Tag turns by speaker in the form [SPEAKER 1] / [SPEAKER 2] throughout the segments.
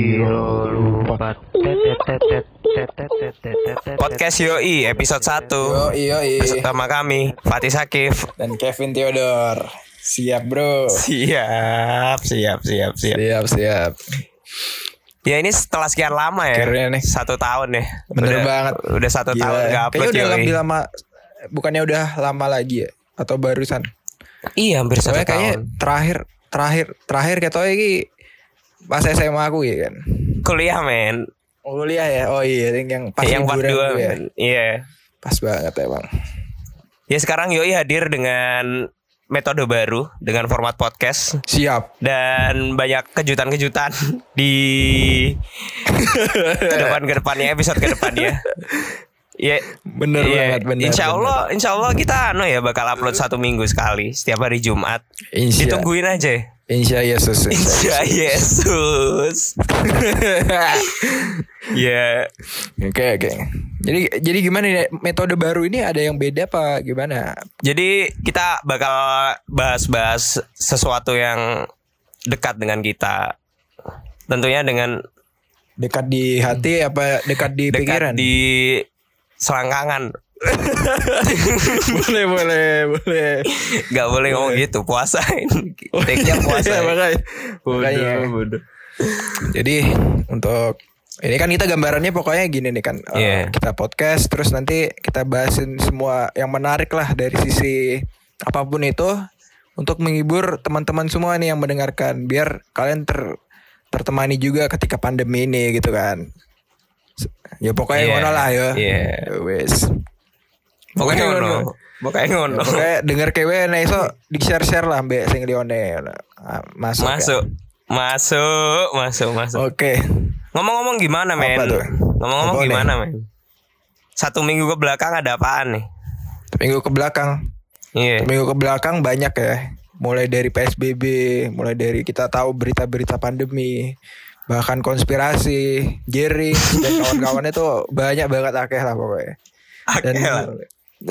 [SPEAKER 1] Gio lupa
[SPEAKER 2] Podcast Yoi episode 1
[SPEAKER 3] Yoi yoi
[SPEAKER 2] Bersama kami Fatih Sakif
[SPEAKER 3] Dan Kevin Theodore Siap bro
[SPEAKER 2] Siap Siap Siap Siap
[SPEAKER 3] Siap siap
[SPEAKER 2] Ya ini setelah sekian lama ya
[SPEAKER 3] Akhirnya nih.
[SPEAKER 2] Satu tahun ya
[SPEAKER 3] Bener
[SPEAKER 2] Udah-
[SPEAKER 3] banget.
[SPEAKER 2] Udah satu
[SPEAKER 3] Gila.
[SPEAKER 2] tahun gak
[SPEAKER 3] Kayaknya
[SPEAKER 2] upload
[SPEAKER 3] udah
[SPEAKER 2] Yoi
[SPEAKER 3] lebih lama Bukannya udah lama lagi ya Atau barusan
[SPEAKER 2] Iya hampir satu
[SPEAKER 3] Soalnya kayaknya
[SPEAKER 2] tahun
[SPEAKER 3] terakhir Terakhir Terakhir katanya ini Pas SMA aku ya kan
[SPEAKER 2] Kuliah men
[SPEAKER 3] Kuliah ya Oh iya yang- Yang pas
[SPEAKER 2] Yang part
[SPEAKER 3] liburan
[SPEAKER 2] dua,
[SPEAKER 3] tuh ya.
[SPEAKER 2] men. Iya
[SPEAKER 3] Pas banget emang
[SPEAKER 2] Ya sekarang Yoi hadir dengan Metode baru Dengan format podcast
[SPEAKER 3] Siap
[SPEAKER 2] dan banyak kejutan-kejutan di depan ke depannya episode ke depannya. Ya,
[SPEAKER 3] Bener
[SPEAKER 2] iya.
[SPEAKER 3] banget, bener,
[SPEAKER 2] Insya Allah, insya Allah kita anu ya bakal upload satu minggu sekali setiap hari Jumat.
[SPEAKER 3] Insya
[SPEAKER 2] Ditungguin aja.
[SPEAKER 3] Insya Yesus
[SPEAKER 2] Insya
[SPEAKER 3] Insya
[SPEAKER 2] Yesus. ya,
[SPEAKER 3] Oke oke Jadi jadi gimana nih Metode baru ini ada yang beda apa gimana
[SPEAKER 2] jadi kita bakal bahas-bahas sesuatu yang dekat dengan kita. Tentunya dengan
[SPEAKER 3] Dekat di hati apa dekat di
[SPEAKER 2] Hmm. dekat
[SPEAKER 3] pikiran?
[SPEAKER 2] di selangkangan
[SPEAKER 3] boleh boleh boleh
[SPEAKER 2] Gak boleh ngomong gitu puasain Take-nya
[SPEAKER 3] Iya,
[SPEAKER 2] puasain
[SPEAKER 3] makanya. Makanya. jadi untuk ini kan kita gambarannya pokoknya gini nih kan Eh,
[SPEAKER 2] Iya.
[SPEAKER 3] kita podcast terus nanti kita bahasin semua yang menarik lah dari sisi apapun itu untuk menghibur teman-teman semua nih yang mendengarkan biar kalian ter tertemani juga ketika pandemi ini gitu kan Se- ya pokoknya
[SPEAKER 2] Iya,
[SPEAKER 3] ngono lah ya
[SPEAKER 2] iya.
[SPEAKER 3] Ya wes
[SPEAKER 2] Pokoknya ngono Pokoknya
[SPEAKER 3] Ya,
[SPEAKER 2] ngono
[SPEAKER 3] pokoknya denger kewe nah iso di share share lah mbak sing lione Ah, masuk ya.
[SPEAKER 2] Masuk Masuk Masuk Masuk
[SPEAKER 3] oke
[SPEAKER 2] Ngomong-ngomong gimana men
[SPEAKER 3] Apa tuh?
[SPEAKER 2] Ngomong-ngomong
[SPEAKER 3] Apa nih?
[SPEAKER 2] gimana men Satu minggu ke belakang ada apaan nih
[SPEAKER 3] minggu ke belakang
[SPEAKER 2] Iya
[SPEAKER 3] minggu ke belakang banyak ya mulai dari psbb mulai dari kita tahu berita-berita pandemi bahkan konspirasi jaring dan kawan-kawannya tuh banyak banget akeh lah pokoknya dan
[SPEAKER 2] Akeh lah.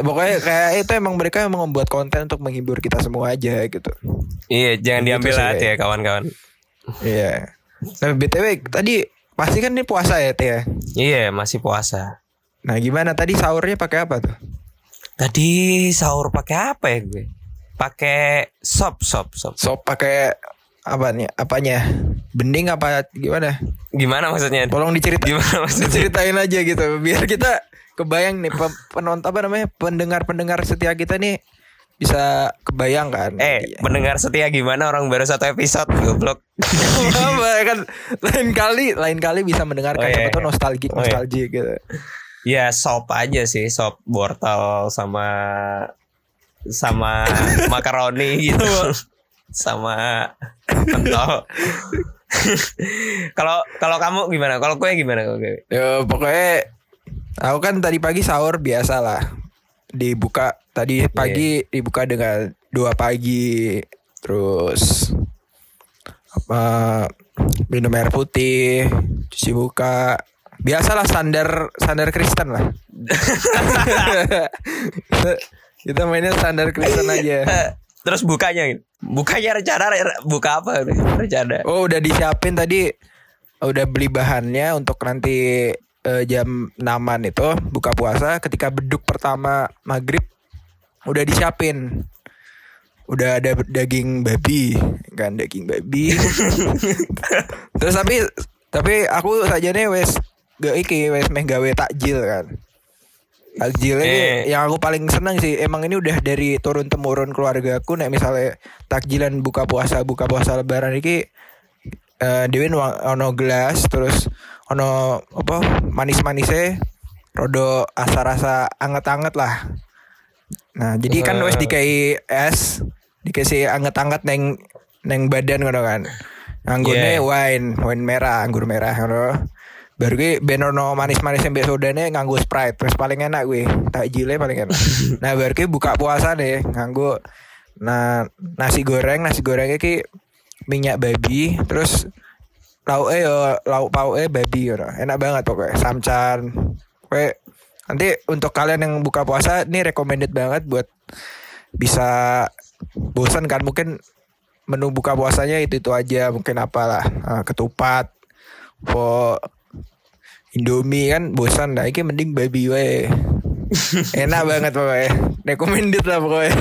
[SPEAKER 3] pokoknya kayak itu emang mereka emang membuat konten untuk menghibur kita semua aja gitu
[SPEAKER 2] Iya jangan diambil
[SPEAKER 3] sih,
[SPEAKER 2] hati ya kawan-kawan
[SPEAKER 3] iya nah btw tadi pasti kan ini puasa ya teh ya?
[SPEAKER 2] Iya masih puasa
[SPEAKER 3] nah gimana tadi sahurnya pakai apa tuh
[SPEAKER 2] Tadi sahur pakai apa ya gue Pakai sop sop sop
[SPEAKER 3] sop pakai apa nih apanya bening apa gimana
[SPEAKER 2] Gimana maksudnya
[SPEAKER 3] tolong diceritain
[SPEAKER 2] Gimana maksudnya
[SPEAKER 3] diceritain aja gitu biar kita kebayang nih pe- penonton apa namanya pendengar pendengar setia kita nih bisa kebayang kan
[SPEAKER 2] Eh,
[SPEAKER 3] Iya.
[SPEAKER 2] pendengar setia gimana orang baru satu episode goblok.
[SPEAKER 3] apa kan lain kali lain kali bisa mendengarkan
[SPEAKER 2] Oh, iya,
[SPEAKER 3] siapa tuh
[SPEAKER 2] iya.
[SPEAKER 3] nostalgic
[SPEAKER 2] Oh, iya.
[SPEAKER 3] nostalgia gitu
[SPEAKER 2] ya sop aja sih, sop wortel sama sama makaroni gitu. sama pentol. Kalau kalau kamu gimana? Kalau gue gimana kalau gue?
[SPEAKER 3] Ya pokoknya aku kan tadi pagi sahur biasa lah. Dibuka tadi pagi dibuka dengan dua pagi terus apa minum air putih, cuci muka. Biasalah standar standar Kristen lah. Kita mainnya standar Kristen aja.
[SPEAKER 2] Eh, Terus bukanya gitu. Bukanya rencana re- buka apa? gitu? Rencana.
[SPEAKER 3] Oh udah disiapin tadi udah beli bahannya untuk nanti eh, jam 6 itu buka puasa ketika beduk pertama maghrib udah disiapin udah ada daging babi kan daging babi terus tapi tapi aku saja nih wes gak iki wes meh gawe takjil kan takjilnya ini
[SPEAKER 2] Eh.
[SPEAKER 3] yang aku paling seneng sih emang ini udah dari turun temurun keluarga aku nek misalnya takjilan buka puasa buka puasa lebaran iki eh dewi ono gelas terus ono apa manis manisnya rodo asa rasa anget anget lah nah jadi kan wes dikai es dikasih anget anget neng neng badan ngono kan anggone
[SPEAKER 2] Yeah.
[SPEAKER 3] wine wine merah anggur merah ngono baru gue benono manis manis yang sodane nganggo sprite terus paling enak gue takjilnya paling enak nah baru gue buka puasa deh nganggo nah nasi goreng nasi gorengnya ki minyak babi terus lauk eh lauk pauk eh babi ngono. enak banget pokoknya samcan pokoknya nanti untuk kalian yang buka puasa ini recommended banget buat bisa bosan kan mungkin menu buka puasanya itu itu aja mungkin apalah eh, ketupat po Indomie kan bosan dah iki mending babi wae. Enak banget pokoknya. Recommended lah pokoknya.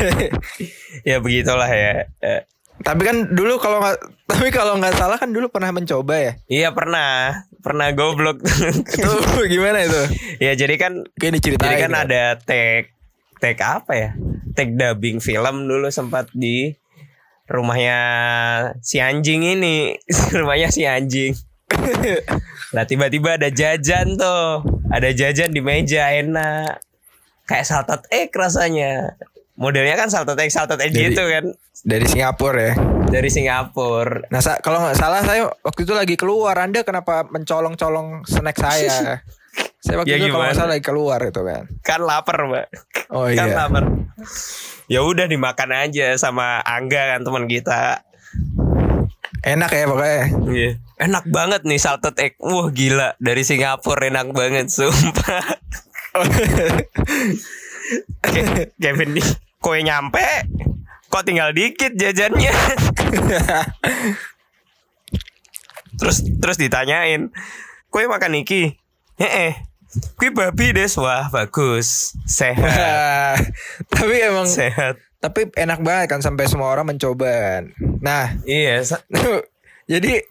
[SPEAKER 2] ya begitulah ya. Eh,
[SPEAKER 3] tapi kan dulu kalau nggak tapi kalau nggak salah kan dulu pernah mencoba ya.
[SPEAKER 2] Iya pernah, pernah goblok.
[SPEAKER 3] Itu gimana itu?
[SPEAKER 2] ya jadi kan
[SPEAKER 3] Oke diceritain.
[SPEAKER 2] jadi kan ada tag tag apa ya? Tag dubbing film dulu sempat di rumahnya si anjing ini, rumahnya si anjing. Lah tiba-tiba ada jajan tuh. Ada jajan di meja enak. Kayak salted egg rasanya. Modelnya kan salted egg salted egg
[SPEAKER 3] Jadi-
[SPEAKER 2] gitu kan
[SPEAKER 3] dari Singapura ya.
[SPEAKER 2] dari Singapura.
[SPEAKER 3] Nah, sa- kalau nggak salah saya waktu itu lagi keluar. Anda kenapa mencolong-colong snack saya? saya waktu
[SPEAKER 2] Ya,
[SPEAKER 3] itu kalau
[SPEAKER 2] gimana?
[SPEAKER 3] nggak salah lagi keluar itu kan.
[SPEAKER 2] Kan lapar, Mbak.
[SPEAKER 3] Oh
[SPEAKER 2] kan
[SPEAKER 3] iya.
[SPEAKER 2] lapar. Ya udah dimakan aja sama Angga kan teman kita.
[SPEAKER 3] Enak ya pokoknya.
[SPEAKER 2] Iya. Enak banget nih salted egg. Wah gila dari Singapura enak banget sumpah. Ke- Kevin nih kue nyampe kok tinggal dikit jajannya. terus terus ditanyain, "Kue makan iki?" Heeh. Kue babi des wah bagus. Sehat.
[SPEAKER 3] Wah, tapi emang
[SPEAKER 2] Sehat.
[SPEAKER 3] tapi enak banget kan sampai semua orang mencoba kan. Nah,
[SPEAKER 2] Iya, sa-
[SPEAKER 3] jadi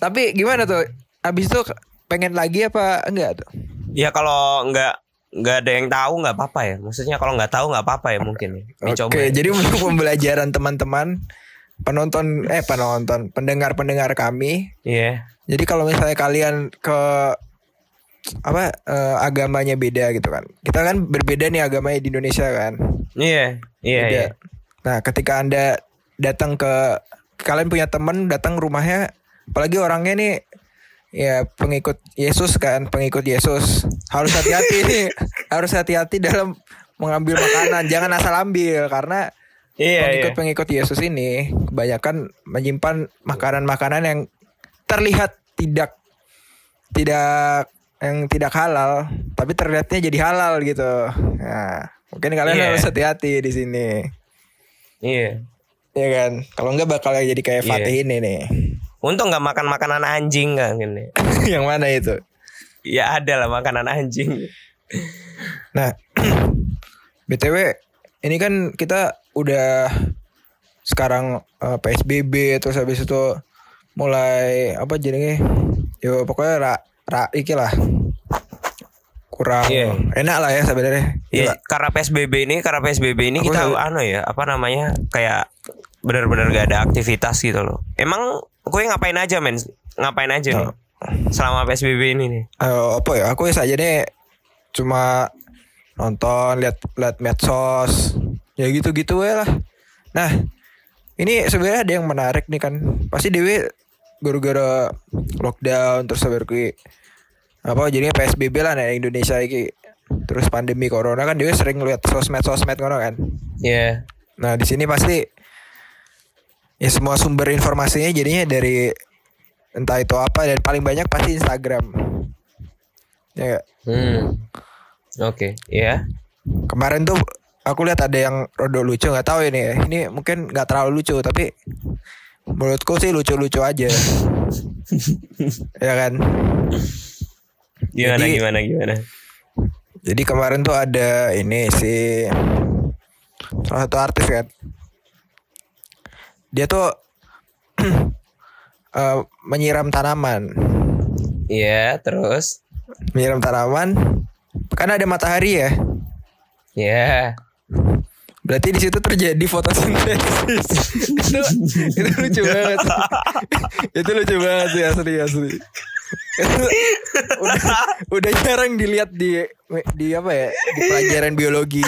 [SPEAKER 3] tapi gimana tuh? Abis itu pengen lagi apa enggak tuh?
[SPEAKER 2] Ya kalau nggak nggak ada yang tahu nggak apa-apa ya. Maksudnya kalau nggak tahu nggak apa-apa ya mungkin. ya. Dicoba.
[SPEAKER 3] Oke, jadi untuk pembelajaran teman-teman penonton eh penonton pendengar-pendengar kami.
[SPEAKER 2] Iya.
[SPEAKER 3] Jadi kalau misalnya kalian ke apa eh, agamanya beda gitu kan. Kita kan berbeda nih agamanya di Indonesia kan.
[SPEAKER 2] Iya. Iya.
[SPEAKER 3] Beda.
[SPEAKER 2] iya.
[SPEAKER 3] Nah, ketika Anda datang ke kalian punya teman datang rumahnya apalagi orangnya nih ya pengikut Yesus kan, pengikut Yesus. Harus hati-hati nih. Harus hati-hati dalam mengambil makanan. Jangan asal ambil karena
[SPEAKER 2] Iya. iya.
[SPEAKER 3] pengikut-pengikut Yesus ini kebanyakan menyimpan makanan-makanan yang terlihat tidak tidak yang tidak halal, tapi terlihatnya jadi halal gitu. Nah, mungkin kalian
[SPEAKER 2] Iya.
[SPEAKER 3] harus hati-hati di sini.
[SPEAKER 2] Iya.
[SPEAKER 3] Iya kan? Kalau enggak bakal jadi kayak
[SPEAKER 2] Iya.
[SPEAKER 3] Fatih ini nih.
[SPEAKER 2] Untung nggak makan makanan anjing kan gini.
[SPEAKER 3] yang mana itu?
[SPEAKER 2] Ya ada lah makanan anjing.
[SPEAKER 3] Nah, BTW ini kan kita udah sekarang eh, PSBB terus habis itu mulai apa jadinya? Yo pokoknya ra, ra iki lah. Kurang
[SPEAKER 2] Iya.
[SPEAKER 3] enak lah ya sebenarnya. Iya.
[SPEAKER 2] Iya. Karena PSBB ini, karena PSBB ini
[SPEAKER 3] Aku
[SPEAKER 2] kita
[SPEAKER 3] tahu.
[SPEAKER 2] anu ya, apa namanya? Kayak benar-benar gak ada aktivitas gitu loh. Emang gue ngapain aja men? Ngapain aja nih? Selama PSBB ini nih.
[SPEAKER 3] Eh, apa ya? Aku saja nih cuma nonton lihat lihat medsos ya gitu-gitu we lah. Nah, ini sebenarnya ada yang menarik nih kan. Pasti Dewi gara-gara lockdown terus sabar kui apa jadinya PSBB lah nah Indonesia iki. Terus pandemi corona kan Dewi sering lihat sosmed-sosmed ngono kan.
[SPEAKER 2] Iya.
[SPEAKER 3] Nah, di sini pasti ya semua sumber informasinya jadinya dari entah itu apa dan paling banyak pasti Instagram. Ya, nggak?
[SPEAKER 2] Hmm. Oke. Iya.
[SPEAKER 3] kemarin tuh aku lihat ada yang rodo lucu nggak tahu ini ya. Ini mungkin nggak terlalu lucu tapi menurutku sih lucu-lucu aja. ya kan?
[SPEAKER 2] Gimana
[SPEAKER 3] Jadi-
[SPEAKER 2] gimana gimana.
[SPEAKER 3] Jadi kemarin tuh ada ini si salah satu artis kan. Dia tuh eh, menyiram tanaman,
[SPEAKER 2] Iya, terus
[SPEAKER 3] menyiram tanaman karena ada matahari ya.
[SPEAKER 2] ya.
[SPEAKER 3] Berarti di situ terjadi fotosintesis. itu, itu lucu banget. itu lucu banget sih asli asli. Itu udah, udah jarang dilihat di di apa ya di pelajaran biologi.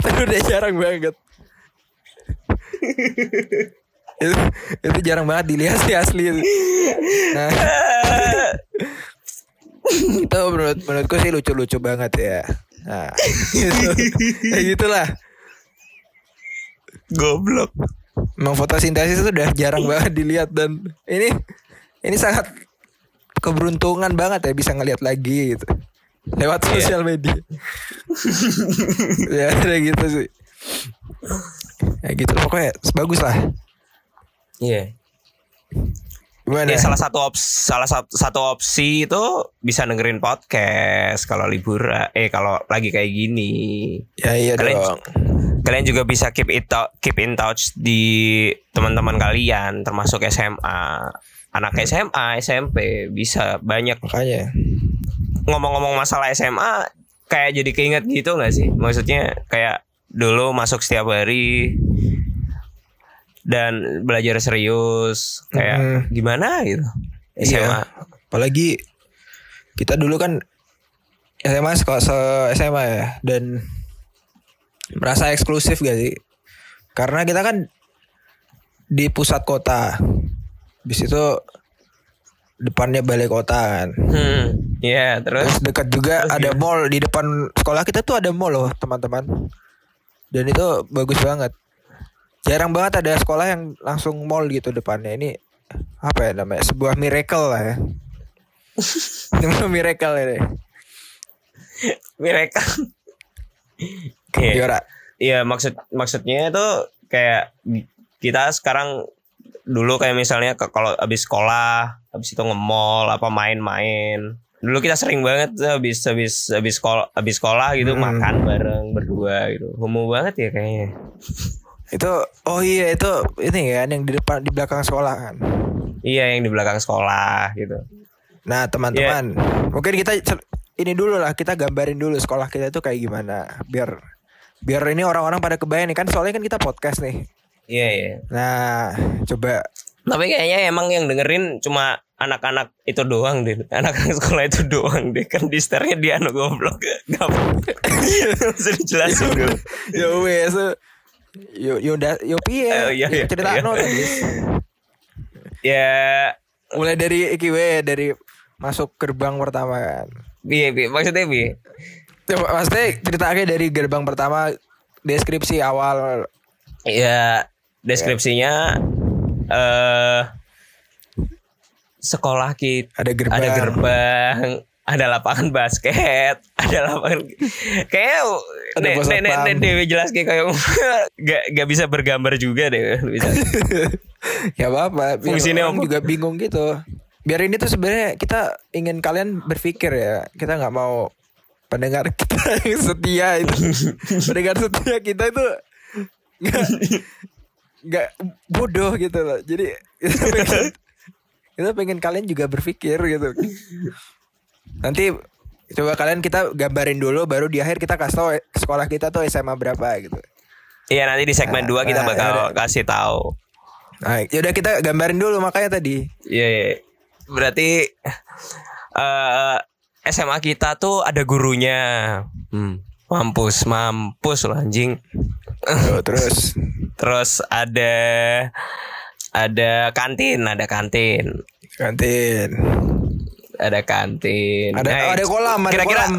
[SPEAKER 3] Itu udah jarang banget. itu, itu jarang banget dilihat sih asli. Nah, itu menurut menurutku sih lucu-lucu banget ya. Nah, gitu. ya gitulah.
[SPEAKER 2] Goblok.
[SPEAKER 3] Emang fotosintesis itu udah jarang banget dilihat dan ini ini sangat keberuntungan banget ya bisa ngelihat lagi gitu. Lewat
[SPEAKER 2] Iya.
[SPEAKER 3] sosial media. ya kayak gitu sih. Ya gitu pokoknya bagus lah.
[SPEAKER 2] Iya.
[SPEAKER 3] Gimana?
[SPEAKER 2] Ya salah satu opsi, salah satu, satu opsi itu bisa dengerin podcast kalau liburan eh kalau lagi kayak gini.
[SPEAKER 3] ya iya
[SPEAKER 2] Kalian-
[SPEAKER 3] dong.
[SPEAKER 2] Kalian juga bisa keep it tou- keep in touch di teman-teman kalian termasuk SMA. Anak SMA, SMP bisa banyak
[SPEAKER 3] Makanya.
[SPEAKER 2] ngomong-ngomong masalah SMA kayak jadi keinget gitu nggak sih? Maksudnya kayak dulu masuk setiap hari dan belajar serius kayak
[SPEAKER 3] Mm.
[SPEAKER 2] gimana gitu.
[SPEAKER 3] Iya.
[SPEAKER 2] SMA.
[SPEAKER 3] Apalagi kita dulu kan SMA sekolah se SMA ya dan merasa eksklusif gak sih? Karena kita kan di pusat kota. Di situ depannya balai kota kan.
[SPEAKER 2] Hmm. Iya, terus
[SPEAKER 3] Terus dekat juga ada mall di depan sekolah kita tuh ada mall loh teman-teman. Dan itu bagus banget. Jarang banget ada sekolah yang langsung mall gitu depannya. Ini apa ya namanya? Sebuah miracle lah ya. Sebuah miracle ini.
[SPEAKER 2] mereka Iya.
[SPEAKER 3] Yora.
[SPEAKER 2] Iya, maksud maksudnya itu kayak kita sekarang dulu kayak misalnya ke- kalau habis sekolah, habis itu nge-mall apa main-main. Dulu kita sering banget tuh habis habis habis sekolah habis sekolah gitu
[SPEAKER 3] Hmm.
[SPEAKER 2] makan bareng berdua gitu. Homo banget ya kayaknya.
[SPEAKER 3] Itu oh iya itu ini kan yang di depan di belakang sekolah kan.
[SPEAKER 2] Iya, yang di belakang sekolah gitu.
[SPEAKER 3] Nah, teman-teman, mungkin kita cer- ini dulu lah kita gambarin dulu sekolah kita itu kayak gimana biar biar ini orang-orang pada kebayang nih kan soalnya kan kita podcast nih.
[SPEAKER 2] Iya, iya.
[SPEAKER 3] Nah, coba
[SPEAKER 2] Tapi kayaknya emang yang dengerin cuma anak-anak itu doang deh. Anak-anak sekolah itu doang deh. Kan disternya dia anu goblok. Gak Bisa dijelasin dulu.
[SPEAKER 3] ya wes yo yo da, yo piye
[SPEAKER 2] Eh, iya, iya,
[SPEAKER 3] cerita
[SPEAKER 2] iya. Ya,
[SPEAKER 3] mulai dari iki we dari masuk gerbang pertama kan
[SPEAKER 2] bi, bi. maksudnya bi.
[SPEAKER 3] coba maksudnya ceritanya dari gerbang pertama deskripsi awal
[SPEAKER 2] Ya, deskripsinya eh sekolah kita
[SPEAKER 3] ada gerbang
[SPEAKER 2] ada gerbang, ada lapangan basket, ada lapangan kayak
[SPEAKER 3] Ada
[SPEAKER 2] nek
[SPEAKER 3] pusat
[SPEAKER 2] nek nek- nek
[SPEAKER 3] pam.
[SPEAKER 2] Dewi jelas kayak kayak gak gak bisa bergambar juga deh bisa.
[SPEAKER 3] ya apa apa
[SPEAKER 2] Fungsinya apa?
[SPEAKER 3] juga bingung gitu biar ini tuh sebenarnya kita ingin kalian berpikir ya kita nggak mau pendengar kita yang setia itu pendengar setia kita itu nggak nggak bodoh gitu loh jadi kita pengen, kita pengen kalian juga berpikir gitu nanti coba kalian kita gambarin dulu baru di akhir kita kasih tau sekolah kita tuh SMA berapa gitu
[SPEAKER 2] Iya nanti di segmen
[SPEAKER 3] Nah,
[SPEAKER 2] 2 kita
[SPEAKER 3] nah,
[SPEAKER 2] bakal
[SPEAKER 3] yaudah.
[SPEAKER 2] kasih tahu.
[SPEAKER 3] nah yaudah kita gambarin dulu makanya tadi
[SPEAKER 2] Iya, iya. berarti eh SMA kita tuh ada gurunya. Hmm. Mampus, mampus loh anjing.
[SPEAKER 3] Tuh, terus
[SPEAKER 2] Terus ada ada kantin, ada kantin,
[SPEAKER 3] kantin
[SPEAKER 2] ada kantin. Nah,
[SPEAKER 3] Ada- oh, ada kolam, ada
[SPEAKER 2] kira-kira,
[SPEAKER 3] kolam.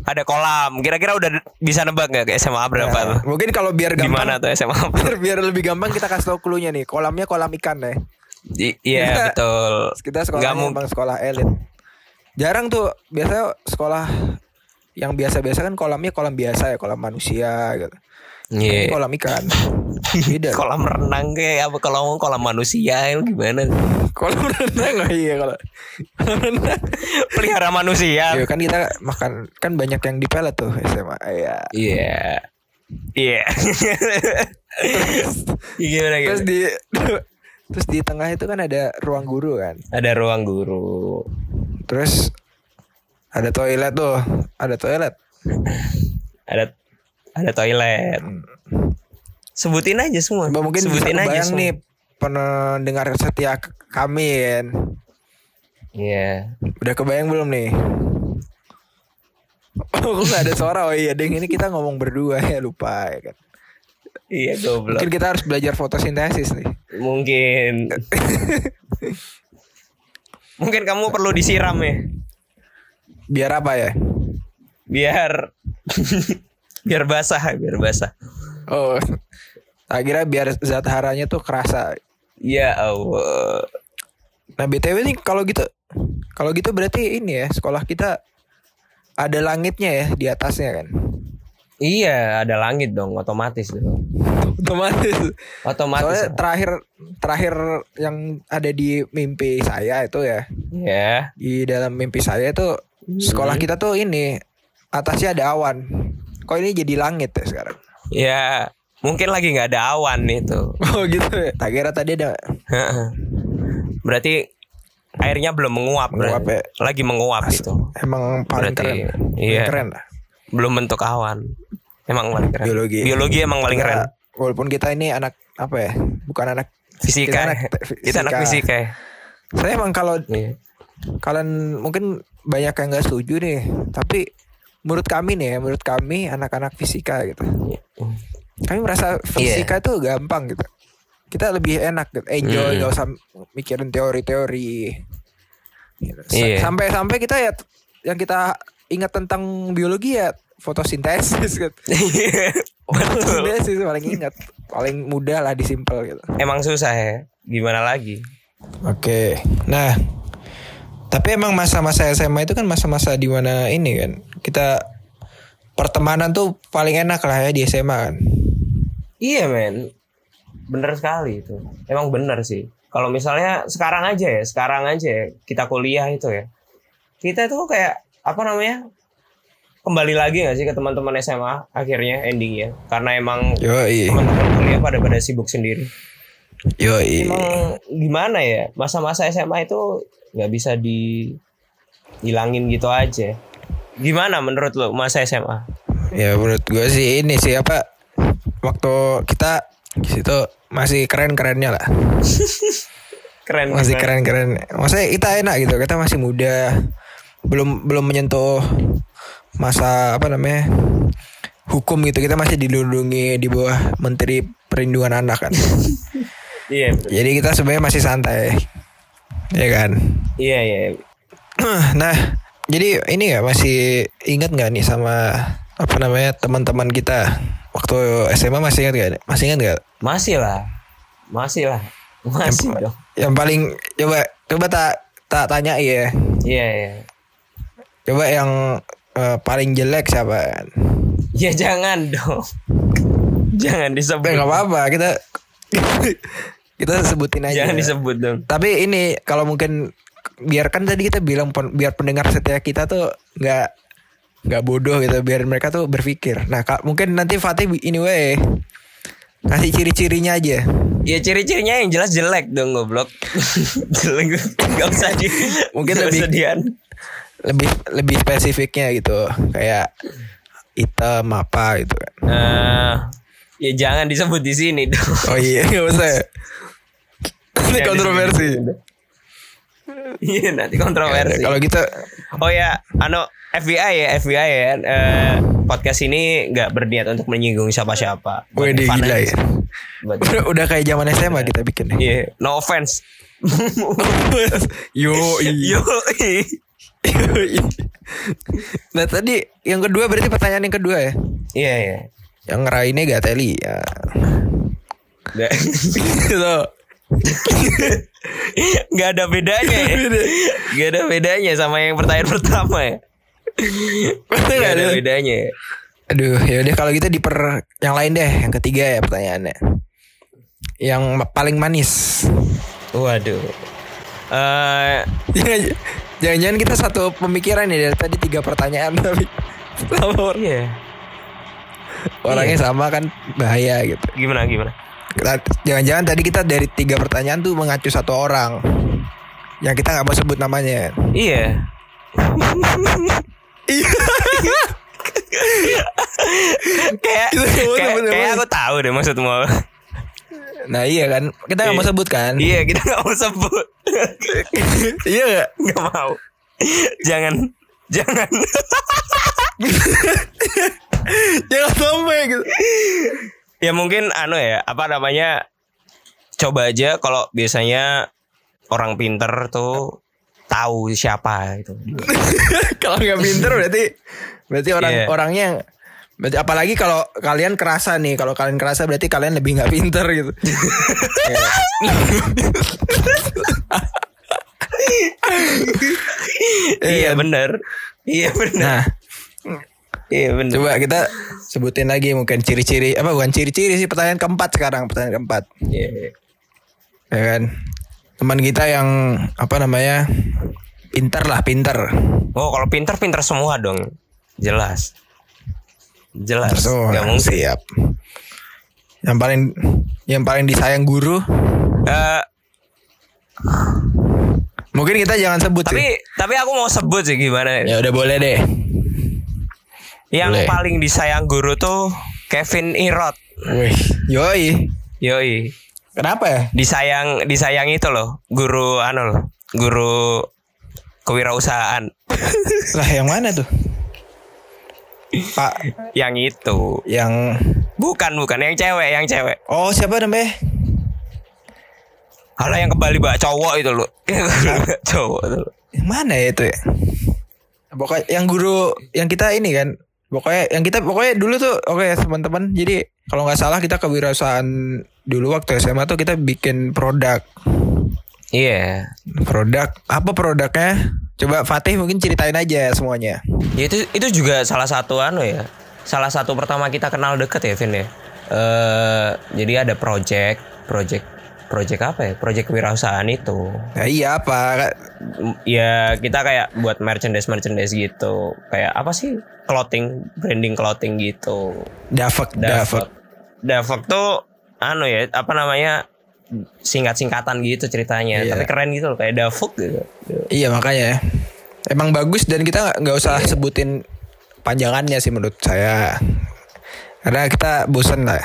[SPEAKER 2] Ada kolam. Kira-kira udah bisa nebak nggak ke SMA berapa
[SPEAKER 3] Nah,
[SPEAKER 2] tuh?
[SPEAKER 3] mungkin kalau biar
[SPEAKER 2] Gimana
[SPEAKER 3] gampang
[SPEAKER 2] tuh SMA? berapa?
[SPEAKER 3] biar, biar lebih gampang kita kasih tau clue-nya nih kolamnya kolam ikan ya
[SPEAKER 2] I- Iya betul.
[SPEAKER 3] kita
[SPEAKER 2] Nggak
[SPEAKER 3] sekolah
[SPEAKER 2] mung- Iya.
[SPEAKER 3] memang sekolah elit jarang tuh biasanya sekolah yang biasa-biasa kan kolamnya kolam biasa ya kolam manusia gitu
[SPEAKER 2] Iya.
[SPEAKER 3] Ini kolam ikan beda
[SPEAKER 2] Kolam renang kayak apa? Kalau kolam manusia itu gimana?
[SPEAKER 3] kolam renang oh iya kalau kolam renang
[SPEAKER 2] Pelihara manusia.
[SPEAKER 3] Iya, kan kita makan kan banyak yang di pelet tuh SMA iya
[SPEAKER 2] Iya. Iya. Gimana
[SPEAKER 3] terus
[SPEAKER 2] gitu?
[SPEAKER 3] di terus di tengah itu kan ada ruang guru kan
[SPEAKER 2] Ada ruang guru.
[SPEAKER 3] Terus ada toilet tuh, ada toilet.
[SPEAKER 2] Ada ada toilet. Sebutin aja semua.
[SPEAKER 3] Mbak mungkin
[SPEAKER 2] Sebutin aja
[SPEAKER 3] bisa kebayang
[SPEAKER 2] semua.
[SPEAKER 3] nih pendengar setia k- kami kan.
[SPEAKER 2] Iya.
[SPEAKER 3] Udah kebayang belum nih? Kok gak ada suara? Oh iya, deng ini kita ngomong berdua ya lupa ya kan.
[SPEAKER 2] Iya goblok.
[SPEAKER 3] Mungkin kita harus belajar fotosintesis nih.
[SPEAKER 2] Mungkin Mungkin kamu perlu disiram ya.
[SPEAKER 3] Biar apa ya?
[SPEAKER 2] Biar biar basah, biar basah.
[SPEAKER 3] Oh, akhirnya biar zat haranya tuh kerasa.
[SPEAKER 2] Ya Allah.
[SPEAKER 3] Nah btw nih kalau gitu, kalau gitu berarti ini ya sekolah kita ada langitnya ya di atasnya kan.
[SPEAKER 2] Iya, ada langit dong, otomatis dong.
[SPEAKER 3] otomatis soalnya
[SPEAKER 2] Otomatis.
[SPEAKER 3] terakhir terakhir yang ada di mimpi saya itu ya
[SPEAKER 2] Ya.
[SPEAKER 3] di dalam mimpi saya itu
[SPEAKER 2] Hmm.
[SPEAKER 3] sekolah kita tuh ini atasnya ada awan kok ini jadi langit ya sekarang
[SPEAKER 2] Ya, mungkin lagi nggak ada awan itu.
[SPEAKER 3] oh gitu ya tak kira tadi ada
[SPEAKER 2] berarti airnya belum menguap,
[SPEAKER 3] Menguap, ya.
[SPEAKER 2] berarti. Lagi menguap itu.
[SPEAKER 3] emang paling
[SPEAKER 2] Berarti,
[SPEAKER 3] keren Paling
[SPEAKER 2] iya.
[SPEAKER 3] keren lah
[SPEAKER 2] Belum bentuk awan. Emang paling keren.
[SPEAKER 3] Biologi.
[SPEAKER 2] Biologi emang paling
[SPEAKER 3] Kita-
[SPEAKER 2] keren.
[SPEAKER 3] walaupun kita ini anak apa ya bukan anak
[SPEAKER 2] Fisika. Kita
[SPEAKER 3] kita
[SPEAKER 2] anak,
[SPEAKER 3] anak te-
[SPEAKER 2] kita anak fisika. ya.
[SPEAKER 3] fisika. saya emang kalau
[SPEAKER 2] Iya.
[SPEAKER 3] kalian mungkin banyak yang nggak setuju nih tapi menurut kami nih ya, menurut kami anak-anak fisika gitu
[SPEAKER 2] iya.
[SPEAKER 3] kami merasa fisika itu gampang gitu kita lebih enak gitu. enjoy
[SPEAKER 2] Hmm.
[SPEAKER 3] nggak usah mikirin teori-teori Gitu. Sa-
[SPEAKER 2] Iya.
[SPEAKER 3] sampai-sampai kita ya yang kita ingat tentang biologi ya fotosintesis gitu
[SPEAKER 2] Betul.
[SPEAKER 3] fotosintesis paling ingat paling mudah lah disimpel gitu
[SPEAKER 2] Emang susah ya. Gimana lagi?
[SPEAKER 3] Oke, nah tapi emang masa-masa SMA itu kan masa-masa di mana ini kan kita pertemanan tuh paling enak lah ya di SMA kan.
[SPEAKER 2] Iya men Bener sekali itu Emang bener sih Kalau misalnya sekarang aja ya Sekarang aja ya Kita kuliah itu ya Kita tuh kayak Apa namanya Kembali lagi gak sih ke teman-teman SMA Akhirnya endingnya Karena emang
[SPEAKER 3] Yoi,
[SPEAKER 2] Teman-teman kuliah pada pada sibuk sendiri
[SPEAKER 3] yoi.
[SPEAKER 2] Emang gimana ya Masa-masa SMA itu nggak bisa di Hilangin gitu aja Gimana menurut lo masa SMA?
[SPEAKER 3] Ya menurut gue sih ini sih apa waktu kita di situ masih keren-kerennya lah,
[SPEAKER 2] Keren
[SPEAKER 3] masih
[SPEAKER 2] keren.
[SPEAKER 3] keren-keren. Maksudnya kita enak gitu, kita masih muda, belum belum menyentuh masa apa namanya hukum gitu kita masih dilindungi di bawah Menteri Perlindungan Anak kan.
[SPEAKER 2] Iya betul.
[SPEAKER 3] Jadi kita sebenarnya masih santai. Ya kan.
[SPEAKER 2] Iya iya
[SPEAKER 3] nah, jadi ini nggak masih ingat nggak nih sama apa namanya teman-teman kita waktu SMA masih ingat nggak? Masih ingat nggak?
[SPEAKER 2] Masih lah. Masih lah. Masih dong.
[SPEAKER 3] Yang paling coba coba tak tak tanya ya.
[SPEAKER 2] Iya, iya.
[SPEAKER 3] Coba yang eh, paling jelek siapa?
[SPEAKER 2] Ya jangan dong. jangan
[SPEAKER 3] Udah Eh, nggak
[SPEAKER 2] disebut.
[SPEAKER 3] apa-apa kita kita sebutin aja.
[SPEAKER 2] Jangan disebut dong.
[SPEAKER 3] Tapi ini kalau mungkin biarkan tadi kita bilang pen- biar pendengar setia kita tuh nggak nggak bodoh gitu biar mereka tuh berpikir. Nah kak, mungkin nanti Fatih bi- ini we kasih ciri-cirinya aja.
[SPEAKER 2] Ya ciri-cirinya yang jelas jelek dong goblok. jelek. Gak usah di.
[SPEAKER 3] Mungkin
[SPEAKER 2] nggak
[SPEAKER 3] lebih-
[SPEAKER 2] usah dian.
[SPEAKER 3] Lebih lebih spesifiknya gitu kayak item apa gitu kan.
[SPEAKER 2] Eh, ya jangan disebut di sini dong.
[SPEAKER 3] Oh iya nggak usah. ya? Ini
[SPEAKER 2] Jangan
[SPEAKER 3] kontroversi.
[SPEAKER 2] disebut. Iya nanti iya, kontroversi.
[SPEAKER 3] Kalau gitu
[SPEAKER 2] Oh ya, ano FBI ya, FBI ya. Eh, podcast ini nggak berniat untuk menyinggung siapa-siapa. Buat
[SPEAKER 3] Wih,
[SPEAKER 2] fun aja
[SPEAKER 3] gila ya.
[SPEAKER 2] sih. Buat-
[SPEAKER 3] udah, udah kayak zaman SMA kita bikin. ya. nih.
[SPEAKER 2] Iya, no offense.
[SPEAKER 3] Yo,
[SPEAKER 2] Yo, iya. i.
[SPEAKER 3] nah tadi yang kedua berarti pertanyaan yang kedua ya.
[SPEAKER 2] iya iya.
[SPEAKER 3] Yang Raine Gateli ya.
[SPEAKER 2] Nggak-
[SPEAKER 3] gitu.
[SPEAKER 2] Nggak ada bedanya ya. Nggak ada bedanya sama yang pertanyaan pertama ya. Nggak ada bedanya ya.
[SPEAKER 3] Iya, Aduh, ya udah kalau gitu diper yang lain deh, yang ketiga ya pertanyaannya. Yang ma- paling manis.
[SPEAKER 2] Waduh. Eh,
[SPEAKER 3] Jangan- Iya, Jangan-jangan kita satu pemikiran ya dari tadi tiga pertanyaan tapi sama or-
[SPEAKER 2] iya.
[SPEAKER 3] orangnya sama kan bahaya gitu.
[SPEAKER 2] Gimana gimana?
[SPEAKER 3] Kita- Jangan-jangan tadi kita dari tiga pertanyaan tuh mengacu satu orang yang kita nggak mau sebut namanya.
[SPEAKER 2] Iya. kayak
[SPEAKER 3] Kita semua
[SPEAKER 2] kayak,
[SPEAKER 3] temen-temen.
[SPEAKER 2] kayak aku tahu deh maksudmu. apa.
[SPEAKER 3] Nah iya kan, kita nggak mau
[SPEAKER 2] Iya.
[SPEAKER 3] sebut kan?
[SPEAKER 2] iya, kita nggak mau sebut.
[SPEAKER 3] Iya nggak?
[SPEAKER 2] Nggak mau. Jangan jangan.
[SPEAKER 3] Jangan sampai gitu.
[SPEAKER 2] ya mungkin anu ya apa namanya coba aja kalau biasanya orang pinter tuh tahu siapa gitu
[SPEAKER 3] Iya. kalau nggak pinter berarti berarti orang
[SPEAKER 2] Iya.
[SPEAKER 3] orangnya berarti apalagi kalau kalian kerasa nih kalau kalian kerasa berarti kalian lebih nggak pinter gitu Iya.
[SPEAKER 2] iya bener iya bener
[SPEAKER 3] nah
[SPEAKER 2] Iya bener.
[SPEAKER 3] Coba kita sebutin lagi mungkin ciri-ciri apa bukan ciri-ciri sih pertanyaan keempat sekarang pertanyaan keempat
[SPEAKER 2] Iya.
[SPEAKER 3] ya kan teman kita yang apa namanya pintar lah pintar
[SPEAKER 2] Oh kalau pinter pinter semua dong. Jelas. Jelas.
[SPEAKER 3] Terus,
[SPEAKER 2] Gak mungkin.
[SPEAKER 3] siap yang paling yang paling disayang guru
[SPEAKER 2] Eh,
[SPEAKER 3] mungkin kita jangan sebut
[SPEAKER 2] tapi
[SPEAKER 3] sih.
[SPEAKER 2] tapi aku mau sebut sih gimana.
[SPEAKER 3] ya udah boleh deh
[SPEAKER 2] Yang
[SPEAKER 3] boleh.
[SPEAKER 2] paling disayang guru tuh Kevin Irot.
[SPEAKER 3] Wih, yoi
[SPEAKER 2] Yoi.
[SPEAKER 3] kenapa ya
[SPEAKER 2] Disayang disayang itu loh guru anu loh guru kewirausahaan
[SPEAKER 3] lah yang mana tuh pak
[SPEAKER 2] yang itu
[SPEAKER 3] yang
[SPEAKER 2] bukan bukan yang cewek yang cewek
[SPEAKER 3] oh siapa namanya
[SPEAKER 2] Alah yang kembali bawa cowok itu loh cowok itu loh.
[SPEAKER 3] yang mana ya itu ya pokoknya yang guru yang kita ini kan pokoknya yang kita pokoknya dulu tuh oke ya teman-teman jadi kalau nggak salah kita kewirausahaan dulu waktu SMA tuh kita bikin produk
[SPEAKER 2] Iya.
[SPEAKER 3] produk apa produknya coba Fatih mungkin ceritain aja semuanya
[SPEAKER 2] Ya itu itu juga salah satu anu ya. Salah satu pertama kita kenal deket ya Vin ya. Eh jadi ada project, project project apa ya? Project wirausahaan itu.
[SPEAKER 3] nah, iya apa
[SPEAKER 2] M- Ya kita kayak buat merchandise merchandise gitu. Kayak apa sih? Clothing, branding clothing gitu.
[SPEAKER 3] Davek
[SPEAKER 2] Davok.
[SPEAKER 3] Davek
[SPEAKER 2] Davok tuh anu ya, apa namanya? singkat-singkatan gitu ceritanya,
[SPEAKER 3] Iya.
[SPEAKER 2] tapi keren gitu loh kayak Davok gitu.
[SPEAKER 3] iya makanya ya. emang bagus dan kita nggak- nggak usah sebutin panjangannya sih menurut saya karena kita bosan lah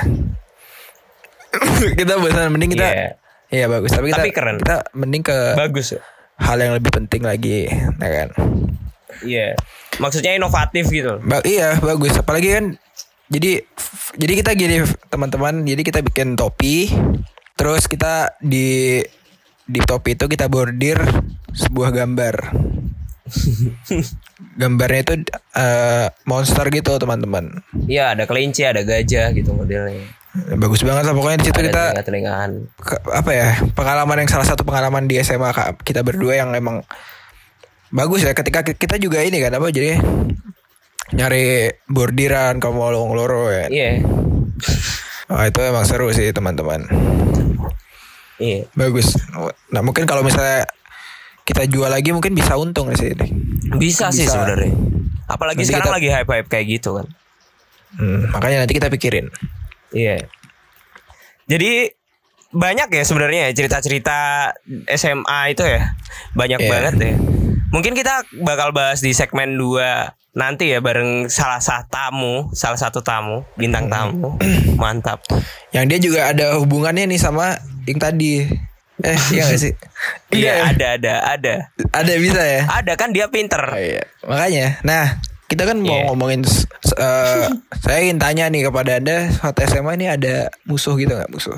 [SPEAKER 3] kita bosan mending kita
[SPEAKER 2] Iya.
[SPEAKER 3] Iya bagus tapi kita
[SPEAKER 2] Tapi keren.
[SPEAKER 3] kita mending ke
[SPEAKER 2] Bagus ya.
[SPEAKER 3] hal yang lebih penting lagi, ya kan?
[SPEAKER 2] Iya. Maksudnya inovatif gitu.
[SPEAKER 3] Ba- iya bagus apalagi kan jadi f- jadi kita gini f- teman-teman jadi kita bikin topi terus kita di di topi itu kita bordir sebuah gambar gambarnya itu eh, monster gitu teman-teman
[SPEAKER 2] Iya, ada kelinci, ada gajah gitu modelnya.
[SPEAKER 3] bagus banget lah pokoknya di situ
[SPEAKER 2] Ada
[SPEAKER 3] kita
[SPEAKER 2] telinga-telingaan.
[SPEAKER 3] ke- apa ya pengalaman yang salah satu pengalaman di SMA ka- kita berdua yang emang bagus ya ketika ki- kita juga ini kan apa jadi nyari bordiran ke lorong loro ya
[SPEAKER 2] Iya.
[SPEAKER 3] Wah, Oh, itu emang seru sih teman-teman
[SPEAKER 2] Iya.
[SPEAKER 3] bagus nah mungkin kalau misalnya kita jual lagi mungkin bisa untung sih ini
[SPEAKER 2] Bisa, sih
[SPEAKER 3] Bisa.
[SPEAKER 2] sebenarnya. Apalagi
[SPEAKER 3] Nanti
[SPEAKER 2] sekarang
[SPEAKER 3] kita-
[SPEAKER 2] lagi hype-hype kayak gitu kan.
[SPEAKER 3] Hmm, makanya nanti kita pikirin
[SPEAKER 2] Iya. Jadi banyak ya sebenarnya ya cerita-cerita SMA itu ya. Banyak
[SPEAKER 3] Iya.
[SPEAKER 2] banget ya. Mungkin kita bakal bahas di segmen 2 nanti ya bareng salah satu tamu, salah satu tamu, bintang tamu.
[SPEAKER 3] Mm-hmm.
[SPEAKER 2] Mantap.
[SPEAKER 3] yang dia juga ada hubungannya nih sama yang tadi eh iya gak sih
[SPEAKER 2] Iya, ada ada ada.
[SPEAKER 3] ada bisa ya
[SPEAKER 2] Ada kan dia pinter.
[SPEAKER 3] Oh, iya. Makanya, nah kita kan mau
[SPEAKER 2] Iya.
[SPEAKER 3] ngomongin, s- s- eh, saya ingin tanya nih kepada anda, saat SMA ini ada musuh gitu nggak musuh?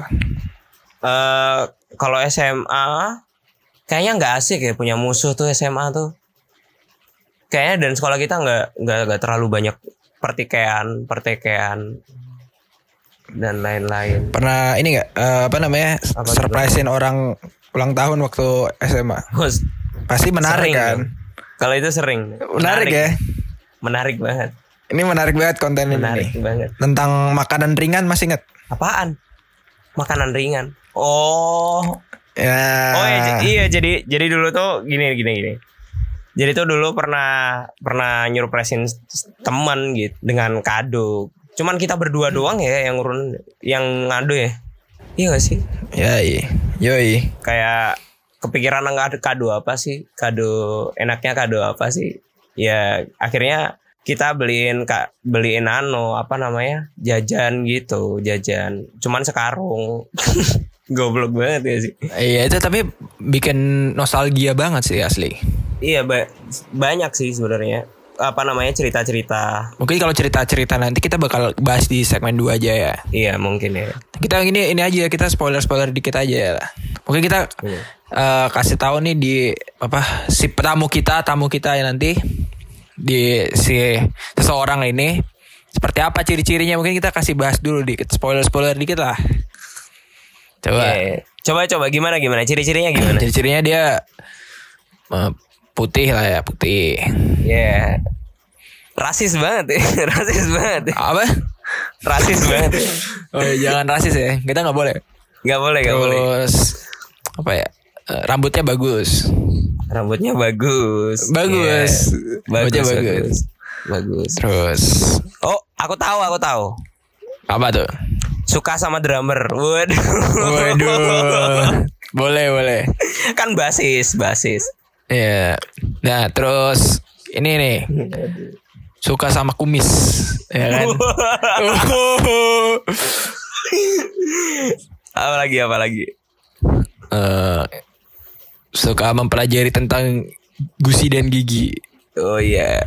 [SPEAKER 2] eh kalau SMA kayaknya nggak asik ya punya musuh tuh SMA tuh. Kayaknya dan sekolah kita nggak nggak nggak terlalu banyak pertikaian pertikaian dan lain-lain.
[SPEAKER 3] Pernah ini nggak eh, apa namanya
[SPEAKER 2] Apa gitu?
[SPEAKER 3] surprisein orang ulang tahun waktu SMA?
[SPEAKER 2] Bos,
[SPEAKER 3] Pasti
[SPEAKER 2] sering
[SPEAKER 3] menarik kan?
[SPEAKER 2] dong. Kalau itu sering.
[SPEAKER 3] Menarik, ya.
[SPEAKER 2] Menarik banget.
[SPEAKER 3] Ini menarik banget konten
[SPEAKER 2] Menarik
[SPEAKER 3] ini. nih.
[SPEAKER 2] banget.
[SPEAKER 3] Tentang makanan ringan masih inget?
[SPEAKER 2] Apaan? Makanan ringan. Oh,
[SPEAKER 3] Ya.
[SPEAKER 2] Oh iya, j- iya jadi jadi dulu tuh gini gini gini. Jadi tuh dulu pernah pernah nyurpresin s- s- teman gitu dengan kado. Cuman kita berdua doang ya yang ngurun yang ngado ya. Iya gak sih?
[SPEAKER 3] Yoi. Yoi.
[SPEAKER 2] Kayak kepikiran nggak ada kado apa sih? Kado enaknya kado apa sih? Ya akhirnya kita beliin kak beliin ano apa namanya jajan gitu jajan cuman sekarung goblok banget ya sih
[SPEAKER 3] Iya itu tapi bikin nostalgia banget sih asli.
[SPEAKER 2] Iya ba- banyak sih sebenarnya apa namanya cerita-cerita.
[SPEAKER 3] Mungkin kalau cerita-cerita nanti kita bakal bahas di segmen 2 aja ya.
[SPEAKER 2] Iya mungkin ya.
[SPEAKER 3] kita ini ini aja kita spoiler spoiler dikit aja ya lah. mungkin kita
[SPEAKER 2] Iya.
[SPEAKER 3] eh, kasih tahu nih di apa si tamu kita tamu kita yang nanti di si seseorang ini seperti apa ciri-cirinya mungkin kita kasih bahas dulu dikit spoiler spoiler dikit lah coba
[SPEAKER 2] Iya. Coba coba gimana gimana ciri-cirinya gimana?
[SPEAKER 3] ciri-cirinya dia eh, putih lah ya putih
[SPEAKER 2] Iya. rasis banget ya rasis banget ya.
[SPEAKER 3] Apa?
[SPEAKER 2] rasis banget ya.
[SPEAKER 3] Oh, jangan rasis ya. Kita nggak boleh.
[SPEAKER 2] nggak boleh nggak boleh
[SPEAKER 3] Terus apa ya? Eh, Rambutnya bagus.
[SPEAKER 2] rambutnya bagus
[SPEAKER 3] Bagus.
[SPEAKER 2] Iya. bagus
[SPEAKER 3] Rambutnya
[SPEAKER 2] bagus
[SPEAKER 3] bagus.
[SPEAKER 2] bagus
[SPEAKER 3] Terus
[SPEAKER 2] oh aku tahu aku tahu
[SPEAKER 3] apa tuh?
[SPEAKER 2] suka sama drummer waduh
[SPEAKER 3] Waduh. boleh, boleh.
[SPEAKER 2] kan basis basis
[SPEAKER 3] Iya. Nah, terus ini nih. Suka sama kumis, ya kan?
[SPEAKER 2] apa lagi apa lagi
[SPEAKER 3] Eh, suka mempelajari tentang gusi dan gigi.
[SPEAKER 2] oh iya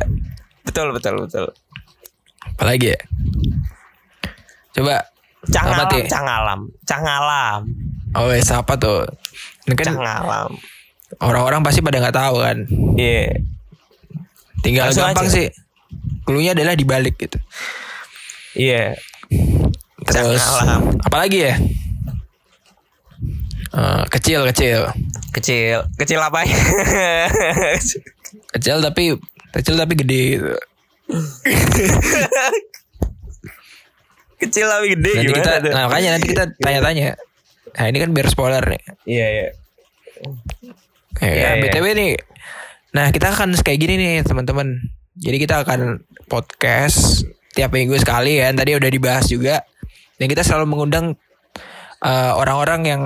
[SPEAKER 2] betul betul betul
[SPEAKER 3] Apalagi ya? Coba
[SPEAKER 2] cangalam
[SPEAKER 3] Ti?
[SPEAKER 2] cangalam cangalam
[SPEAKER 3] Oh, wes, apa tuh? Ini kan
[SPEAKER 2] cangalam
[SPEAKER 3] orang-orang pasti pada nggak tahu kan.
[SPEAKER 2] iya
[SPEAKER 3] Tinggal
[SPEAKER 2] Langsung
[SPEAKER 3] gampang
[SPEAKER 2] aja.
[SPEAKER 3] sih. Klunya adalah dibalik gitu.
[SPEAKER 2] iya
[SPEAKER 3] Terus
[SPEAKER 2] Cakalam.
[SPEAKER 3] apalagi ya? Eh, kecil kecil
[SPEAKER 2] kecil kecil apa ya
[SPEAKER 3] kecil tapi kecil tapi gede gitu.
[SPEAKER 2] kecil tapi gede Iya,
[SPEAKER 3] nanti
[SPEAKER 2] gimana
[SPEAKER 3] kita
[SPEAKER 2] tuh?
[SPEAKER 3] nah, makanya nanti kita tanya-tanya nah ini kan biar spoiler nih
[SPEAKER 2] iya iya Iya,
[SPEAKER 3] Ya,
[SPEAKER 2] iya.
[SPEAKER 3] btw nih nah kita akan kayak gini nih teman-teman jadi kita akan podcast tiap minggu sekali kan tadi udah dibahas juga dan kita selalu mengundang eh, orang-orang yang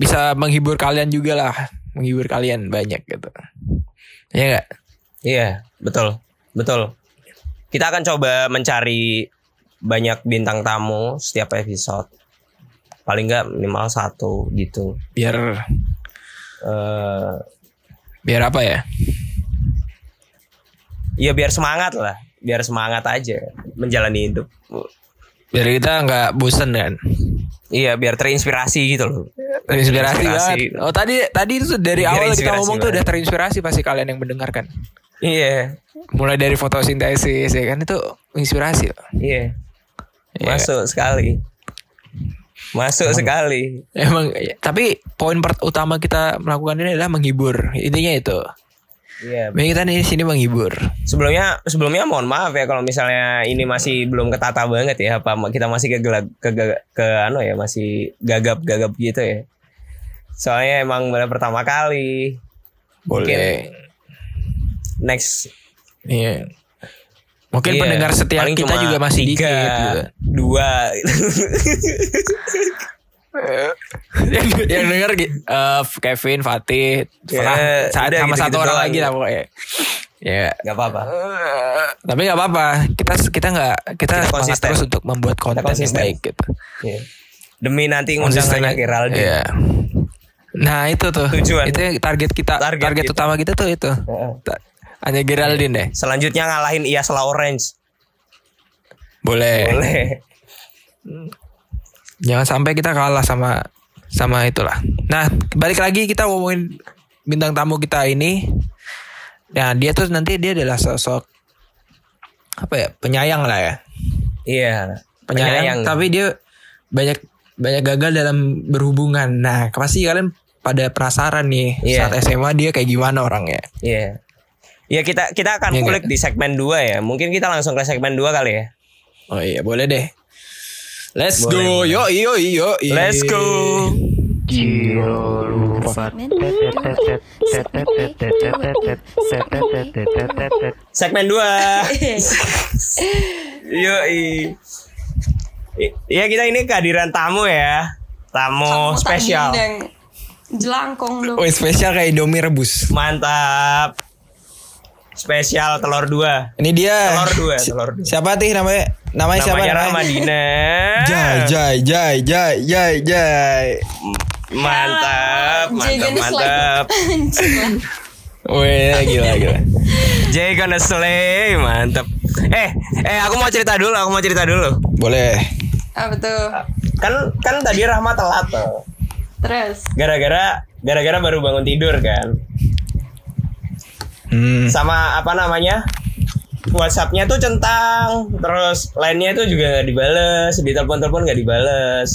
[SPEAKER 3] bisa menghibur kalian juga lah menghibur kalian banyak gitu ya enggak
[SPEAKER 2] Iya, betul. Betul. Kita akan coba mencari banyak bintang tamu setiap episode. Paling nggak minimal satu gitu.
[SPEAKER 3] biar
[SPEAKER 2] eh
[SPEAKER 3] biar apa ya
[SPEAKER 2] ya biar semangat lah. Biar semangat aja menjalani hidup.
[SPEAKER 3] biar kita nggak bosen kan
[SPEAKER 2] Iya, biar terinspirasi gitu loh.
[SPEAKER 3] terinspirasi
[SPEAKER 2] Terinspirasi.
[SPEAKER 3] banget oh tadi tadi itu
[SPEAKER 2] Biar
[SPEAKER 3] dari awal kita
[SPEAKER 2] inspirasi
[SPEAKER 3] ngomong tuh
[SPEAKER 2] banget.
[SPEAKER 3] udah terinspirasi pasti kalian yang mendengarkan
[SPEAKER 2] Iya,
[SPEAKER 3] mulai dari fotosintesis ya kan itu inspirasi loh.
[SPEAKER 2] iya.
[SPEAKER 3] Iya.
[SPEAKER 2] Masuk sekali. Masuk sekali.
[SPEAKER 3] Emang tapi poin per- utama kita melakukan ini adalah menghibur. Intinya itu.
[SPEAKER 2] Iya,
[SPEAKER 3] Makanya kita nih di sini menghibur.
[SPEAKER 2] sebelumnya sebelumnya mohon maaf ya kalau misalnya ini masih belum ketata banget ya apa ma- kita masih kegelag ke ke- ke ano ya masih gagap-gagap gitu ya soalnya emang baru pertama kali
[SPEAKER 3] Boleh.
[SPEAKER 2] next
[SPEAKER 3] Iya. Mungkin
[SPEAKER 2] iya,
[SPEAKER 3] pendengar setia
[SPEAKER 2] paling
[SPEAKER 3] kita
[SPEAKER 2] cuma
[SPEAKER 3] juga masih
[SPEAKER 2] tiga,
[SPEAKER 3] dikit gitu.
[SPEAKER 2] dua
[SPEAKER 3] yang, yang denger eh, Kevin, Fatih, pernah saat
[SPEAKER 2] Ya, udah
[SPEAKER 3] sama
[SPEAKER 2] gitu-gitu
[SPEAKER 3] satu orang
[SPEAKER 2] doang.
[SPEAKER 3] lagi lah pokoknya. Ya.
[SPEAKER 2] nggak apa-apa
[SPEAKER 3] Tapi nggak apa-apa. Kita kita nggak kita, semangat
[SPEAKER 2] konsisten.
[SPEAKER 3] terus untuk membuat konten yang
[SPEAKER 2] konsisten.
[SPEAKER 3] baik gitu.
[SPEAKER 2] Iya. demi nanti ngundang
[SPEAKER 3] Konsisten
[SPEAKER 2] lagi
[SPEAKER 3] aja.
[SPEAKER 2] Geraldine
[SPEAKER 3] Iya. Nah itu tuh
[SPEAKER 2] Tujuan.
[SPEAKER 3] Itu yang target kita Target,
[SPEAKER 2] Target kita.
[SPEAKER 3] utama kita tuh itu
[SPEAKER 2] Heeh.
[SPEAKER 3] Ta- Hanya Geraldine deh
[SPEAKER 2] selanjutnya ngalahin Iya Ias Lawrence
[SPEAKER 3] Boleh.
[SPEAKER 2] boleh
[SPEAKER 3] Jangan sampai kita kalah sama Sama itulah Nah balik lagi kita ngomongin Bintang tamu kita ini Nah dia tuh nanti dia adalah sosok Apa ya Penyayang lah ya
[SPEAKER 2] iya
[SPEAKER 3] penyayang, tapi dia banyak banyak gagal dalam berhubungan. Nah, pasti kalian pada penasaran nih
[SPEAKER 2] Iya.
[SPEAKER 3] saat SMA dia kayak gimana orangnya.
[SPEAKER 2] Iya. Ya kita kita
[SPEAKER 3] Iya
[SPEAKER 2] akan
[SPEAKER 3] nggak?
[SPEAKER 2] kulik di segmen 2 ya. Mungkin kita langsung ke segmen 2 kali ya.
[SPEAKER 3] Oh iya, boleh deh. Let's
[SPEAKER 2] Boleh,
[SPEAKER 3] go. Yo yo yo.
[SPEAKER 2] Let's go.
[SPEAKER 1] Giro lupa.
[SPEAKER 2] Segmen 2. Yoi. I- Iya kita ini kehadiran tamu ya. Tamu
[SPEAKER 4] Kamu tak
[SPEAKER 2] spesial.
[SPEAKER 4] gendeng. Jelangkong lu.
[SPEAKER 3] Oh, spesial kayak Indomie rebus.
[SPEAKER 2] Mantap. Spesial telur 2.
[SPEAKER 3] Ini dia.
[SPEAKER 2] Telur dua,
[SPEAKER 3] Si-
[SPEAKER 2] telur dua.
[SPEAKER 3] Siapa tih namanya? Namanya, siapa?
[SPEAKER 2] Namanya Ramadina.
[SPEAKER 3] Jai jai jai jai jai jai.
[SPEAKER 4] Ah,
[SPEAKER 2] Mantap, mantap,
[SPEAKER 4] Iya, Jagannya
[SPEAKER 2] mantap.
[SPEAKER 4] selain- Anjing lah.
[SPEAKER 3] Weh, gila gila.
[SPEAKER 2] Jay gonna slay, mantap. Eh, eh aku mau cerita dulu, aku mau cerita dulu.
[SPEAKER 3] Boleh.
[SPEAKER 4] Apa tuh?
[SPEAKER 2] kan kan tadi Rahma telat tuh.
[SPEAKER 4] Terus.
[SPEAKER 2] gara-gara gara-gara baru bangun tidur kan
[SPEAKER 3] Hmm.
[SPEAKER 2] sama apa namanya WhatsAppnya tuh centang terus lainnya itu juga nggak dibales di telepon telepon nggak dibales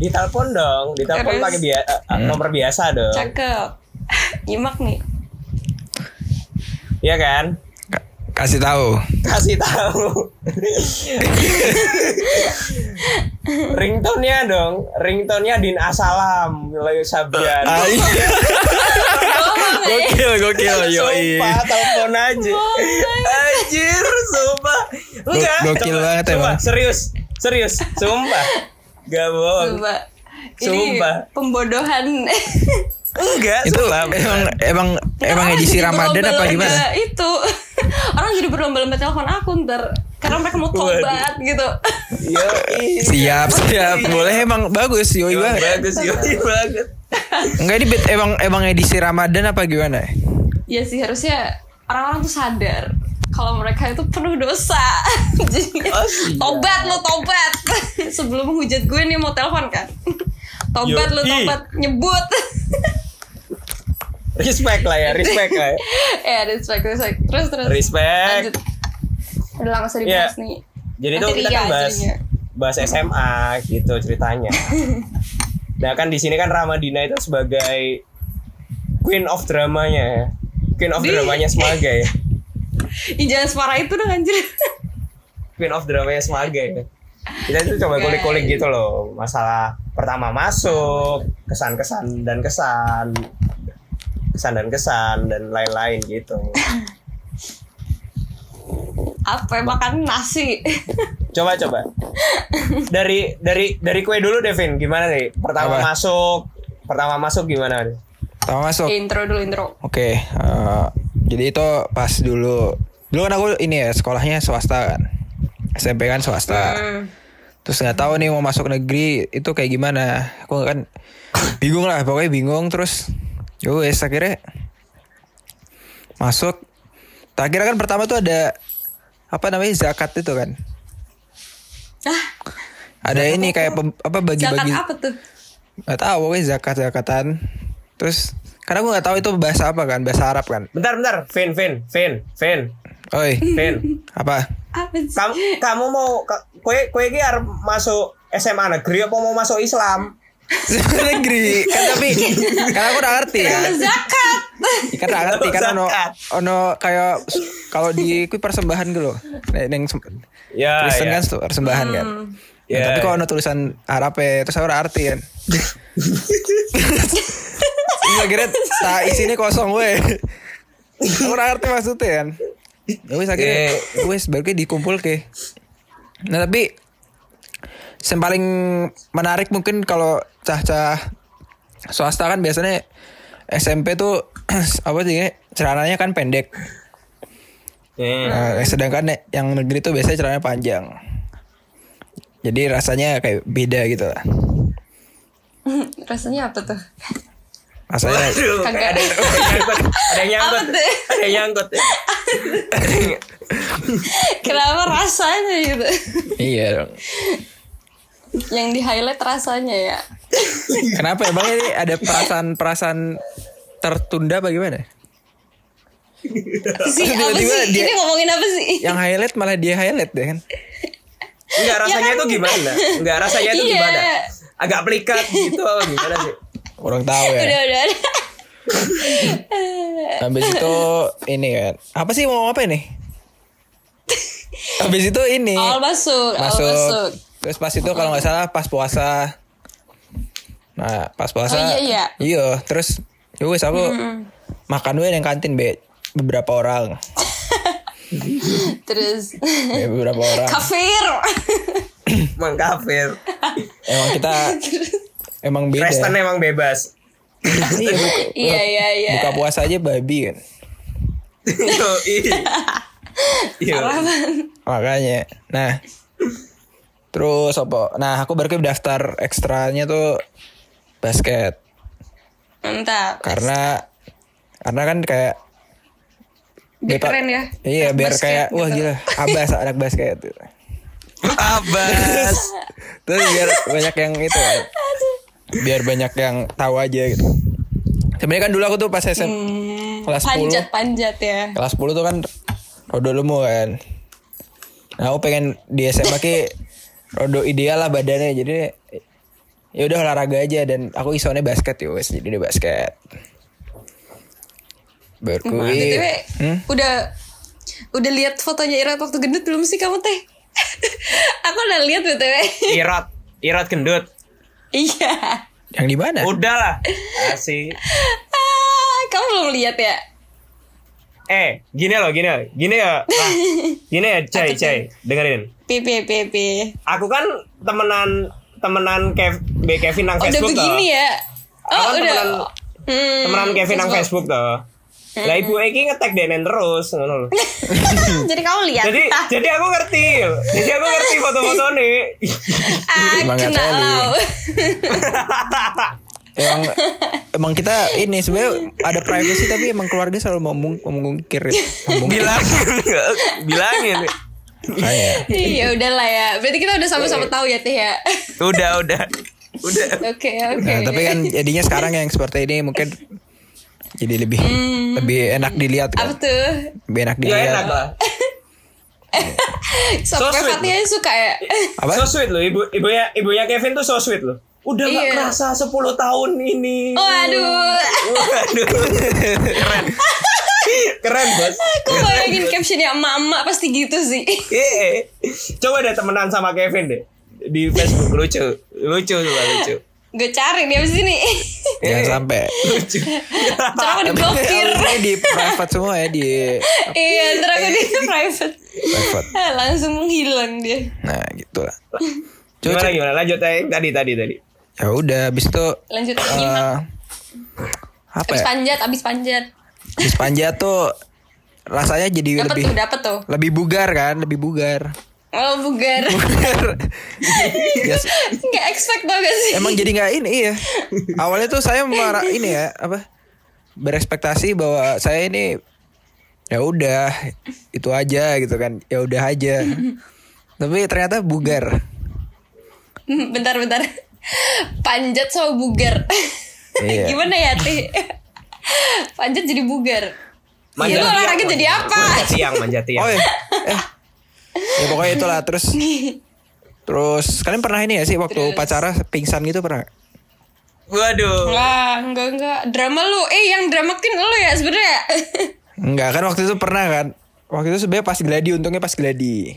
[SPEAKER 2] ditelepon dong ditelepon
[SPEAKER 4] Terus?
[SPEAKER 2] pakai eh, bia- eh, nomor biasa dong
[SPEAKER 4] Cakep. Nyimak nih.
[SPEAKER 2] Iya kan?
[SPEAKER 3] Ka- kasih tahu
[SPEAKER 2] Kasih tahu. ringtone-nya dong, ringtone-nya Din Asalam, Layu Sabian.
[SPEAKER 3] Ah, gokil gokil yoi
[SPEAKER 2] Sumpah telepon aja Anjir sumpah Enggak
[SPEAKER 3] gokil
[SPEAKER 2] coba,
[SPEAKER 3] banget
[SPEAKER 2] coba,
[SPEAKER 3] emang.
[SPEAKER 2] Serius Serius Sumpah Gak bohong
[SPEAKER 4] Coba. Ini
[SPEAKER 2] Sumpah.
[SPEAKER 4] pembodohan.
[SPEAKER 2] Enggak
[SPEAKER 3] itu
[SPEAKER 2] sumpah
[SPEAKER 3] emang emang emang
[SPEAKER 4] Orang
[SPEAKER 3] edisi
[SPEAKER 4] kan
[SPEAKER 3] Ramadan
[SPEAKER 4] jadi
[SPEAKER 3] apa
[SPEAKER 4] berlomba-lomba
[SPEAKER 3] gimana?
[SPEAKER 4] Itu. Orang jadi berlomba-lomba telepon aku ntar karena mereka mau
[SPEAKER 2] Waduh.
[SPEAKER 4] tobat gitu.
[SPEAKER 2] Yo
[SPEAKER 3] Siap siap boleh emang bagus yoi banget.
[SPEAKER 2] Bagus Yoi banget
[SPEAKER 3] Enggak ini bet- emang emang edisi Ramadan apa gimana?
[SPEAKER 4] ya sih harusnya orang-orang tuh sadar kalau mereka itu penuh dosa. Jadi,
[SPEAKER 2] Oh, iya.
[SPEAKER 4] tobat lo tobat. Sebelum hujat gue nih mau telepon kan. Tobat lo
[SPEAKER 2] Yoi.
[SPEAKER 4] tobat nyebut.
[SPEAKER 2] Respect lah ya Respect lah ya
[SPEAKER 4] ya respect respect. Terus terus.
[SPEAKER 2] Respect
[SPEAKER 4] Lanjut. Udah lah, nggak usah
[SPEAKER 2] Iya.
[SPEAKER 4] dibahas nih.
[SPEAKER 2] Jadi itu
[SPEAKER 4] Nanti
[SPEAKER 2] kita
[SPEAKER 4] Ria
[SPEAKER 2] kan bahas
[SPEAKER 4] jadinya.
[SPEAKER 2] bahas SMA gitu ceritanya. nah kan di sini kan Ramadina itu sebagai queen of dramanya ya. Queen of
[SPEAKER 4] Di-
[SPEAKER 2] dramanya Semaga ya.
[SPEAKER 4] Ih, jangan suara itu dong anjir.
[SPEAKER 2] Queen of dramanya Semaga ya. Kita itu coba kulik-kulik gitu loh masalah pertama masuk, kesan-kesan dan kesan kesan dan kesan dan lain-lain gitu.
[SPEAKER 4] Apa ya, makan nasi?
[SPEAKER 2] Coba coba. Dari dari dari kue dulu Devin, gimana nih? Pertama
[SPEAKER 3] Apa?
[SPEAKER 2] masuk, pertama masuk gimana? Nih?
[SPEAKER 3] Tahu masuk.
[SPEAKER 4] Eh, intro dulu intro.
[SPEAKER 3] Oke, eh, jadi itu pas dulu. Dulu kan aku ini ya sekolahnya swasta kan. SMP kan swasta.
[SPEAKER 4] Hmm.
[SPEAKER 3] Terus nggak tahu nih mau masuk negeri itu kayak gimana. Aku kan bingung lah, pokoknya bingung terus. Ya wes akhirnya masuk. Tak kira kan pertama tuh ada apa namanya zakat itu kan. Ada ini kayak pem- apa
[SPEAKER 4] Zakat
[SPEAKER 3] bagi-bagi
[SPEAKER 4] apa tuh?
[SPEAKER 3] nggak tahu pokoknya zakat zakatan terus karena gue nggak tahu itu bahasa apa kan bahasa Arab kan
[SPEAKER 2] Bentar, bentar. Vin, Vin, Vin, Vin,
[SPEAKER 3] oi
[SPEAKER 2] Vin.
[SPEAKER 3] apa
[SPEAKER 4] Apa sih?
[SPEAKER 2] kamu, kamu mau ka- kue kue ini harus masuk SMA negeri apa mau masuk Islam?
[SPEAKER 3] negeri kan tapi karena aku nggak ngerti kan
[SPEAKER 4] Zakat.
[SPEAKER 3] kan nggak ngerti kan ono
[SPEAKER 2] Zakat.
[SPEAKER 3] ono kayak kalau di kui persembahan gitu loh Nek- neng sem-
[SPEAKER 2] Ya,
[SPEAKER 3] tulisan kan persembahan kan Nah,
[SPEAKER 2] Ya,
[SPEAKER 3] tapi
[SPEAKER 2] ya.
[SPEAKER 3] kalau ono tulisan Arab ya terus aku nggak ngerti kan Iya kira tak isinya kosong we. Aku nggak ngerti maksudnya kan. Ya wis akhirnya wis baru ke dikumpul ke. Nah tapi yang paling menarik mungkin kalau cah-cah swasta kan biasanya SMP tuh apa sih ya, celananya kan pendek.
[SPEAKER 2] Hmm.
[SPEAKER 3] Nah, sedangkan ne- yang negeri tuh biasanya celananya panjang. Jadi rasanya kayak beda gitu lah.
[SPEAKER 4] Hmm, Rasanya apa tuh?
[SPEAKER 3] Rasanya
[SPEAKER 2] Aduh, kayak
[SPEAKER 4] Kagak.
[SPEAKER 2] ada, ada yang nyangkut,
[SPEAKER 4] Apa tuh?
[SPEAKER 2] ada yang nyangkut, ada yang nyangkut.
[SPEAKER 4] Kenapa rasanya gitu?
[SPEAKER 3] iya dong.
[SPEAKER 4] Yang di highlight rasanya ya.
[SPEAKER 3] Kenapa emang ini ada perasaan-perasaan tertunda bagaimana?
[SPEAKER 4] Si apa
[SPEAKER 3] tiba-tiba
[SPEAKER 4] sih?
[SPEAKER 3] dia- Iya.
[SPEAKER 4] Ini ngomongin apa sih?
[SPEAKER 3] Yang highlight malah dia highlight deh kan?
[SPEAKER 2] Enggak rasanya itu gimana? Enggak rasanya itu
[SPEAKER 4] Ya kan? Iya.
[SPEAKER 2] gimana? Agak pelikat gitu apa gimana sih?
[SPEAKER 3] Orang tahu
[SPEAKER 4] Udah
[SPEAKER 3] ya.
[SPEAKER 4] udah. udah.
[SPEAKER 3] Habis itu ini kan. Apa sih mau apa nih? Habis itu ini
[SPEAKER 4] Awal masuk,
[SPEAKER 3] masuk.
[SPEAKER 4] awal Oh, masuk.
[SPEAKER 3] Terus pas itu kalau nggak salah pas puasa. Nah, pas puasa.
[SPEAKER 4] Oh, iya, iya.
[SPEAKER 3] Iya, terus ya wes aku makan gue yang kantin be beberapa orang.
[SPEAKER 4] Terus
[SPEAKER 3] Be beberapa orang.
[SPEAKER 4] kafir.
[SPEAKER 2] Mengkafir.
[SPEAKER 3] Emang kita emang beda.
[SPEAKER 2] Kristen emang bebas.
[SPEAKER 3] Iya, buka,
[SPEAKER 4] Iya iya iya.
[SPEAKER 3] buka puasa aja babi kan.
[SPEAKER 2] Yoi. Yoi.
[SPEAKER 3] Makanya. Nah. Terus apa? Nah, aku baru ke daftar ekstranya tuh basket
[SPEAKER 4] Mantap.
[SPEAKER 3] karena karena kan kayak
[SPEAKER 4] Dia
[SPEAKER 3] Biar
[SPEAKER 4] keren ya.
[SPEAKER 3] Iya, biar
[SPEAKER 4] basket
[SPEAKER 3] kayak wah
[SPEAKER 4] gitu.
[SPEAKER 3] gila, abas anak basket.
[SPEAKER 2] Abas.
[SPEAKER 3] Terus, terus biar banyak yang itu kan. Biar banyak yang tahu aja gitu. Sebenarnya kan dulu aku tuh pas SM kelas 10
[SPEAKER 4] Hmm, Panjat panjat ya.
[SPEAKER 3] kelas 10 tuh kan rodo lemu kan nah aku pengen di SMA ki rodo ideal lah badannya jadi ya udah olahraga aja dan aku isone basket ya wes jadi di basket
[SPEAKER 4] Nah, BTW,
[SPEAKER 5] Berkuwi.
[SPEAKER 3] Hmm?
[SPEAKER 4] udah udah lihat fotonya Ira waktu gendut belum sih kamu teh? Aku udah lihat BTW.
[SPEAKER 2] Irot, irot gendut.
[SPEAKER 4] Iya.
[SPEAKER 3] Yang di mana?
[SPEAKER 2] Udahlah. Asik.
[SPEAKER 4] Ah, kamu belum lihat ya?
[SPEAKER 2] Eh, gini loh, gini, loh. gini ya, ah, gini ya, cai, cai, dengerin.
[SPEAKER 4] PP PP.
[SPEAKER 2] Aku kan temenan, temenan Kev, B Kevin nang
[SPEAKER 4] Oh, udah
[SPEAKER 2] Facebook
[SPEAKER 4] begini
[SPEAKER 2] tuh.
[SPEAKER 4] ya?
[SPEAKER 2] Aku
[SPEAKER 4] Oh
[SPEAKER 2] kan
[SPEAKER 4] udah.
[SPEAKER 2] temenan,
[SPEAKER 4] Hmm,
[SPEAKER 2] temenan Kevin nang Facebook tuh. Lah ibu Eki ngetek Denen terus, ngono loh.
[SPEAKER 4] Jadi kamu lihat.
[SPEAKER 2] Jadi, jadi aku ngerti, jadi aku ngerti foto-foto nih.
[SPEAKER 4] ah,
[SPEAKER 5] Emang
[SPEAKER 4] kena
[SPEAKER 5] nggak tahu,
[SPEAKER 4] lau.
[SPEAKER 3] Emang emang kita ini sebenarnya ada privacy tapi emang keluarga selalu memung- memungkir. memungkir. Nah,
[SPEAKER 2] bilangin, bilangin.
[SPEAKER 4] Iya udah lah ya. Berarti kita udah sama-sama
[SPEAKER 2] Iya.
[SPEAKER 4] tahu ya teh ya.
[SPEAKER 2] Udah, udah, udah.
[SPEAKER 4] Oke oke.
[SPEAKER 3] Nah, tapi kan jadinya sekarang yang seperti ini mungkin jadi lebih lebih enak dilihat
[SPEAKER 4] Hmm. apa
[SPEAKER 3] kan?
[SPEAKER 4] tuh?
[SPEAKER 3] Lebih enak
[SPEAKER 2] Ya
[SPEAKER 3] dilihat.
[SPEAKER 2] enak lah.
[SPEAKER 4] So,
[SPEAKER 2] So sweet,
[SPEAKER 4] privatnya suka ya.
[SPEAKER 3] Apa?
[SPEAKER 2] So sweet loh, ibu, ibunya, ibunya Kevin tuh so sweet loh. Udah
[SPEAKER 4] Iya.
[SPEAKER 2] nggak kerasa 10 tahun ini.
[SPEAKER 4] Waduh.
[SPEAKER 2] Waduh. Keren. Keren, Bos.
[SPEAKER 4] Aku bayangin captionnya emak-emak pasti gitu sih.
[SPEAKER 2] Iya. Coba deh temenan sama Kevin deh di Facebook lucu. Lucu juga lucu.
[SPEAKER 4] Gue cari dia di sini.
[SPEAKER 3] Jangan
[SPEAKER 4] Eh.
[SPEAKER 3] sampai.
[SPEAKER 2] Lucu.
[SPEAKER 4] Ntar aku diblokir.
[SPEAKER 3] Ini di Eh. private semua ya di
[SPEAKER 4] iya, ntar aku di private.
[SPEAKER 3] private.
[SPEAKER 4] Ah, Langsung menghilang dia.
[SPEAKER 3] Nah, gitu lah.
[SPEAKER 2] gimana gimana lanjut eh, tadi tadi tadi.
[SPEAKER 3] Ya udah habis itu
[SPEAKER 4] Lanjut
[SPEAKER 3] eh,
[SPEAKER 4] nyimak.
[SPEAKER 3] apa
[SPEAKER 4] Abis
[SPEAKER 3] ya?
[SPEAKER 4] panjat, abis panjat.
[SPEAKER 3] Habis panjat tuh rasanya jadi
[SPEAKER 4] Dapat
[SPEAKER 3] Iya, lebih
[SPEAKER 4] tuh, dapat tuh.
[SPEAKER 3] lebih bugar kan, lebih bugar.
[SPEAKER 4] Oh, bugar.
[SPEAKER 3] Biasa-
[SPEAKER 4] Nggak expect tau gak sih?
[SPEAKER 3] Emang jadi nggak ini iya. Awalnya tuh saya marah ini ya apa berekspektasi bahwa saya ini ya udah itu aja gitu kan ya udah aja. Tapi ternyata bugar.
[SPEAKER 4] Hmm, Bentar, bentar. Panjat sama bugar.
[SPEAKER 3] Iya.
[SPEAKER 4] Gimana ya, Ti? panjat jadi bugar.
[SPEAKER 2] Manjat
[SPEAKER 4] ya, lu
[SPEAKER 2] tiang,
[SPEAKER 4] olahraga jadi
[SPEAKER 2] manjat-
[SPEAKER 4] apa?
[SPEAKER 2] Manjat tiang manjat tiang.
[SPEAKER 3] Oh ya, eh. ya pokoknya itulah terus terus kalian pernah ini ya sih waktu
[SPEAKER 4] Terus.
[SPEAKER 3] pacaran pingsan gitu pernah? nggak?
[SPEAKER 2] Waduh.
[SPEAKER 4] Wah, enggak enggak drama lu. Eh, yang dramakin lu ya sebenarnya.
[SPEAKER 3] Enggak kan waktu itu pernah kan? Waktu itu sebenarnya pas gladi untungnya pas gladi.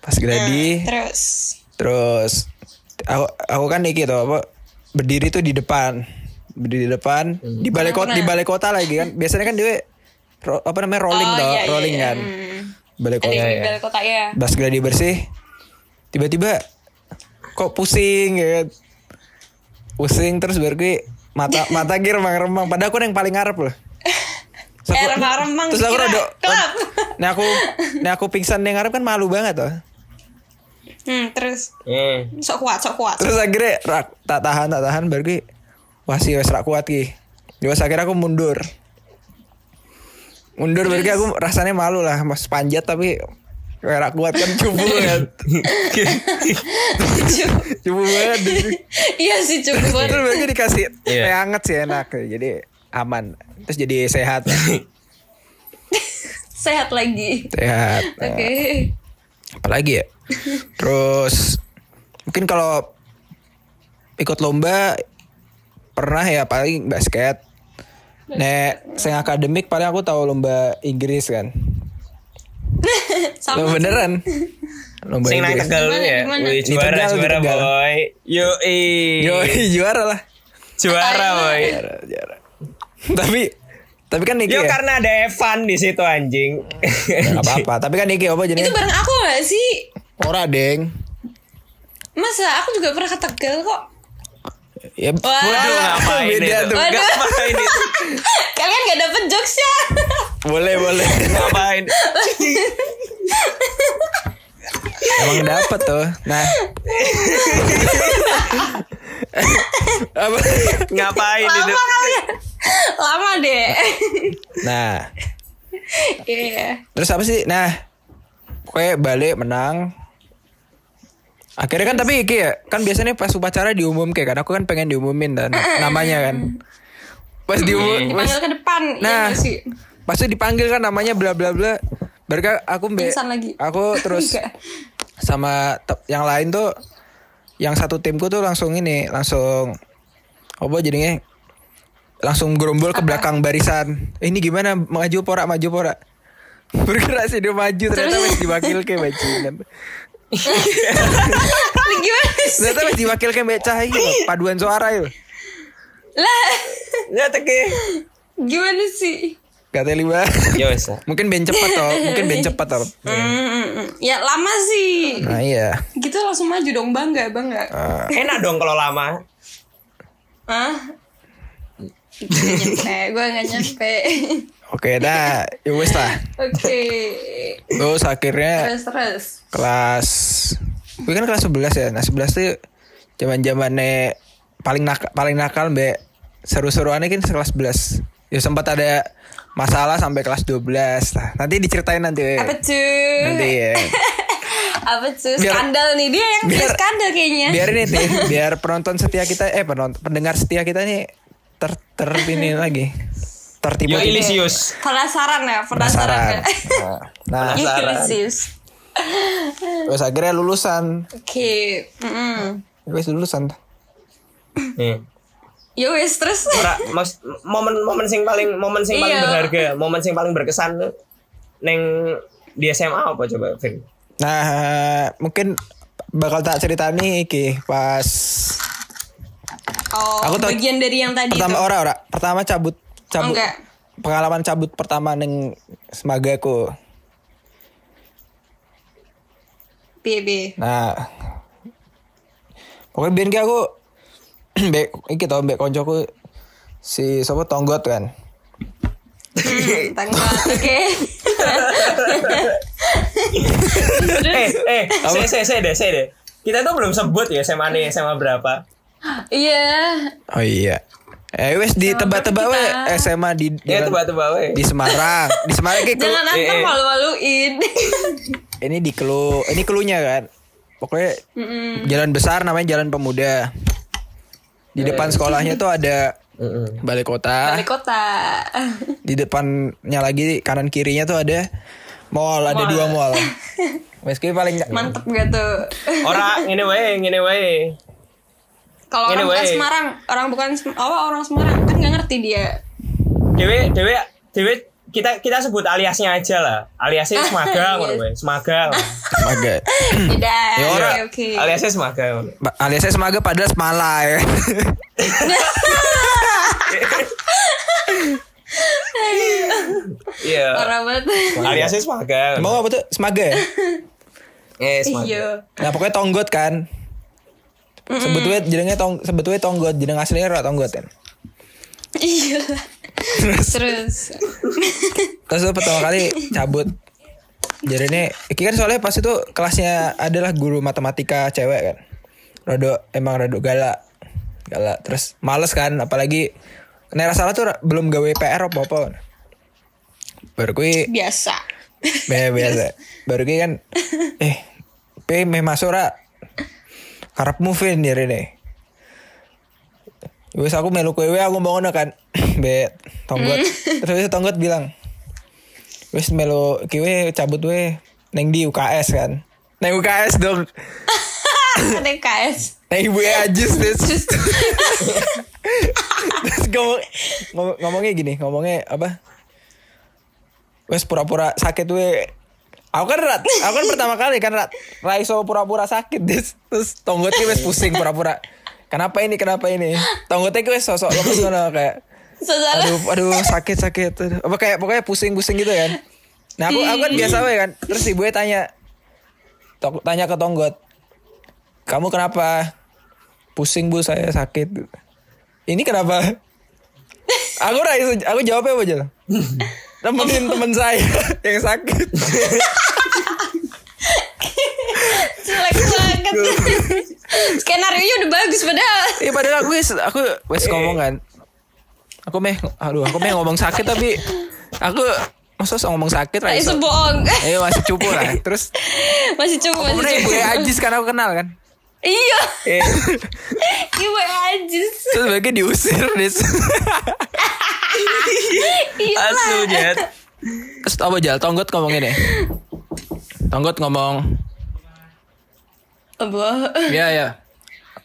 [SPEAKER 3] Pas gladi
[SPEAKER 4] Nah, Terus
[SPEAKER 3] Terus aku aku kan iki tuh apa berdiri tuh di depan. Berdiri di depan di balai kota di balai kota lagi kan. Biasanya kan dia ro- apa namanya rolling
[SPEAKER 4] Oh,
[SPEAKER 3] tuh,
[SPEAKER 4] iya, iya,
[SPEAKER 3] rolling
[SPEAKER 4] iya.
[SPEAKER 3] kan. Balai
[SPEAKER 4] ada
[SPEAKER 3] kota.
[SPEAKER 4] yang di bel kota ya.
[SPEAKER 3] Pas gladi bersih tiba-tiba kok pusing ya kan. Pusing terus baru gue mata mata gear remang-remang padahal aku yang paling ngarep loh. Terus
[SPEAKER 4] Eh,
[SPEAKER 3] aku-
[SPEAKER 4] remang-remang
[SPEAKER 3] Terus aku
[SPEAKER 4] dikira
[SPEAKER 3] rada
[SPEAKER 4] klub.
[SPEAKER 3] Nah aku Nah aku pingsan yang ngarep kan malu banget tuh
[SPEAKER 4] Hmm, terus
[SPEAKER 2] Eh.
[SPEAKER 4] sok kuat, sok kuat.
[SPEAKER 3] terus akhirnya rak, tak tahan tak tahan baru gue wah sih wes rak kuat ki terus akhirnya aku mundur mundur baru gue, aku rasanya malu lah mas panjat tapi kayak rak kuat kan cupu kan
[SPEAKER 4] Cu-
[SPEAKER 3] cupu banget
[SPEAKER 4] iya sih
[SPEAKER 3] terus
[SPEAKER 4] cukup.
[SPEAKER 3] baru gue dikasih
[SPEAKER 2] Iya.
[SPEAKER 3] teh hangat sih enak jadi aman terus jadi sehat
[SPEAKER 4] Sehat lagi.
[SPEAKER 3] sehat
[SPEAKER 4] Oke.
[SPEAKER 3] apalagi ya terus mungkin kalau ikut lomba pernah ya paling basket nek sing akademik paling aku tahu lomba Inggris kan
[SPEAKER 4] Sama
[SPEAKER 3] lo
[SPEAKER 4] sih.
[SPEAKER 3] beneran lomba
[SPEAKER 2] Sing nang
[SPEAKER 3] Inggris
[SPEAKER 2] tegal lu
[SPEAKER 4] Gimana,
[SPEAKER 2] ya.
[SPEAKER 4] gimana?
[SPEAKER 2] Wih,
[SPEAKER 3] Di
[SPEAKER 2] juara
[SPEAKER 3] Tegal, di
[SPEAKER 2] juara
[SPEAKER 3] Tegal.
[SPEAKER 2] boy. Yoi.
[SPEAKER 3] Yo, juara lah
[SPEAKER 2] Juara boy.
[SPEAKER 3] Juara, juara. tapi tapi kan Niki
[SPEAKER 2] Yo
[SPEAKER 3] ya
[SPEAKER 2] karena ada Evan di situ anjing.
[SPEAKER 3] apa apa tapi kan Niki apa
[SPEAKER 4] Itu
[SPEAKER 3] jenis
[SPEAKER 4] bareng aku gak sih?
[SPEAKER 3] ora deng
[SPEAKER 4] Masa aku juga pernah ke Tegal kok.
[SPEAKER 3] ya
[SPEAKER 4] Wah.
[SPEAKER 2] Waduh,
[SPEAKER 3] wah,
[SPEAKER 2] ngapain
[SPEAKER 3] beda
[SPEAKER 2] itu?
[SPEAKER 3] tuh
[SPEAKER 4] Waduh.
[SPEAKER 2] Ngapain itu?
[SPEAKER 4] Kalian gak dapet jokes ya?
[SPEAKER 3] boleh boleh
[SPEAKER 2] Ngapain?
[SPEAKER 3] Emang dapat tuh. Nah. Apa?
[SPEAKER 2] Ngapain itu?
[SPEAKER 4] Lama deh.
[SPEAKER 3] Nah,
[SPEAKER 4] Iya.
[SPEAKER 3] terus apa sih? Nah, gue balik menang. Akhirnya kan tapi iki ya, kan biasanya pas upacara diumum kayak kan aku kan pengen diumumin dan namanya kan. Pas diumum, pas,
[SPEAKER 4] Panggil ke depan. Iya
[SPEAKER 3] Nah.
[SPEAKER 4] gak sih?
[SPEAKER 3] pas itu dipanggil kan namanya bla bla bla. Berka aku mbe,
[SPEAKER 4] Pingsan lagi. Iya.
[SPEAKER 3] aku terus
[SPEAKER 4] Enggak.
[SPEAKER 3] sama te- yang lain tuh yang satu timku tuh langsung ini langsung apa jadinya langsung gerombol ke belakang barisan. Eh, ini gimana? Maju pora, maju pora. Bergerak sih dia maju ternyata masih diwakil ke bajingan.
[SPEAKER 4] Ini gimana sih?
[SPEAKER 3] Ternyata masih diwakil ke Mbak Cahaya, paduan suara yuk.
[SPEAKER 4] Lah,
[SPEAKER 2] Ya teke.
[SPEAKER 4] gimana sih?
[SPEAKER 3] Gak teli banget.
[SPEAKER 2] Ya wes. lah.
[SPEAKER 3] Mungkin ben cepat toh, mungkin ben cepat toh.
[SPEAKER 4] Mm, ya lama sih.
[SPEAKER 3] Nah iya.
[SPEAKER 4] Gitu langsung maju dong, bangga, bangga.
[SPEAKER 3] Ah.
[SPEAKER 2] Enak dong kalau lama.
[SPEAKER 4] Hah? Gue nyampe, gue gak nyampe.
[SPEAKER 3] Oke dah, ya wes lah.
[SPEAKER 4] Oke,
[SPEAKER 3] Terus akhirnya
[SPEAKER 4] terus terus.
[SPEAKER 3] kelas gue kan kelas 11 ya. Nah, 11 tuh zaman-zamane paling nakal paling nakal Mbak. Seru-seruannya kan kelas 11. Ya sempat ada masalah sampai kelas 12 lah. Nanti diceritain nanti. We.
[SPEAKER 4] Apa cuy?
[SPEAKER 3] Eh, Nanti ya.
[SPEAKER 4] Apa cuy?
[SPEAKER 3] Biar-
[SPEAKER 4] Skandal nih dia yang punya
[SPEAKER 3] biar-
[SPEAKER 4] skandal kayaknya.
[SPEAKER 3] biar ini nih, biar penonton setia kita eh penonton, pendengar setia kita nih ter ter ini lagi.
[SPEAKER 2] Yo
[SPEAKER 3] Tertipu.
[SPEAKER 2] Ya, Ilisius.
[SPEAKER 4] Penasaran ya,
[SPEAKER 3] Penasaran.
[SPEAKER 4] penasaran. ya?
[SPEAKER 3] Nah,
[SPEAKER 4] Yuk,
[SPEAKER 2] Penasaran.
[SPEAKER 4] Ulysses.
[SPEAKER 3] terus akhirnya lulusan.
[SPEAKER 4] Oke, mm-mm.
[SPEAKER 3] Wes lulusan.
[SPEAKER 2] Nih.
[SPEAKER 4] Ya wis terus.
[SPEAKER 2] Ora mas- momen-momen sing paling momen sing paling
[SPEAKER 4] Iya.
[SPEAKER 2] berharga, momen sing paling berkesan tuh, neng di SMA apa coba, Vin?
[SPEAKER 3] Nah, mungkin bakal tak cerita nih iki pas
[SPEAKER 4] Oh,
[SPEAKER 3] Aku tau-
[SPEAKER 4] bagian dari yang tadi
[SPEAKER 3] pertama
[SPEAKER 4] itu.
[SPEAKER 3] ora ora pertama cabut cabut
[SPEAKER 4] Enggak.
[SPEAKER 3] pengalaman cabut pertama neng semagaku.
[SPEAKER 4] BB.
[SPEAKER 3] Nah, pokoknya biar ki aku mbek iki tau mbek koncoku si sopo tonggot kan.
[SPEAKER 4] Hmm, tanggal. Oke.
[SPEAKER 2] eh, eh, saya saya saya deh, saya deh. Kita tuh belum sebut ya SMA nih, SMA berapa?
[SPEAKER 4] Iya.
[SPEAKER 3] Oh iya. Eh wes ditebak-tebak we
[SPEAKER 4] kita.
[SPEAKER 3] SMA di di,
[SPEAKER 2] Ya tebak-tebak we.
[SPEAKER 3] di Semarang. di Semarang ki kelu-
[SPEAKER 4] Jangan antar
[SPEAKER 2] eh, eh.
[SPEAKER 4] malu-maluin.
[SPEAKER 3] ini di kelu ini kelunya kan. Pokoknya jalan besar namanya Jalan Pemuda. Di depan sekolahnya tuh ada
[SPEAKER 2] Heeh.
[SPEAKER 3] Eh. balai kota.
[SPEAKER 4] Di kota.
[SPEAKER 3] Di depannya lagi kanan kirinya tuh ada mall, ada dua mall. Meski paling
[SPEAKER 4] Mantep gak tuh?
[SPEAKER 2] Ora ngene wae, ngene wae.
[SPEAKER 4] Kalau orang
[SPEAKER 2] Anyway.
[SPEAKER 4] bukan Semarang, orang bukan Sem- oh, orang Semarang kan nggak ngerti dia.
[SPEAKER 2] Dewe, dewe, dewe kita kita sebut aliasnya aja lah. Aliasnya Semaga
[SPEAKER 4] Yes.
[SPEAKER 2] ngono wae, Semaga. Iya.
[SPEAKER 3] Semaga. Ya,
[SPEAKER 4] Beda. Iya. Oke,
[SPEAKER 3] ora.
[SPEAKER 4] Oke.
[SPEAKER 2] Aliasnya Semaga. ngono.
[SPEAKER 3] Ba- Alias saya semaga padahal semala ya.
[SPEAKER 2] Iya.
[SPEAKER 4] Orang banget.
[SPEAKER 2] Aliasnya Semaga. ngono.
[SPEAKER 3] Mau apa tuh? Semaga ya?
[SPEAKER 2] Eh,
[SPEAKER 4] Iya.
[SPEAKER 2] Semaga.
[SPEAKER 3] Nah pokoknya tonggot kan. Sebetulnya jenengnya tong sebetulnya tonggot jeneng aslinya ora tonggot kan.
[SPEAKER 4] Iya. Terus.
[SPEAKER 3] Terus tuh pertama kali cabut. Jadi ini, iki kan soalnya pas itu kelasnya adalah guru matematika cewek kan. Rodo emang rodo galak. Galak terus males kan apalagi Nera salah tuh ra- belum gawe PR apa-apa kan. Baru kui
[SPEAKER 4] Biasa.
[SPEAKER 3] Be- biasa. Baru ki kan eh pe meh masuk ra. Karep move in dari nih. Wes aku melu kowe aku mau ngono kan. Be tonggot. Terus tonggot bilang. Wes melu kiwe cabut we neng di UKS kan. Neng UKS dong.
[SPEAKER 4] Ada KS.
[SPEAKER 3] Neng ibu Ajis terus. terus ngomong, ngom- ngomongnya gini, ngomongnya apa? Wes pura-pura sakit we. Aku kan rat, aku kan pertama kali kan rat. Raiso pura-pura sakit des. terus tonggotnya wes pusing pura-pura. Kenapa ini? Kenapa ini? Tonggotnya ki wes sosok lemes ngono kayak
[SPEAKER 4] Saudara.
[SPEAKER 3] aduh aduh sakit sakit aduh. apa kayak pokoknya pusing pusing gitu kan nah aku aku kan biasa aja kan terus ibunya tanya Tok- tanya ke tonggot kamu kenapa pusing bu saya sakit ini kenapa aku rai aku jawabnya apa aja nemenin teman saya yang sakit
[SPEAKER 4] Jelek banget. Skenario nya udah bagus padahal.
[SPEAKER 3] Iya padahal aku wes aku wes ngomong kan. Aku meh aduh aku meh ngomong sakit tapi aku masa ngomong sakit
[SPEAKER 4] Tapi
[SPEAKER 3] Raiso.
[SPEAKER 4] sebohong.
[SPEAKER 3] Eh masih cupu lah. Terus
[SPEAKER 4] Masih coba
[SPEAKER 3] Mana
[SPEAKER 4] masih
[SPEAKER 3] ibu
[SPEAKER 4] coba.
[SPEAKER 3] Ajis kan aku kenal kan.
[SPEAKER 4] Iya.
[SPEAKER 2] Eh,
[SPEAKER 4] Ibu Ajis.
[SPEAKER 3] Terus bagi diusir Des.
[SPEAKER 4] Iya lah.
[SPEAKER 2] asu jet.
[SPEAKER 3] Terus apa Jal Tonggot ngomongin deh. Tonggot ngomong,
[SPEAKER 4] Apa?
[SPEAKER 3] ya ya.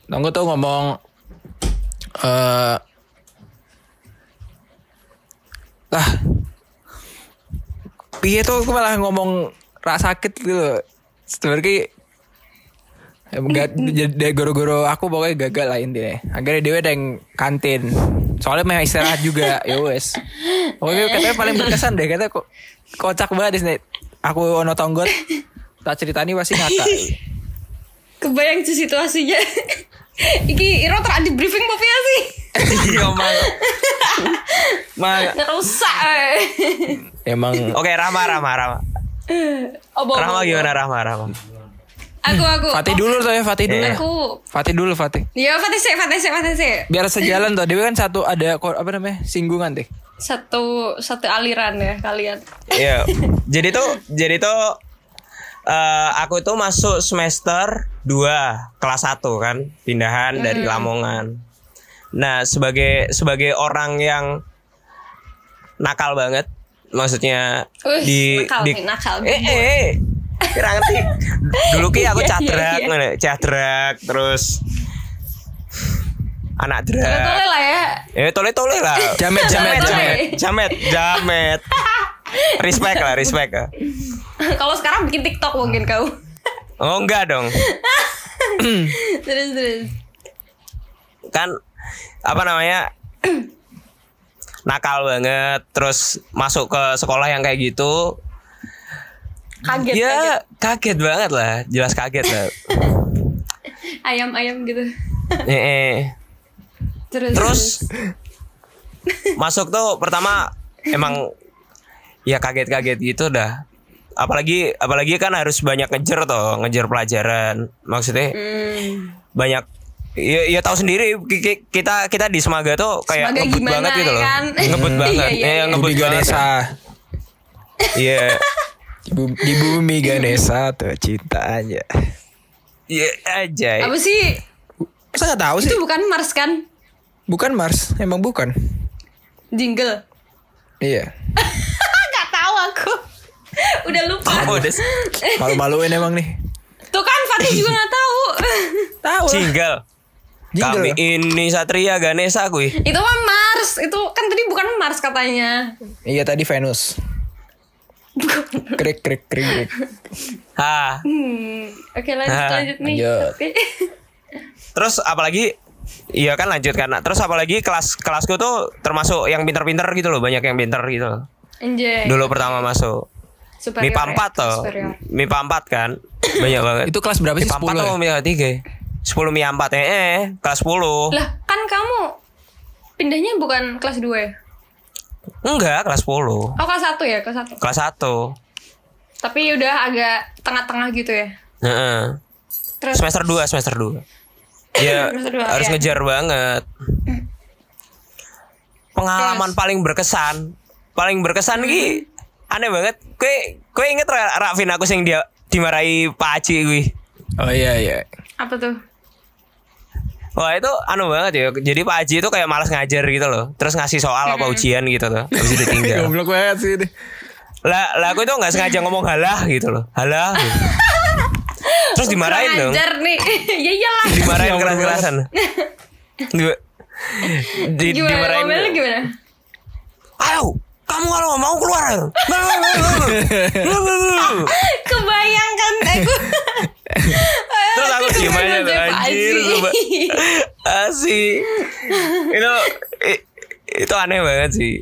[SPEAKER 3] Tonggot tuh ngomong eh Iya tuh aku malah ngomong rasa sakit gitu loh. Sebenarnya ya, Enggak, jadi goro-goro aku pokoknya gagal lah intinya. Akhirnya dia ada yang kantin. Soalnya mau istirahat juga, ya wes. Oke, katanya paling berkesan deh, katanya kok kocak banget sini. Aku ono tonggot, tak ceritani pasti ngakak.
[SPEAKER 4] Kebayang sih situasinya. Iki Iro terak di briefing apa ya sih?
[SPEAKER 2] Iya, Mang. Mang.
[SPEAKER 4] Ngerusak. eh.
[SPEAKER 3] Emang
[SPEAKER 2] Oke, Rama, Rama, Rama.
[SPEAKER 4] Obo, obo,
[SPEAKER 2] Rama
[SPEAKER 4] obo.
[SPEAKER 2] gimana Rama, Rama?
[SPEAKER 4] Aku aku.
[SPEAKER 3] Fatih dulu tuh ya, Fatih dulu.
[SPEAKER 4] Aku.
[SPEAKER 3] Fatih dulu, Fatih.
[SPEAKER 4] Ya Fatih sih, Fatih sih, Fatih sih.
[SPEAKER 3] Biar sejalan tuh, dia kan satu ada ko- apa namanya? singgungan deh.
[SPEAKER 4] Satu satu aliran ya kalian.
[SPEAKER 2] Iya. jadi tuh, jadi tuh eh, aku tuh masuk semester 2 kelas 1 kan, pindahan dari Lamongan. Nah, sebagai sebagai orang yang nakal banget, maksudnya
[SPEAKER 4] Wih,
[SPEAKER 2] di
[SPEAKER 4] nakal
[SPEAKER 2] di
[SPEAKER 4] nih, nakal.
[SPEAKER 2] Eh, eh, eh. Kira ngerti. Dulu ki aku
[SPEAKER 4] Iya, iya,
[SPEAKER 2] cadrak,
[SPEAKER 4] iya.
[SPEAKER 2] ngene, cadrak terus anak
[SPEAKER 4] Betul
[SPEAKER 2] drak.
[SPEAKER 4] lah ya.
[SPEAKER 2] Eh, tole-tole lah.
[SPEAKER 3] Jamet, jamet,
[SPEAKER 4] Tole-tole.
[SPEAKER 3] jamet.
[SPEAKER 2] jamet, jamet, jamet. respect lah, respect lah.
[SPEAKER 4] Kalau sekarang bikin TikTok mungkin kau.
[SPEAKER 2] Oh enggak dong.
[SPEAKER 4] terus terus.
[SPEAKER 2] Kan apa namanya? nakal banget terus masuk ke sekolah yang kayak gitu
[SPEAKER 4] Kaget kaget.
[SPEAKER 2] ya kaget. banget lah jelas kaget lah
[SPEAKER 4] Ayam ayam gitu.
[SPEAKER 2] Eh, eh.
[SPEAKER 4] Terus.
[SPEAKER 2] terus masuk tuh pertama emang ya kaget-kaget gitu dah apalagi apalagi kan harus banyak ngejar toh ngejar pelajaran maksudnya
[SPEAKER 4] Hmm.
[SPEAKER 2] banyak ya, ya tahu sendiri ki- ki- kita kita di Semaga tuh kayak
[SPEAKER 4] Semaga
[SPEAKER 2] ngebut
[SPEAKER 4] gimana,
[SPEAKER 2] banget gitu loh
[SPEAKER 4] ya kan?
[SPEAKER 2] ngebut
[SPEAKER 4] Iya,
[SPEAKER 2] banget
[SPEAKER 4] iya,
[SPEAKER 2] Eh,
[SPEAKER 4] iya.
[SPEAKER 2] ngebut
[SPEAKER 3] Bumi
[SPEAKER 2] banget
[SPEAKER 3] Ganesha.
[SPEAKER 2] iya
[SPEAKER 3] Di bu- di bumi Ganesha tuh cinta aja.
[SPEAKER 2] iya aja
[SPEAKER 4] Apa sih?
[SPEAKER 3] Saya nggak tahu sih.
[SPEAKER 4] Itu bukan Mars kan?
[SPEAKER 3] Bukan Mars, emang bukan.
[SPEAKER 4] Jingle.
[SPEAKER 3] Iya.
[SPEAKER 4] Gak tahu aku. Udah lupa.
[SPEAKER 2] Apa Oh, udah
[SPEAKER 3] Malu-maluin emang nih.
[SPEAKER 4] Tuh kan Fatih juga nggak tahu.
[SPEAKER 3] Tahu. lah.
[SPEAKER 2] single kami
[SPEAKER 3] Jingle.
[SPEAKER 2] ini Satria Ganesha kui
[SPEAKER 4] itu mah Mars. Itu kan tadi bukan Mars katanya.
[SPEAKER 3] Iya tadi Venus. Krik krik krik krik.
[SPEAKER 2] ha
[SPEAKER 4] Hmm. Oke lanjut
[SPEAKER 2] Ah,
[SPEAKER 4] lanjut nih.
[SPEAKER 3] lanjut.
[SPEAKER 4] Oke.
[SPEAKER 2] terus apalagi iya kan lanjut karena terus apalagi kelas kelasku tuh termasuk yang pinter-pinter gitu loh banyak yang pinter gitu loh.
[SPEAKER 4] Anjay.
[SPEAKER 2] dulu pertama masuk
[SPEAKER 4] Superior
[SPEAKER 2] MIPA 4
[SPEAKER 4] ya,
[SPEAKER 2] toh
[SPEAKER 4] superior.
[SPEAKER 2] MIPA 4 kan banyak banget
[SPEAKER 3] Itu kelas berapa sih?
[SPEAKER 2] MIPA 4
[SPEAKER 3] 10
[SPEAKER 2] atau
[SPEAKER 3] ya?
[SPEAKER 2] MIPA 3 10 MIPA 4 eh, eh kelas 10
[SPEAKER 4] Lah kan kamu pindahnya bukan kelas 2 ya?
[SPEAKER 2] enggak kelas 10
[SPEAKER 4] Oh kelas 1 ya kelas 1
[SPEAKER 2] kelas 1
[SPEAKER 4] Tapi udah agak tengah-tengah gitu ya
[SPEAKER 2] Heeh.
[SPEAKER 4] Terus
[SPEAKER 2] semester 2 semester 2 ya
[SPEAKER 4] Semester dua,
[SPEAKER 2] harus
[SPEAKER 4] ya.
[SPEAKER 2] ngejar banget pengalaman paling berkesan paling berkesan ki
[SPEAKER 4] Hmm.
[SPEAKER 2] aneh banget kue kue inget Ra- Rafin aku sing dia dimarahi Pak Aci gue
[SPEAKER 3] Oh iya iya.
[SPEAKER 4] apa tuh?
[SPEAKER 2] Wah itu anu banget ya. Jadi Pak Haji itu kayak malas ngajar gitu loh. Terus ngasih soal
[SPEAKER 4] Hmm.
[SPEAKER 2] apa ujian gitu tuh. Habis itu ditinggal.
[SPEAKER 3] Goblok banget sih ini.
[SPEAKER 2] lah, lah aku itu nggak sengaja ngomong halah gitu loh. Halah. gitu. Terus dimarahin
[SPEAKER 4] Kurang
[SPEAKER 2] dong.
[SPEAKER 4] ajar nih Ya iyalah
[SPEAKER 2] Dimarahin keras-kerasan. Di- di-
[SPEAKER 4] Gimana
[SPEAKER 2] dimarahin.
[SPEAKER 4] Ngomelnya gimana?
[SPEAKER 2] Ayo, kamu kalau mau keluar. ayo. Nggak, nggak, nggak, nggak. Nggak, nggak, nggak.
[SPEAKER 4] Kebayangkan eh, aku
[SPEAKER 2] Terus aku diem aja tuh
[SPEAKER 4] Pak
[SPEAKER 2] anjir
[SPEAKER 4] Haji.
[SPEAKER 2] gua- Asik. Itu i- itu aneh banget sih.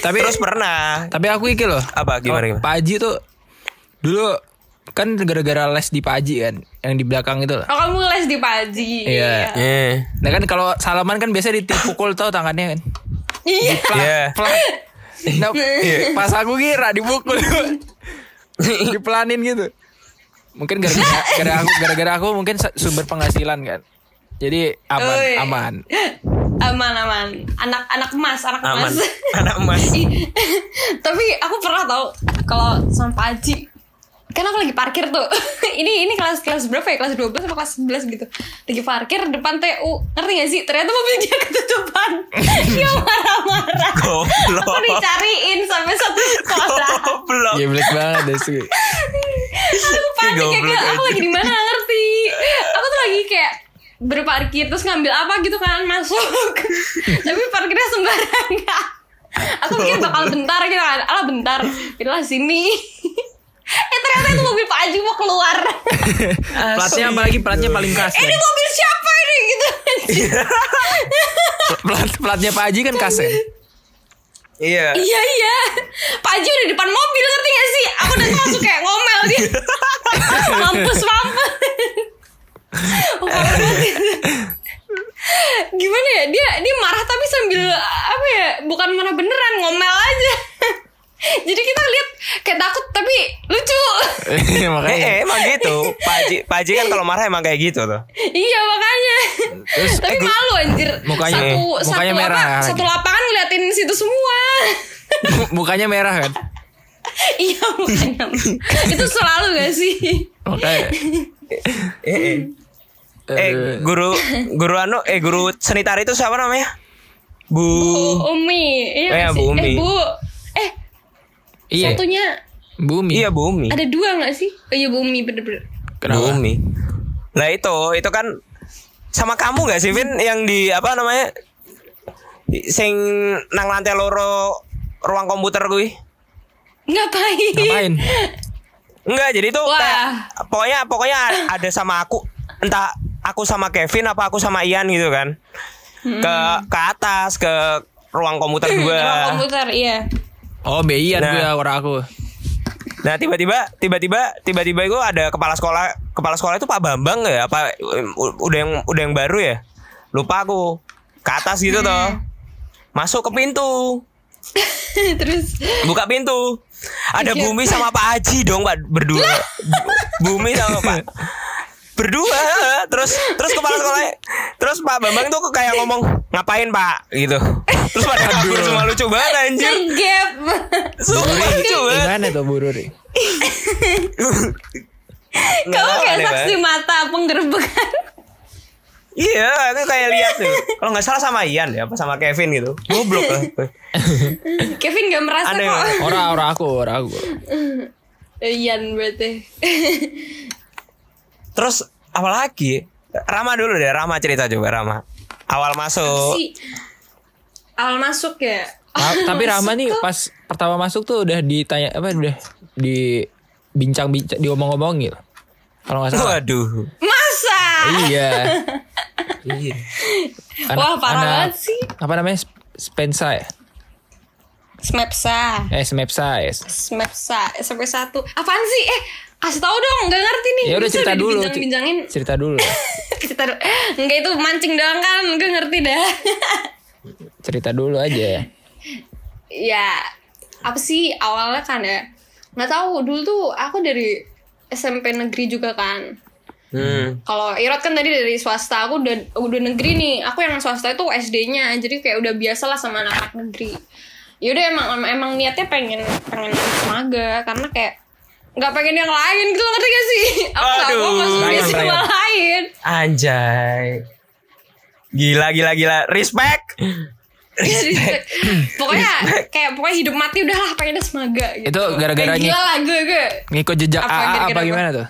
[SPEAKER 3] Tapi
[SPEAKER 2] Terus pernah
[SPEAKER 3] tapi aku iki loh.
[SPEAKER 2] Apa, gimana,
[SPEAKER 3] Kalau
[SPEAKER 2] gimana?
[SPEAKER 3] Pak Haji tuh dulu kan gara-gara les di Pak Haji kan yang di belakang itu lah.
[SPEAKER 4] Oh kamu les di Pak Haji
[SPEAKER 3] Iya.
[SPEAKER 2] Eh.
[SPEAKER 3] Nah kan kalau salaman kan biasa dipukul tau tangannya kan.
[SPEAKER 4] Iya
[SPEAKER 6] Eh.
[SPEAKER 2] Iya.
[SPEAKER 3] Plak. Nah, pas aku kira dipukul dipelanin gitu. Mungkin gara-gara gara aku gara-gara aku mungkin sa- sumber penghasilan kan. Jadi aman
[SPEAKER 4] Ui.
[SPEAKER 3] aman.
[SPEAKER 4] Aman aman Anak anak emas Anak
[SPEAKER 2] aman
[SPEAKER 4] emas
[SPEAKER 2] anak emas
[SPEAKER 4] Ih, tapi aku pernah tau kalau sama Pak Haji kan aku lagi parkir tuh ini ini kelas kelas berapa ya kelas 12 atau kelas 11 gitu lagi parkir depan TU ngerti gak sih ternyata mobil dia ketutupan dia marah-marah
[SPEAKER 2] Goblok.
[SPEAKER 4] aku dicariin sampai satu sekolah
[SPEAKER 2] goblok
[SPEAKER 3] Iya black banget deh sih.
[SPEAKER 4] aku panik ya
[SPEAKER 2] Goblok
[SPEAKER 4] kayak, aku
[SPEAKER 2] aja.
[SPEAKER 4] lagi di mana nggak ngerti aku tuh lagi kayak berparkir terus ngambil apa gitu kan masuk tapi parkirnya sembarangan Aku pikir bakal bentar gitu kan. Alah bentar. Inilah sini. eh ternyata itu mobil Pak Aji mau keluar.
[SPEAKER 6] Platnya apalagi platnya paling khas.
[SPEAKER 4] eh ini
[SPEAKER 6] kan?
[SPEAKER 4] mobil siapa ini gitu.
[SPEAKER 3] Plat platnya Pak Haji kan kaset.
[SPEAKER 2] Iya.
[SPEAKER 4] iya iya. Pak Aji udah depan mobil ngerti gak sih? Aku udah langsung kayak ngomel dia. mampus mampus. Ngomel banget gitu. Gimana ya dia dia marah tapi sambil apa ya bukan marah beneran ngomel aja. Jadi kita lihat kayak takut tapi lucu.
[SPEAKER 2] Eh,
[SPEAKER 3] Makanya.
[SPEAKER 2] emang gitu. Pak Haji, Pak Haji kan kalau marah emang kayak gitu tuh.
[SPEAKER 4] Iya makanya. Tapi malu anjir.
[SPEAKER 3] eh, Mukanya-
[SPEAKER 4] satu
[SPEAKER 3] mukanya
[SPEAKER 4] satu
[SPEAKER 3] merah
[SPEAKER 4] apa?
[SPEAKER 3] lagi.
[SPEAKER 4] Satu lapangan ngeliatin situ semua.
[SPEAKER 3] Mukanya merah kan.
[SPEAKER 4] iya mukanya. Itu selalu gak sih?
[SPEAKER 3] Makanya.
[SPEAKER 2] Eh, eh. Eh, guru guru anu eh guru seni tari itu siapa namanya? Bu
[SPEAKER 4] Bu Umi.
[SPEAKER 2] Eh,
[SPEAKER 3] Oh,
[SPEAKER 4] Iya nggak
[SPEAKER 2] Bu
[SPEAKER 4] sih?
[SPEAKER 2] Umi.
[SPEAKER 4] Eh Bu. Eh
[SPEAKER 3] ya, Iya.
[SPEAKER 4] satunya
[SPEAKER 3] Bumi.
[SPEAKER 2] Iya, Bu Umi.
[SPEAKER 4] ada dua gak sih? Oh iya Bu Umi bener-bener.
[SPEAKER 2] Bu
[SPEAKER 3] Kenapa?
[SPEAKER 2] Umi. Lah itu, itu kan sama kamu gak sih Vin yang di apa namanya? Sing nang lantai loro ruang komputer gue.
[SPEAKER 4] Ngapain?
[SPEAKER 3] Ngapain?
[SPEAKER 2] Enggak, jadi tuh
[SPEAKER 4] Wah.
[SPEAKER 2] kayak, pokoknya pokoknya a- ada sama aku entah aku sama Kevin apa aku sama Ian gitu kan. Ke ke atas ke ruang komputer gua.
[SPEAKER 4] Hmm. Ruang komputer iya.
[SPEAKER 3] Oh, BI
[SPEAKER 2] Nah.
[SPEAKER 3] ada gue orang aku.
[SPEAKER 2] Nah tiba-tiba tiba-tiba tiba-tiba itu ada kepala sekolah kepala sekolah itu Pak Bambang nggak ya apa u- udah yang udah yang baru ya lupa aku ke atas gitu toh
[SPEAKER 4] Hmm.
[SPEAKER 2] masuk ke pintu
[SPEAKER 4] Terus
[SPEAKER 2] buka pintu ada Bumi sama Pak Haji dong Pak berdua Bu- Bumi sama Pak berdua terus terus kepala sekolahnya terus Pak Bambang tuh kayak ngomong ngapain Pak gitu terus pada kabur semua lucu banget anjir
[SPEAKER 4] kegap.
[SPEAKER 2] semua lucu banget
[SPEAKER 3] Gimana tuh Bu Ruri?
[SPEAKER 4] Kamu kayak
[SPEAKER 3] kan?
[SPEAKER 2] Aneh banget.
[SPEAKER 4] saksi mata penggerbekan.
[SPEAKER 2] Iya, aku kayak lihat tuh. Kalau nggak salah sama Ian ya, apa sama Kevin gitu. Goblok lah.
[SPEAKER 4] Kevin gak merasa
[SPEAKER 2] Aneh
[SPEAKER 4] kok. Eh,
[SPEAKER 2] banget.
[SPEAKER 3] Orang orang aku, orang aku.
[SPEAKER 4] Ian berarti.
[SPEAKER 2] Terus apalagi? Rama dulu deh, Rama cerita coba Rama. Awal
[SPEAKER 3] Oh.
[SPEAKER 2] masuk.
[SPEAKER 4] sih awal masuk ya
[SPEAKER 3] Ra- tapi Rama nih pas pertama masuk tuh udah ditanya apa udah di bincang-bincang diomong-omongin. Kalau nggak salah.
[SPEAKER 2] Waduh.
[SPEAKER 4] masa
[SPEAKER 3] iya. Anak-
[SPEAKER 4] wah parah
[SPEAKER 3] anak-
[SPEAKER 4] banget sih
[SPEAKER 3] Apa namanya? Sp- Spensa ya?
[SPEAKER 4] smepsa
[SPEAKER 3] Eh, Smepsa ya.
[SPEAKER 4] smepsa SMP satu apaan sih eh kasih tahu dong nggak ngerti nih
[SPEAKER 3] Ya udah
[SPEAKER 4] Masa
[SPEAKER 3] cerita dulu. cer-
[SPEAKER 4] dibincang-bincangin
[SPEAKER 3] Cerita dulu.
[SPEAKER 4] cerita dulu nggak itu mancing doang kan gue ngerti dah
[SPEAKER 3] Cerita dulu aja.
[SPEAKER 4] ya apa sih awalnya kan ya nggak tahu dulu tuh aku dari SMP negeri juga kan
[SPEAKER 2] Hmm.
[SPEAKER 4] kalau Irot kan tadi dari swasta aku udah udah negeri nih aku yang swasta itu SD-nya jadi kayak udah biasa lah sama anak-anak negeri yaudah emang em- emang niatnya pengen pengen maga karena kayak nggak pengen yang lain gitu loh, ngerti gak sih aku nggak mau
[SPEAKER 2] Aduh,
[SPEAKER 4] masuk di
[SPEAKER 2] sayang,
[SPEAKER 4] sekolah
[SPEAKER 2] sayang.
[SPEAKER 4] lain
[SPEAKER 2] Anjay. Gila gila gila. Respect.
[SPEAKER 4] Iya, respect. pokoknya kayak pokoknya hidup mati udahlah pengennya semaga gitu
[SPEAKER 3] Itu gara-garanya-
[SPEAKER 4] Kayak gila lah gue gue
[SPEAKER 3] Ngikut jejak
[SPEAKER 4] Apa,
[SPEAKER 3] AA apa
[SPEAKER 4] gara-gara apa?
[SPEAKER 3] gimana tuh?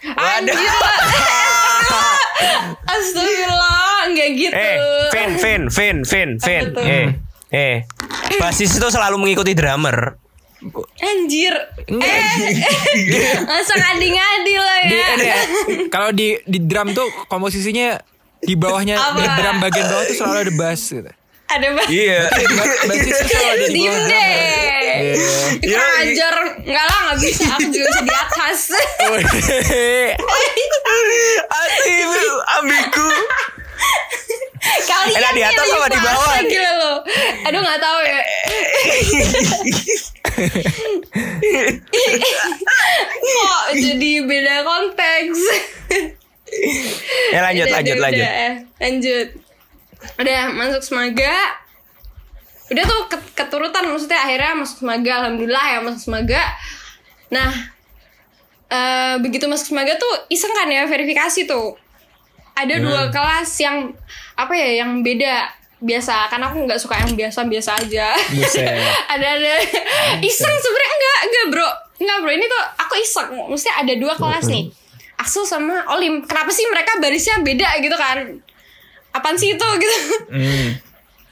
[SPEAKER 4] Anjir lah Astagfirullah Nggak gitu
[SPEAKER 2] Eh, Vin, Vin, Vin, Vin, Vin.
[SPEAKER 4] tuh?
[SPEAKER 2] Eh. Eh. Basis itu selalu mengikuti drummer.
[SPEAKER 4] Anjir. Eh. Langsung ngadi-ngadi lo
[SPEAKER 3] Di,
[SPEAKER 4] ya.
[SPEAKER 3] ini ya, kalau di di drum tuh komposisinya di bawahnya
[SPEAKER 4] Apa?
[SPEAKER 3] di drum bagian bawah tuh selalu ada bass gitu.
[SPEAKER 4] Ada banget.
[SPEAKER 2] Iya.
[SPEAKER 3] Bassisnya selalu ada di
[SPEAKER 4] Diem
[SPEAKER 3] bawah drum.
[SPEAKER 4] deh.
[SPEAKER 2] Iya,
[SPEAKER 4] Kurang ajar. Enggak lah, nggak bisa. Aku juga bisa di atas.
[SPEAKER 2] Asli itu ambigu.
[SPEAKER 4] Kalian
[SPEAKER 2] Enak Eh, di
[SPEAKER 4] nih
[SPEAKER 2] atas
[SPEAKER 4] lagi
[SPEAKER 2] apa di
[SPEAKER 4] fase,
[SPEAKER 2] bawah?
[SPEAKER 4] Gila lo. Aduh, nggak tahu ya. Kok jadi beda konteks.
[SPEAKER 2] Ya lanjut
[SPEAKER 4] Udah,
[SPEAKER 2] lanjut
[SPEAKER 4] udah,
[SPEAKER 2] lanjut.
[SPEAKER 4] udah, eh, lanjut. Udah masuk semaga. Udah tuh ket- keturutan maksudnya akhirnya masuk semaga alhamdulillah ya masuk semaga. Nah, eh, begitu masuk semaga tuh iseng kan ya verifikasi tuh. Ada dua kelas yang apa ya yang beda biasa karena aku nggak suka yang biasa biasa aja
[SPEAKER 3] Buset.
[SPEAKER 4] ada ada iseng sebenarnya enggak enggak bro enggak bro ini tuh aku iseng maksudnya ada dua kelas nih Axel sama Olim kenapa sih mereka barisnya beda gitu kan apaan sih itu gitu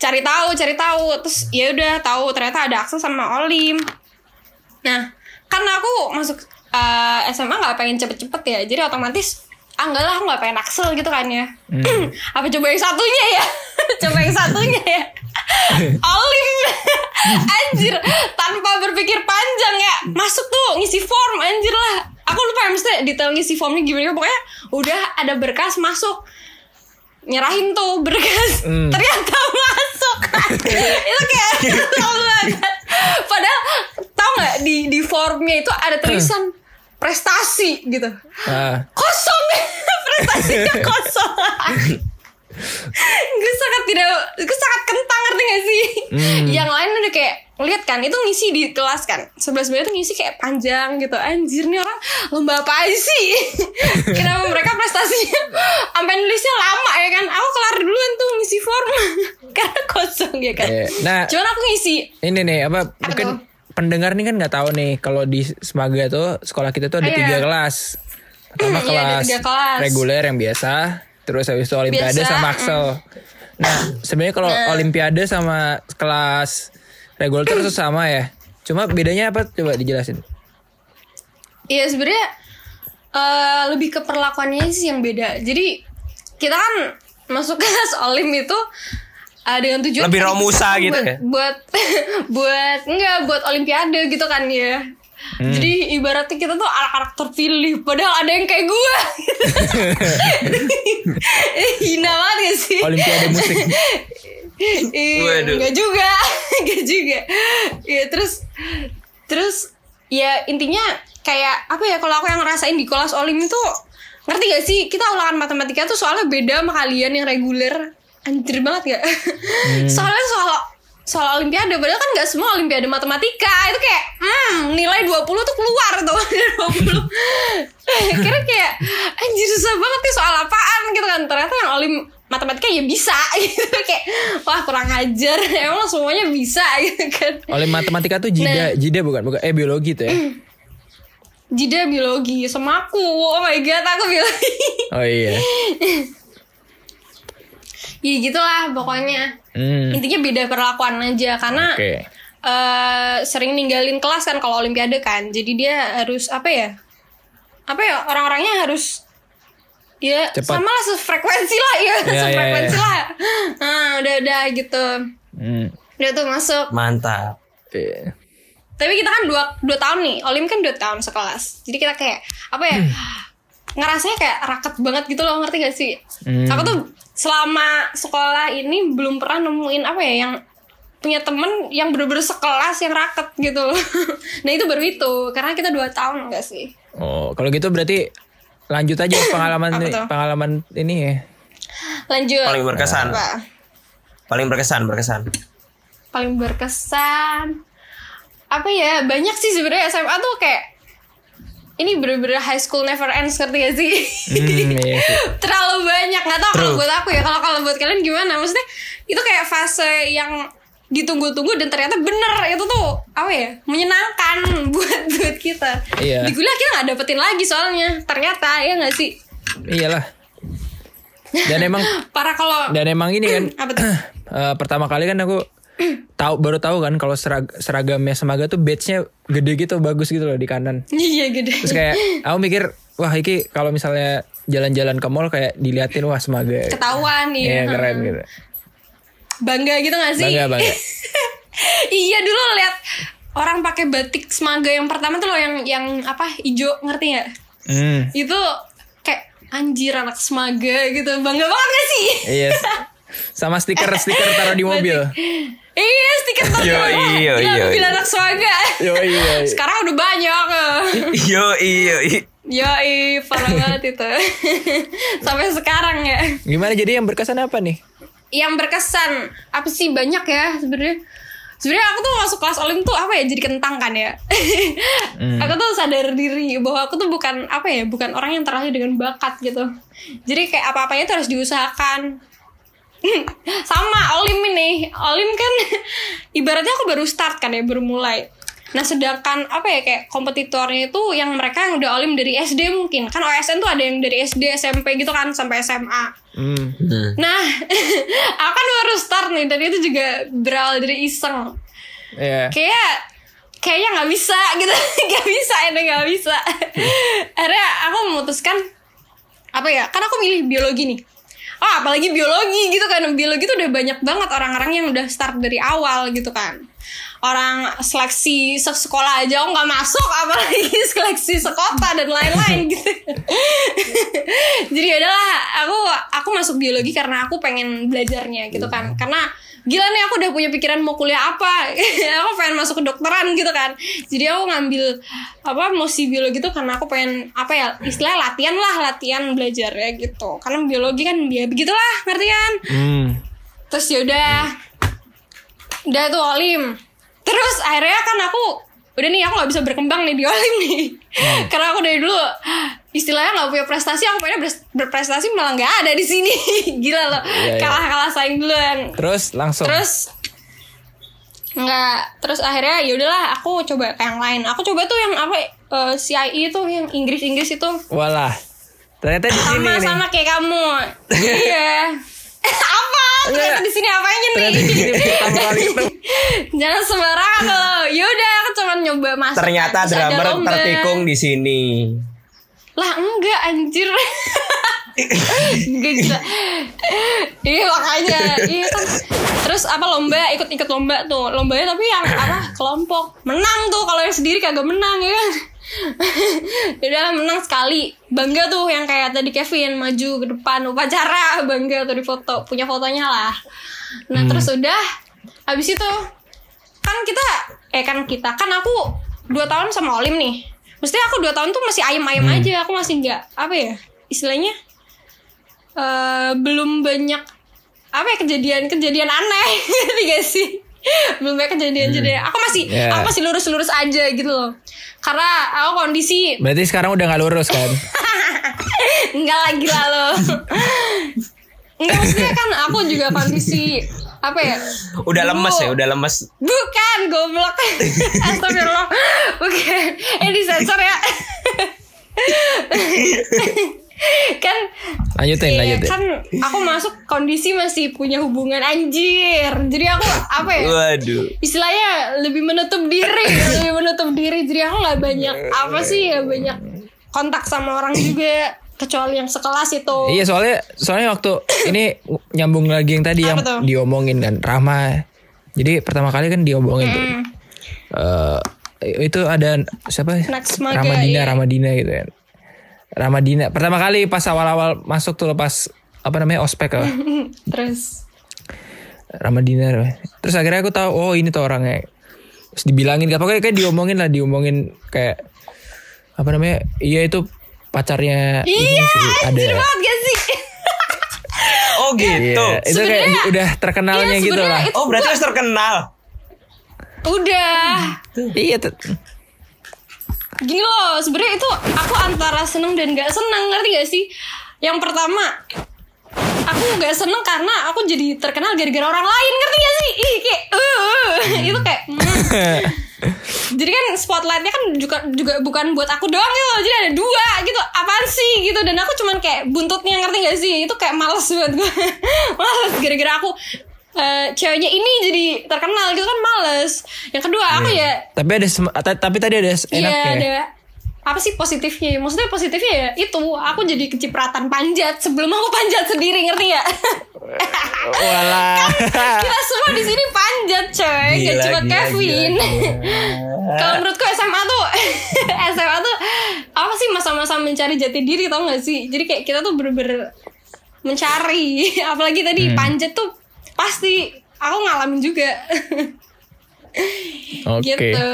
[SPEAKER 4] cari tahu cari tahu terus ya udah tahu ternyata ada akses sama olim nah karena aku masuk eh, SMA nggak pengen cepet-cepet ya jadi otomatis ah enggak lah aku nggak pengen aksel gitu kan ya apa coba yang satunya ya coba yang satunya ya olim anjir tanpa berpikir panjang ya masuk tuh ngisi form anjir lah aku lupa ya mesti detail ngisi formnya gimana pokoknya udah ada berkas masuk nyerahin tuh berkas ternyata masuk itu kayak tau banget padahal tau nggak di di formnya itu ada tulisan prestasi gitu
[SPEAKER 3] Ah,
[SPEAKER 4] kosong prestasinya kosong gue sangat tidak gue sangat kentang ngerti gak sih yang lain udah kayak lihat kan itu ngisi di kelas kan sebelah sebelah itu ngisi kayak panjang gitu anjir nih orang lomba apa sih kenapa mereka prestasinya sampai nulisnya lama ya kan aku kelar duluan tuh ngisi form karena kosong ya kan
[SPEAKER 3] Iya. Nah.
[SPEAKER 4] cuman aku ngisi
[SPEAKER 3] Ini nih apa, mungkin
[SPEAKER 4] tuh?
[SPEAKER 3] pendengar nih kan nggak tahu nih kalau di Semaga tuh sekolah kita tuh ada
[SPEAKER 4] Iya.
[SPEAKER 3] tiga kelas. Pertama
[SPEAKER 4] Iya, ada
[SPEAKER 3] kelas,
[SPEAKER 4] tiga kelas.
[SPEAKER 3] reguler yang biasa, terus habis itu olimpiade
[SPEAKER 4] Biasa, mm.
[SPEAKER 3] sama Axel. Nah, sebenarnya kalau olimpiade sama kelas reguler itu sama ya. Cuma bedanya apa coba dijelasin.
[SPEAKER 4] Iya sebenarnya eh, lebih ke perlakuannya sih yang beda. Jadi kita kan masuk kelas olim itu eh, dengan tujuan
[SPEAKER 2] Lebih
[SPEAKER 4] kan
[SPEAKER 2] Romusa
[SPEAKER 4] buat-
[SPEAKER 2] gitu ya?
[SPEAKER 4] Buat buat enggak buat olimpiade gitu kan ya.
[SPEAKER 2] Hmm.
[SPEAKER 4] Jadi ibaratnya kita tuh anak-anak terpilih Padahal ada yang kayak gue Hina banget gak sih
[SPEAKER 3] Olimpiade musik.
[SPEAKER 4] Iya,
[SPEAKER 2] Waduh.
[SPEAKER 4] enggak juga, enggak juga. Ya terus terus ya intinya kayak apa ya kalau aku yang ngerasain di kelas olim itu ngerti gak sih kita ulangan matematika tuh soalnya beda sama kalian yang reguler anjir banget gak soalnya soal soal olimpiade padahal kan gak semua olimpiade matematika itu kayak hmm nilai 20 tuh keluar tuh 20 kira kayak anjir susah banget nih soal apaan gitu kan ternyata yang olim matematika ya bisa gitu kayak wah kurang ajar emang lo semuanya bisa gitu kan
[SPEAKER 3] Olim matematika tuh
[SPEAKER 4] Nah.
[SPEAKER 3] jida, jida bukan, bukan eh biologi tuh ya.
[SPEAKER 4] Jida biologi sama aku. Oh my god, aku biologi.
[SPEAKER 3] Oh iya.
[SPEAKER 4] ya gitulah pokoknya.
[SPEAKER 3] Hmm.
[SPEAKER 4] Intinya beda perlakuan aja karena
[SPEAKER 3] Oke.
[SPEAKER 4] eh, sering ninggalin kelas kan kalau olimpiade kan. Jadi dia harus apa ya? Apa ya orang-orangnya harus ya
[SPEAKER 3] Cepat.
[SPEAKER 4] sama lah sefrekuensi lah ya,
[SPEAKER 3] ya,
[SPEAKER 4] sefrekuensi
[SPEAKER 3] ya.
[SPEAKER 4] lah. Nah, udah udah gitu.
[SPEAKER 3] Hmm.
[SPEAKER 4] Udah tuh masuk.
[SPEAKER 2] Mantap.
[SPEAKER 3] Iya.
[SPEAKER 4] Tapi kita kan dua, dua tahun nih, Olim kan dua tahun sekelas. Jadi kita kayak, apa ya, ngerasanya kayak raket banget gitu loh, ngerti gak sih? Aku tuh selama sekolah ini belum pernah nemuin apa ya, yang punya temen yang bener-bener sekelas yang raket gitu loh. nah itu baru itu, karena kita dua tahun gak sih?
[SPEAKER 3] Oh, kalau gitu berarti lanjut aja pengalaman
[SPEAKER 4] Apa
[SPEAKER 3] ini-
[SPEAKER 4] tuh?
[SPEAKER 3] pengalaman ini ya.
[SPEAKER 4] Lanjut.
[SPEAKER 2] Paling berkesan.
[SPEAKER 4] Apa?
[SPEAKER 2] Paling berkesan, berkesan.
[SPEAKER 4] Paling berkesan. Apa ya, banyak sih sebenarnya SMA tuh kayak, ini bener-bener high school never ends, ngerti gak sih?
[SPEAKER 3] Hmm, iya sih.
[SPEAKER 4] terlalu banyak nggak tahu kalau
[SPEAKER 2] True.
[SPEAKER 4] buat aku ya kalau kalau buat kalian gimana maksudnya itu kayak fase yang ditunggu-tunggu dan ternyata bener itu tuh apa ya menyenangkan buat buat kita
[SPEAKER 3] Iya.
[SPEAKER 4] di kuliah kita nggak dapetin lagi soalnya ternyata ya nggak sih
[SPEAKER 3] Iyalah. Dan emang
[SPEAKER 4] para kalau
[SPEAKER 3] dan emang ini kan
[SPEAKER 4] apa tuh
[SPEAKER 3] eh, pertama kali kan aku tahu baru tahu kan kalau serag- seragamnya Semaga tuh badge-nya gede gitu bagus gitu loh di kanan.
[SPEAKER 4] iya gede
[SPEAKER 3] Terus kayak aku mikir wah iki kalau misalnya jalan-jalan ke mall kayak diliatin wah Semaga.
[SPEAKER 4] ketahuan
[SPEAKER 3] Iya
[SPEAKER 4] ya
[SPEAKER 3] keren gitu.
[SPEAKER 4] bangga gitu nggak sih
[SPEAKER 3] Bangga bangga.
[SPEAKER 4] iya dulu lihat orang pakai batik semaga yang pertama tuh loh yang yang apa ijo ngerti nggak
[SPEAKER 3] Hmm.
[SPEAKER 4] itu kayak anjir anak semaga gitu bangga banget gak sih
[SPEAKER 3] Iya. Sama stiker-stiker taruh di mobil.
[SPEAKER 4] iya stiker
[SPEAKER 2] Yo,
[SPEAKER 4] tuh
[SPEAKER 2] iya,
[SPEAKER 4] Gila,
[SPEAKER 2] iya,
[SPEAKER 4] mobil
[SPEAKER 2] iya.
[SPEAKER 4] anak semaga
[SPEAKER 3] Yo iya.
[SPEAKER 4] sekarang udah banyak
[SPEAKER 2] Yo iyo.
[SPEAKER 4] yo parah banget itu sampai sekarang ya
[SPEAKER 3] Gimana jadi yang berkesan apa nih?
[SPEAKER 4] yang berkesan apa sih banyak ya sebenarnya sebenarnya aku tuh masuk kelas olim tuh apa ya jadi kentang kan ya aku tuh sadar diri bahwa aku tuh bukan apa ya bukan orang yang terlahir dengan bakat gitu jadi kayak apa-apanya tuh harus diusahakan sama Olim ini Olim kan ibaratnya aku baru start kan ya baru mulai Nah sedangkan apa ya kayak kompetitornya itu yang mereka yang udah olim dari SD mungkin kan OSN tuh ada yang dari SD SMP gitu kan sampai SMA.
[SPEAKER 3] Hmm.
[SPEAKER 2] Hmm.
[SPEAKER 4] Nah aku kan baru start nih dan itu juga berawal dari iseng.
[SPEAKER 3] Iya.
[SPEAKER 4] Kayak kayaknya nggak bisa gitu nggak bisa ini nggak bisa. Akhirnya aku memutuskan apa ya kan aku milih biologi nih. Oh apalagi biologi gitu kan biologi tuh udah banyak banget orang-orang yang udah start dari awal gitu kan orang seleksi sekolah aja aku nggak masuk apalagi seleksi sekota dan lain-lain gitu jadi adalah aku aku masuk biologi karena aku pengen belajarnya gitu kan karena gila nih aku udah punya pikiran mau kuliah apa aku pengen masuk kedokteran gitu kan jadi aku ngambil apa mosi biologi tuh karena aku pengen apa ya istilah latihan lah latihan belajar ya gitu karena biologi kan ya begitulah ngerti kan
[SPEAKER 3] Hmm.
[SPEAKER 4] terus yaudah udah tuh olim terus akhirnya kan aku udah nih aku nggak bisa berkembang nih di olim nih karena aku dari dulu istilahnya nggak punya prestasi aku pengen berprestasi malah nggak ada di sini gila loh kalah kalah saing duluan
[SPEAKER 3] Terus langsung.
[SPEAKER 4] terus nggak terus akhirnya ya udahlah aku coba ke yang lain aku coba tuh yang apa eh, CIE tuh yang Inggris Inggris itu
[SPEAKER 3] Walah. Ternyata di sini
[SPEAKER 4] sama
[SPEAKER 3] nih.
[SPEAKER 4] sama kayak kamu iya apa
[SPEAKER 2] Iya.
[SPEAKER 4] ternyata di sini apanya nih jangan sembarangan loh yaudah aku cuma nyoba masak
[SPEAKER 2] Ternyata
[SPEAKER 4] Terus ada
[SPEAKER 2] drummer
[SPEAKER 4] lomba.
[SPEAKER 2] tertikung di sini.
[SPEAKER 4] lah enggak anjir enggak gila iya makanya iya kan terus apa lomba ikut-ikut lomba tuh lombanya tapi yang apa kelompok menang tuh kalau yang sendiri kagak menang ya kan Yaudah menang sekali Bangga tuh yang kayak tadi Kevin Maju ke depan upacara Bangga tuh di foto Punya fotonya lah Nah
[SPEAKER 2] Hmm.
[SPEAKER 4] terus udah Habis itu Kan kita Eh kan kita Kan aku Dua tahun sama Olim nih Mestinya aku dua tahun tuh masih ayem-ayem
[SPEAKER 2] Hmm.
[SPEAKER 4] aja Aku masih nggak Apa ya Istilahnya eh Belum banyak Apa ya Kejadian-kejadian aneh Ngerti gak sih belum banyak kejadian-kejadian
[SPEAKER 2] Hmm.
[SPEAKER 4] aku masih
[SPEAKER 3] Ya.
[SPEAKER 4] aku masih lurus-lurus aja gitu loh karena aku kondisi
[SPEAKER 3] Berarti sekarang udah nggak lurus kan?
[SPEAKER 4] Enggak lagi lah lo Enggak maksudnya kan aku juga kondisi Apa ya
[SPEAKER 2] Udah
[SPEAKER 4] Dulu-
[SPEAKER 2] lemes ya, udah lemes.
[SPEAKER 4] Bukan goblok Astagfirullah Bukan Eh disensor ya Kan
[SPEAKER 3] Lanjutin,
[SPEAKER 4] iya,
[SPEAKER 3] lanjutin.
[SPEAKER 4] Kan aku masuk kondisi masih punya hubungan anjir Jadi aku apa ya
[SPEAKER 2] Waduh.
[SPEAKER 4] istilahnya lebih menutup diri lebih menutup diri jadi aku nggak banyak apa sih ya banyak kontak sama orang juga kecuali yang sekelas itu
[SPEAKER 3] Iya soalnya soalnya waktu ini nyambung lagi yang tadi
[SPEAKER 4] Apa
[SPEAKER 3] yang
[SPEAKER 4] tuh?
[SPEAKER 3] diomongin kan Rama. Jadi pertama kali kan diomongin tuh. Eh, itu ada siapa?
[SPEAKER 4] Next Maga,
[SPEAKER 3] Ramadina,
[SPEAKER 4] iya.
[SPEAKER 3] Ramadina gitu kan. Ramadina. Pertama kali pas awal-awal masuk tuh lepas apa namanya ospek apa?
[SPEAKER 4] terus
[SPEAKER 3] Ramadina. Terus akhirnya aku tahu oh ini tuh orangnya. Terus dibilangin apa kayak, kayak diomongin lah, diomongin kayak apa namanya? Iya itu pacarnya ini sih,
[SPEAKER 4] iya
[SPEAKER 3] ya?
[SPEAKER 4] anjir banget gak sih Eh.
[SPEAKER 2] Oh gitu.
[SPEAKER 3] Iya, itu kayak
[SPEAKER 4] Sebenarnya-
[SPEAKER 3] di- udah terkenalnya
[SPEAKER 4] Iya,
[SPEAKER 3] gitu lah.
[SPEAKER 4] sebenarnya
[SPEAKER 2] Oh berarti harus terkenal.
[SPEAKER 4] udah
[SPEAKER 3] Iya, tuh.
[SPEAKER 4] gini loh sebenarnya itu aku antara seneng dan gak seneng ngerti gak sih yang pertama aku gak seneng karena aku jadi terkenal gara-gara orang lain ngerti gak sih Ih, kayak uh, uh. itu kayak mm. jadi kan spotlightnya kan juga juga bukan buat aku doang gitu loh. jadi ada dua gitu apaan sih gitu dan aku cuman kayak buntutnya ngerti gak sih itu kayak males banget gue males gara-gara aku eh, ceweknya ini jadi terkenal gitu kan males yang kedua aku ya
[SPEAKER 3] tapi ada sem- ta- tapi tadi ada s-
[SPEAKER 4] Iya
[SPEAKER 2] ya.
[SPEAKER 3] enaknya.
[SPEAKER 4] ada apa sih positifnya? ya? Maksudnya positifnya ya itu aku jadi kecipratan panjat sebelum aku panjat sendiri ngerti ya?
[SPEAKER 2] Eh,
[SPEAKER 3] Walah.
[SPEAKER 4] Kita semua di sini panjat coy, gak
[SPEAKER 2] Gila,
[SPEAKER 4] cuma
[SPEAKER 2] gila,
[SPEAKER 4] Kevin.
[SPEAKER 2] gila,
[SPEAKER 4] Kalau menurutku SMA tuh SMA tuh apa sih masa-masa mencari jati diri tau gak sih? Jadi kayak kita tuh bener-bener mencari, apalagi
[SPEAKER 2] Hmm.
[SPEAKER 4] tadi panjat tuh pasti aku ngalamin juga.
[SPEAKER 3] Oke.
[SPEAKER 4] Gitu.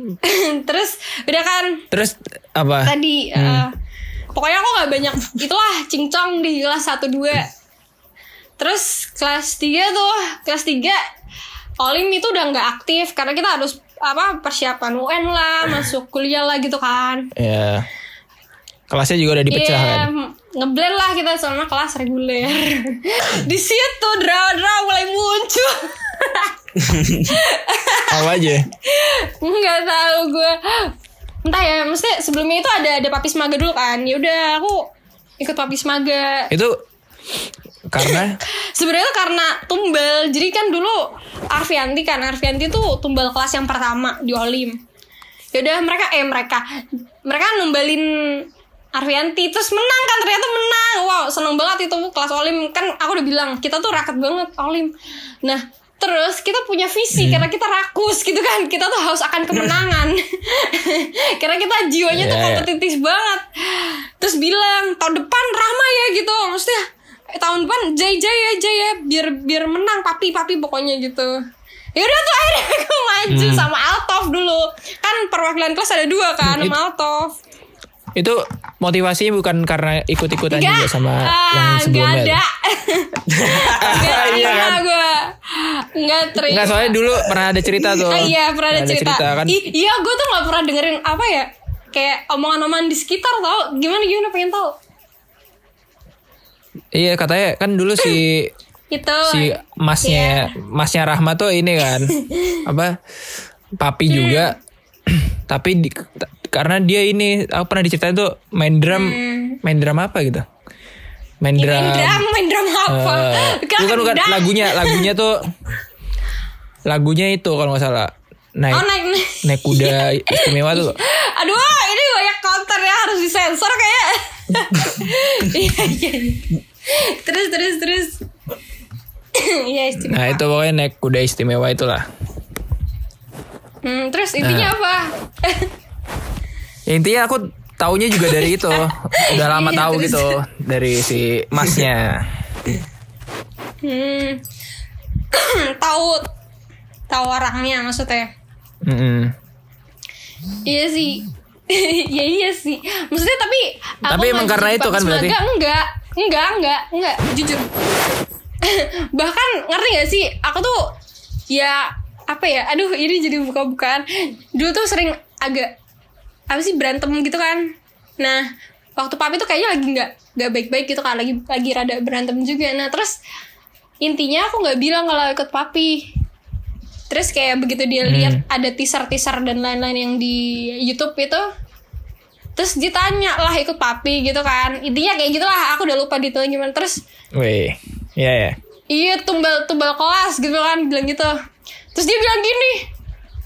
[SPEAKER 4] Terus udah kan
[SPEAKER 3] Terus apa?
[SPEAKER 4] tadi eh, pokoknya aku nggak banyak itulah cincong di kelas 1 2 terus kelas 3 tuh kelas 3 olim itu udah nggak aktif karena kita harus apa persiapan UN lah
[SPEAKER 3] Eh.
[SPEAKER 4] masuk kuliah lah gitu kan
[SPEAKER 3] Ya. Kelasnya juga udah dipecah
[SPEAKER 4] Iya,
[SPEAKER 3] kan.
[SPEAKER 4] ngeblend lah kita sama kelas reguler. Di situ drama-drama mulai muncul.
[SPEAKER 3] Apa aja?
[SPEAKER 4] Nggak tahu gue. Entah ya, mesti sebelumnya itu ada ada papis maga dulu kan. Ya udah aku ikut papis maga.
[SPEAKER 3] Itu karena
[SPEAKER 4] Sebenarnya tuh karena tumbal. Jadi kan dulu Arfianti kan, Arfianti tuh tumbal kelas yang pertama di Olim. Ya udah mereka eh mereka mereka numbalin Arfianti terus menang kan ternyata menang. Wow, seneng banget itu kelas Olim. Kan aku udah bilang kita tuh raket banget Olim. Nah, terus kita punya visi karena kita rakus gitu kan. Kita tuh haus akan kemenangan. karena kita jiwanya
[SPEAKER 2] Iya,
[SPEAKER 4] tuh
[SPEAKER 2] iya.
[SPEAKER 4] kompetitif banget. Terus bilang tahun depan Rahma ya gitu. Maksudnya Eh, tahun depan jaya jaya jaya ya, biar biar menang papi papi pokoknya gitu ya udah tuh akhirnya aku maju
[SPEAKER 3] Hmm.
[SPEAKER 4] sama Altov dulu kan perwakilan kelas ada dua kan
[SPEAKER 3] Hmm,
[SPEAKER 4] sama Altov
[SPEAKER 3] itu motivasinya bukan karena ikut-ikutan Nah, juga sama
[SPEAKER 4] ah,
[SPEAKER 3] yang sebelumnya.
[SPEAKER 4] nggak
[SPEAKER 3] Iya
[SPEAKER 4] ada nggak terima
[SPEAKER 3] kan?
[SPEAKER 4] gue nggak terima
[SPEAKER 3] Enggak soalnya dulu pernah ada cerita tuh.
[SPEAKER 4] Ah, iya pernah ada cerita,
[SPEAKER 3] kan.
[SPEAKER 4] Ih, iya gue tuh nggak pernah dengerin apa ya kayak omongan-omongan di sekitar tau gimana gimana pengen tahu
[SPEAKER 3] Iya katanya kan dulu si
[SPEAKER 4] itu
[SPEAKER 3] si
[SPEAKER 4] Iya.
[SPEAKER 3] masnya masnya Rahma tuh ini kan apa papi juga
[SPEAKER 4] Hmm.
[SPEAKER 3] tapi di- ta- karena dia ini aku pernah diceritain tuh main drum main drum apa gitu main
[SPEAKER 4] Ya,
[SPEAKER 3] drum,
[SPEAKER 4] Hmm. main drum main drum apa Kan
[SPEAKER 3] eh, bukan bukan
[SPEAKER 4] Kandang.
[SPEAKER 3] lagunya lagunya tuh lagunya itu kalau nggak salah naik
[SPEAKER 4] oh naik Iya. naik
[SPEAKER 3] naik kuda istimewa tuh
[SPEAKER 4] Aduh, ini banyak counter ya harus disensor kayak. Iya, iya. iya. Terus terus terus. Iya, istimewa.
[SPEAKER 3] nah itu pokoknya naik kuda istimewa itulah
[SPEAKER 4] Hmm, terus intinya apa?
[SPEAKER 3] Ya, intinya aku taunya juga dari itu udah lama
[SPEAKER 4] Iya,
[SPEAKER 3] tahu
[SPEAKER 4] terus.
[SPEAKER 3] gitu dari si masnya
[SPEAKER 4] Hmm. tahu tahu orangnya maksudnya.
[SPEAKER 3] Mm-mm.
[SPEAKER 4] Iya sih. Iya iya sih. Maksudnya tapi aku
[SPEAKER 3] Tapi emang
[SPEAKER 4] maju
[SPEAKER 3] karena
[SPEAKER 4] di
[SPEAKER 3] itu kan
[SPEAKER 4] Papis
[SPEAKER 3] berarti?
[SPEAKER 4] Maga, enggak, enggak, enggak, enggak, jujur. Bahkan ngerti gak sih, aku tuh ya apa ya? Aduh, ini jadi buka-bukaan. Dulu tuh sering agak apa sih berantem gitu kan. Nah, waktu papi tuh kayaknya lagi nggak nggak baik-baik gitu kan, lagi lagi rada berantem juga. Nah, terus intinya aku nggak bilang kalau ikut papi terus kayak begitu dia lihat ada teaser-teaser dan lain-lain yang di YouTube itu terus dia tanya lah ikut papi gitu kan intinya kayak gitulah aku udah lupa detailnya gimana terus
[SPEAKER 3] Weh, ya ya.
[SPEAKER 4] iya tumbal tumbal kelas gitu kan bilang gitu terus dia bilang gini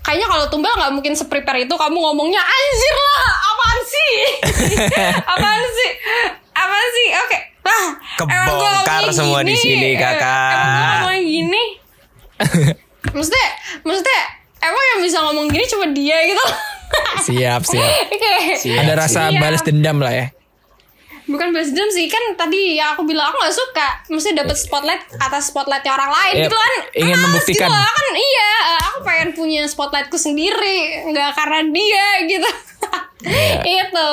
[SPEAKER 4] kayaknya kalau tumbal nggak mungkin seprepare itu kamu ngomongnya anjir lah apaan sih apaan sih apaan sih oke lah emang gua
[SPEAKER 2] Kebongkar
[SPEAKER 4] ngomongnya
[SPEAKER 2] semua di sini,
[SPEAKER 4] Eh,
[SPEAKER 2] Kakak.
[SPEAKER 4] emang gua ngomongnya gini maksudnya maksudnya emang yang bisa ngomong gini cuma dia gitu
[SPEAKER 3] Siap, siap.
[SPEAKER 4] Kayak-
[SPEAKER 3] Ada rasa
[SPEAKER 4] Siap.
[SPEAKER 3] balas dendam lah ya.
[SPEAKER 4] bukan balas dendam sih kan tadi yang aku bilang aku nggak suka mesti dapat spotlight atas spotlightnya orang lain
[SPEAKER 3] Iya,
[SPEAKER 4] gitu kan
[SPEAKER 3] ingin
[SPEAKER 4] Males
[SPEAKER 3] membuktikan.
[SPEAKER 4] gitu lah, kan iya aku pengen punya spotlightku sendiri nggak karena dia gitu
[SPEAKER 3] Iya.
[SPEAKER 4] itu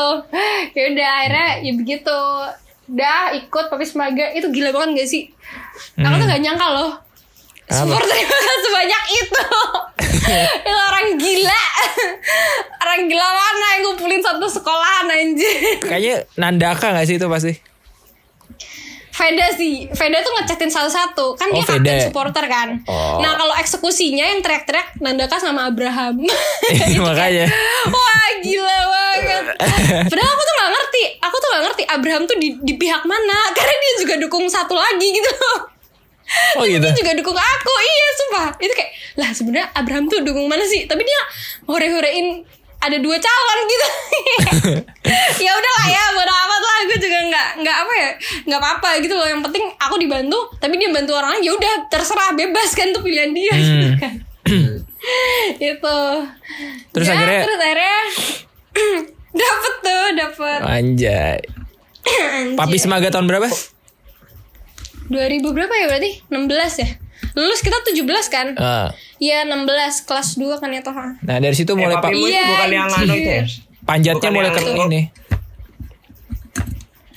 [SPEAKER 4] ya udah akhirnya ya begitu udah ikut papis maga itu gila banget gak sih aku
[SPEAKER 3] Hmm.
[SPEAKER 4] tuh gak nyangka loh support terima kasih sebanyak itu itu orang gila orang gila mana yang ngumpulin satu sekolahan anjir
[SPEAKER 3] Kayaknya Nandaka gak sih itu pasti?
[SPEAKER 4] Veda sih, Veda tuh ngechatin satu-satu Kan dia
[SPEAKER 3] Oh, Veda. Oh.
[SPEAKER 4] kapten supporter kan Nah kalau eksekusinya yang teriak-teriak Nandaka sama Abraham
[SPEAKER 3] Iya, makanya.
[SPEAKER 4] Wah gila banget Padahal aku tuh gak ngerti Aku tuh gak ngerti Abraham tuh di, di pihak mana Karena dia juga dukung satu lagi gitu loh
[SPEAKER 3] Oh gitu.
[SPEAKER 4] Dia juga dukung aku Iya sumpah Itu kayak Lah sebenarnya Abraham tuh dukung mana sih Tapi dia hore-horein ada dua calon gitu ya udahlah ya bodo amat lah gue juga nggak nggak apa ya nggak apa apa gitu loh yang penting aku dibantu tapi dia bantu orang lain ya udah terserah bebas kan tuh pilihan dia
[SPEAKER 3] Hmm.
[SPEAKER 4] gitu kan itu
[SPEAKER 3] Terus
[SPEAKER 4] Ya,
[SPEAKER 3] akhirnya-
[SPEAKER 4] terus akhirnya dapet tuh dapet
[SPEAKER 3] Anjay. Papi Semaga tahun berapa?
[SPEAKER 4] 2000 berapa ya berarti 16 ya lulus kita 17 kan
[SPEAKER 3] Ah.
[SPEAKER 4] Iya 16 kelas 2 kan ya toh ha?
[SPEAKER 3] Nah dari
[SPEAKER 2] Eh,
[SPEAKER 3] situ mulai
[SPEAKER 2] papi
[SPEAKER 3] pa-
[SPEAKER 2] mu itu
[SPEAKER 4] Iya,
[SPEAKER 2] bukan yang
[SPEAKER 4] anjir.
[SPEAKER 2] anu itu ya?
[SPEAKER 3] panjatnya
[SPEAKER 2] bukan
[SPEAKER 3] mulai ke
[SPEAKER 2] yang-
[SPEAKER 3] ini.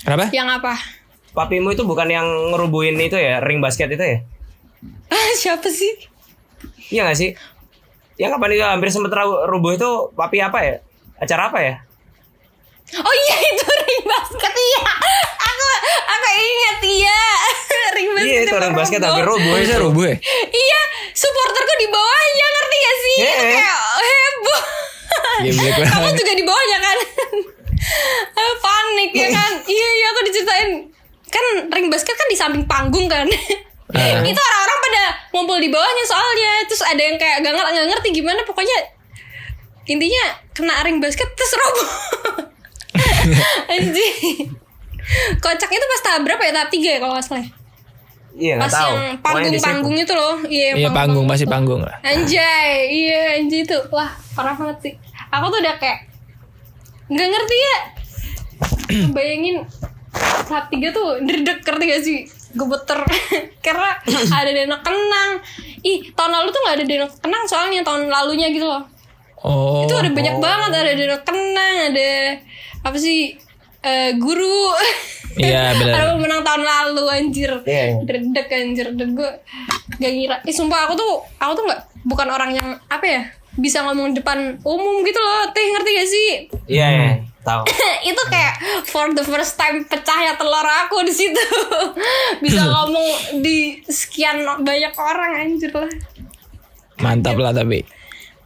[SPEAKER 3] Kenapa?
[SPEAKER 4] yang apa
[SPEAKER 2] Papimu itu bukan yang ngerubuhin itu ya, ring basket itu ya?
[SPEAKER 4] Ah, siapa sih
[SPEAKER 2] Iya gak sih? Yang kapan itu hampir sempet ra- rubuh itu papi apa ya? Acara apa ya?
[SPEAKER 4] Oh iya itu ring basket iya. Aku aku ingat iya. ring basket.
[SPEAKER 2] Iya itu
[SPEAKER 4] yang
[SPEAKER 2] ring basket hampir
[SPEAKER 4] roboh.
[SPEAKER 2] rubuh.
[SPEAKER 3] Oh, bisa
[SPEAKER 2] itu.
[SPEAKER 3] rubuh ya?
[SPEAKER 4] Iya, supporterku di bawahnya ngerti gak sih? Itu
[SPEAKER 2] Iya.
[SPEAKER 4] kayak heboh.
[SPEAKER 3] Iya, black banget.
[SPEAKER 4] Kamu juga di bawahnya kan? Eh, Panik ya kan? Iya iya aku diceritain. Kan ring basket kan di samping panggung kan? Itu orang-orang pada ngumpul di bawahnya soalnya. Terus ada yang kayak gak, nger- gak ngerti gimana pokoknya intinya kena ring basket terus roboh. Anjir. Kocaknya itu pas tahap berapa ya? Tahap 3 ya kalau nggak salah. ya?
[SPEAKER 2] Iya
[SPEAKER 4] Pas
[SPEAKER 2] nggak tahu.
[SPEAKER 4] yang
[SPEAKER 2] Pokoknya di situ.
[SPEAKER 4] panggung-panggung itu loh. Iya, yang
[SPEAKER 3] Iya panggung masih panggung lah.
[SPEAKER 4] Anjay, iya anjay itu. Wah, parah banget sih. Aku tuh udah kayak nggak ngerti ya. Bayangin tahap tiga tuh derdek ngerti gak sih? Gebeter Karena ada denok kenang Ih tahun lalu tuh gak ada denok kenang soalnya Tahun lalunya gitu loh
[SPEAKER 3] Oh.
[SPEAKER 4] Itu ada banyak banget Ada denok kenang Ada apa sih eh, Guru
[SPEAKER 3] Iya
[SPEAKER 4] Ada
[SPEAKER 3] benar.
[SPEAKER 4] pemenang tahun lalu anjir.
[SPEAKER 2] Iya, iya.
[SPEAKER 4] Dredek anjir, deg gue gak ngira. Eh sumpah aku tuh aku tuh nggak bukan orang yang apa ya bisa ngomong depan umum gitu loh. Teh ngerti gak sih?
[SPEAKER 2] Iya, iya, tahu.
[SPEAKER 4] itu kayak for the first time pecahnya telur aku di situ. bisa ngomong di sekian banyak orang anjir lah.
[SPEAKER 3] Mantap lah tapi.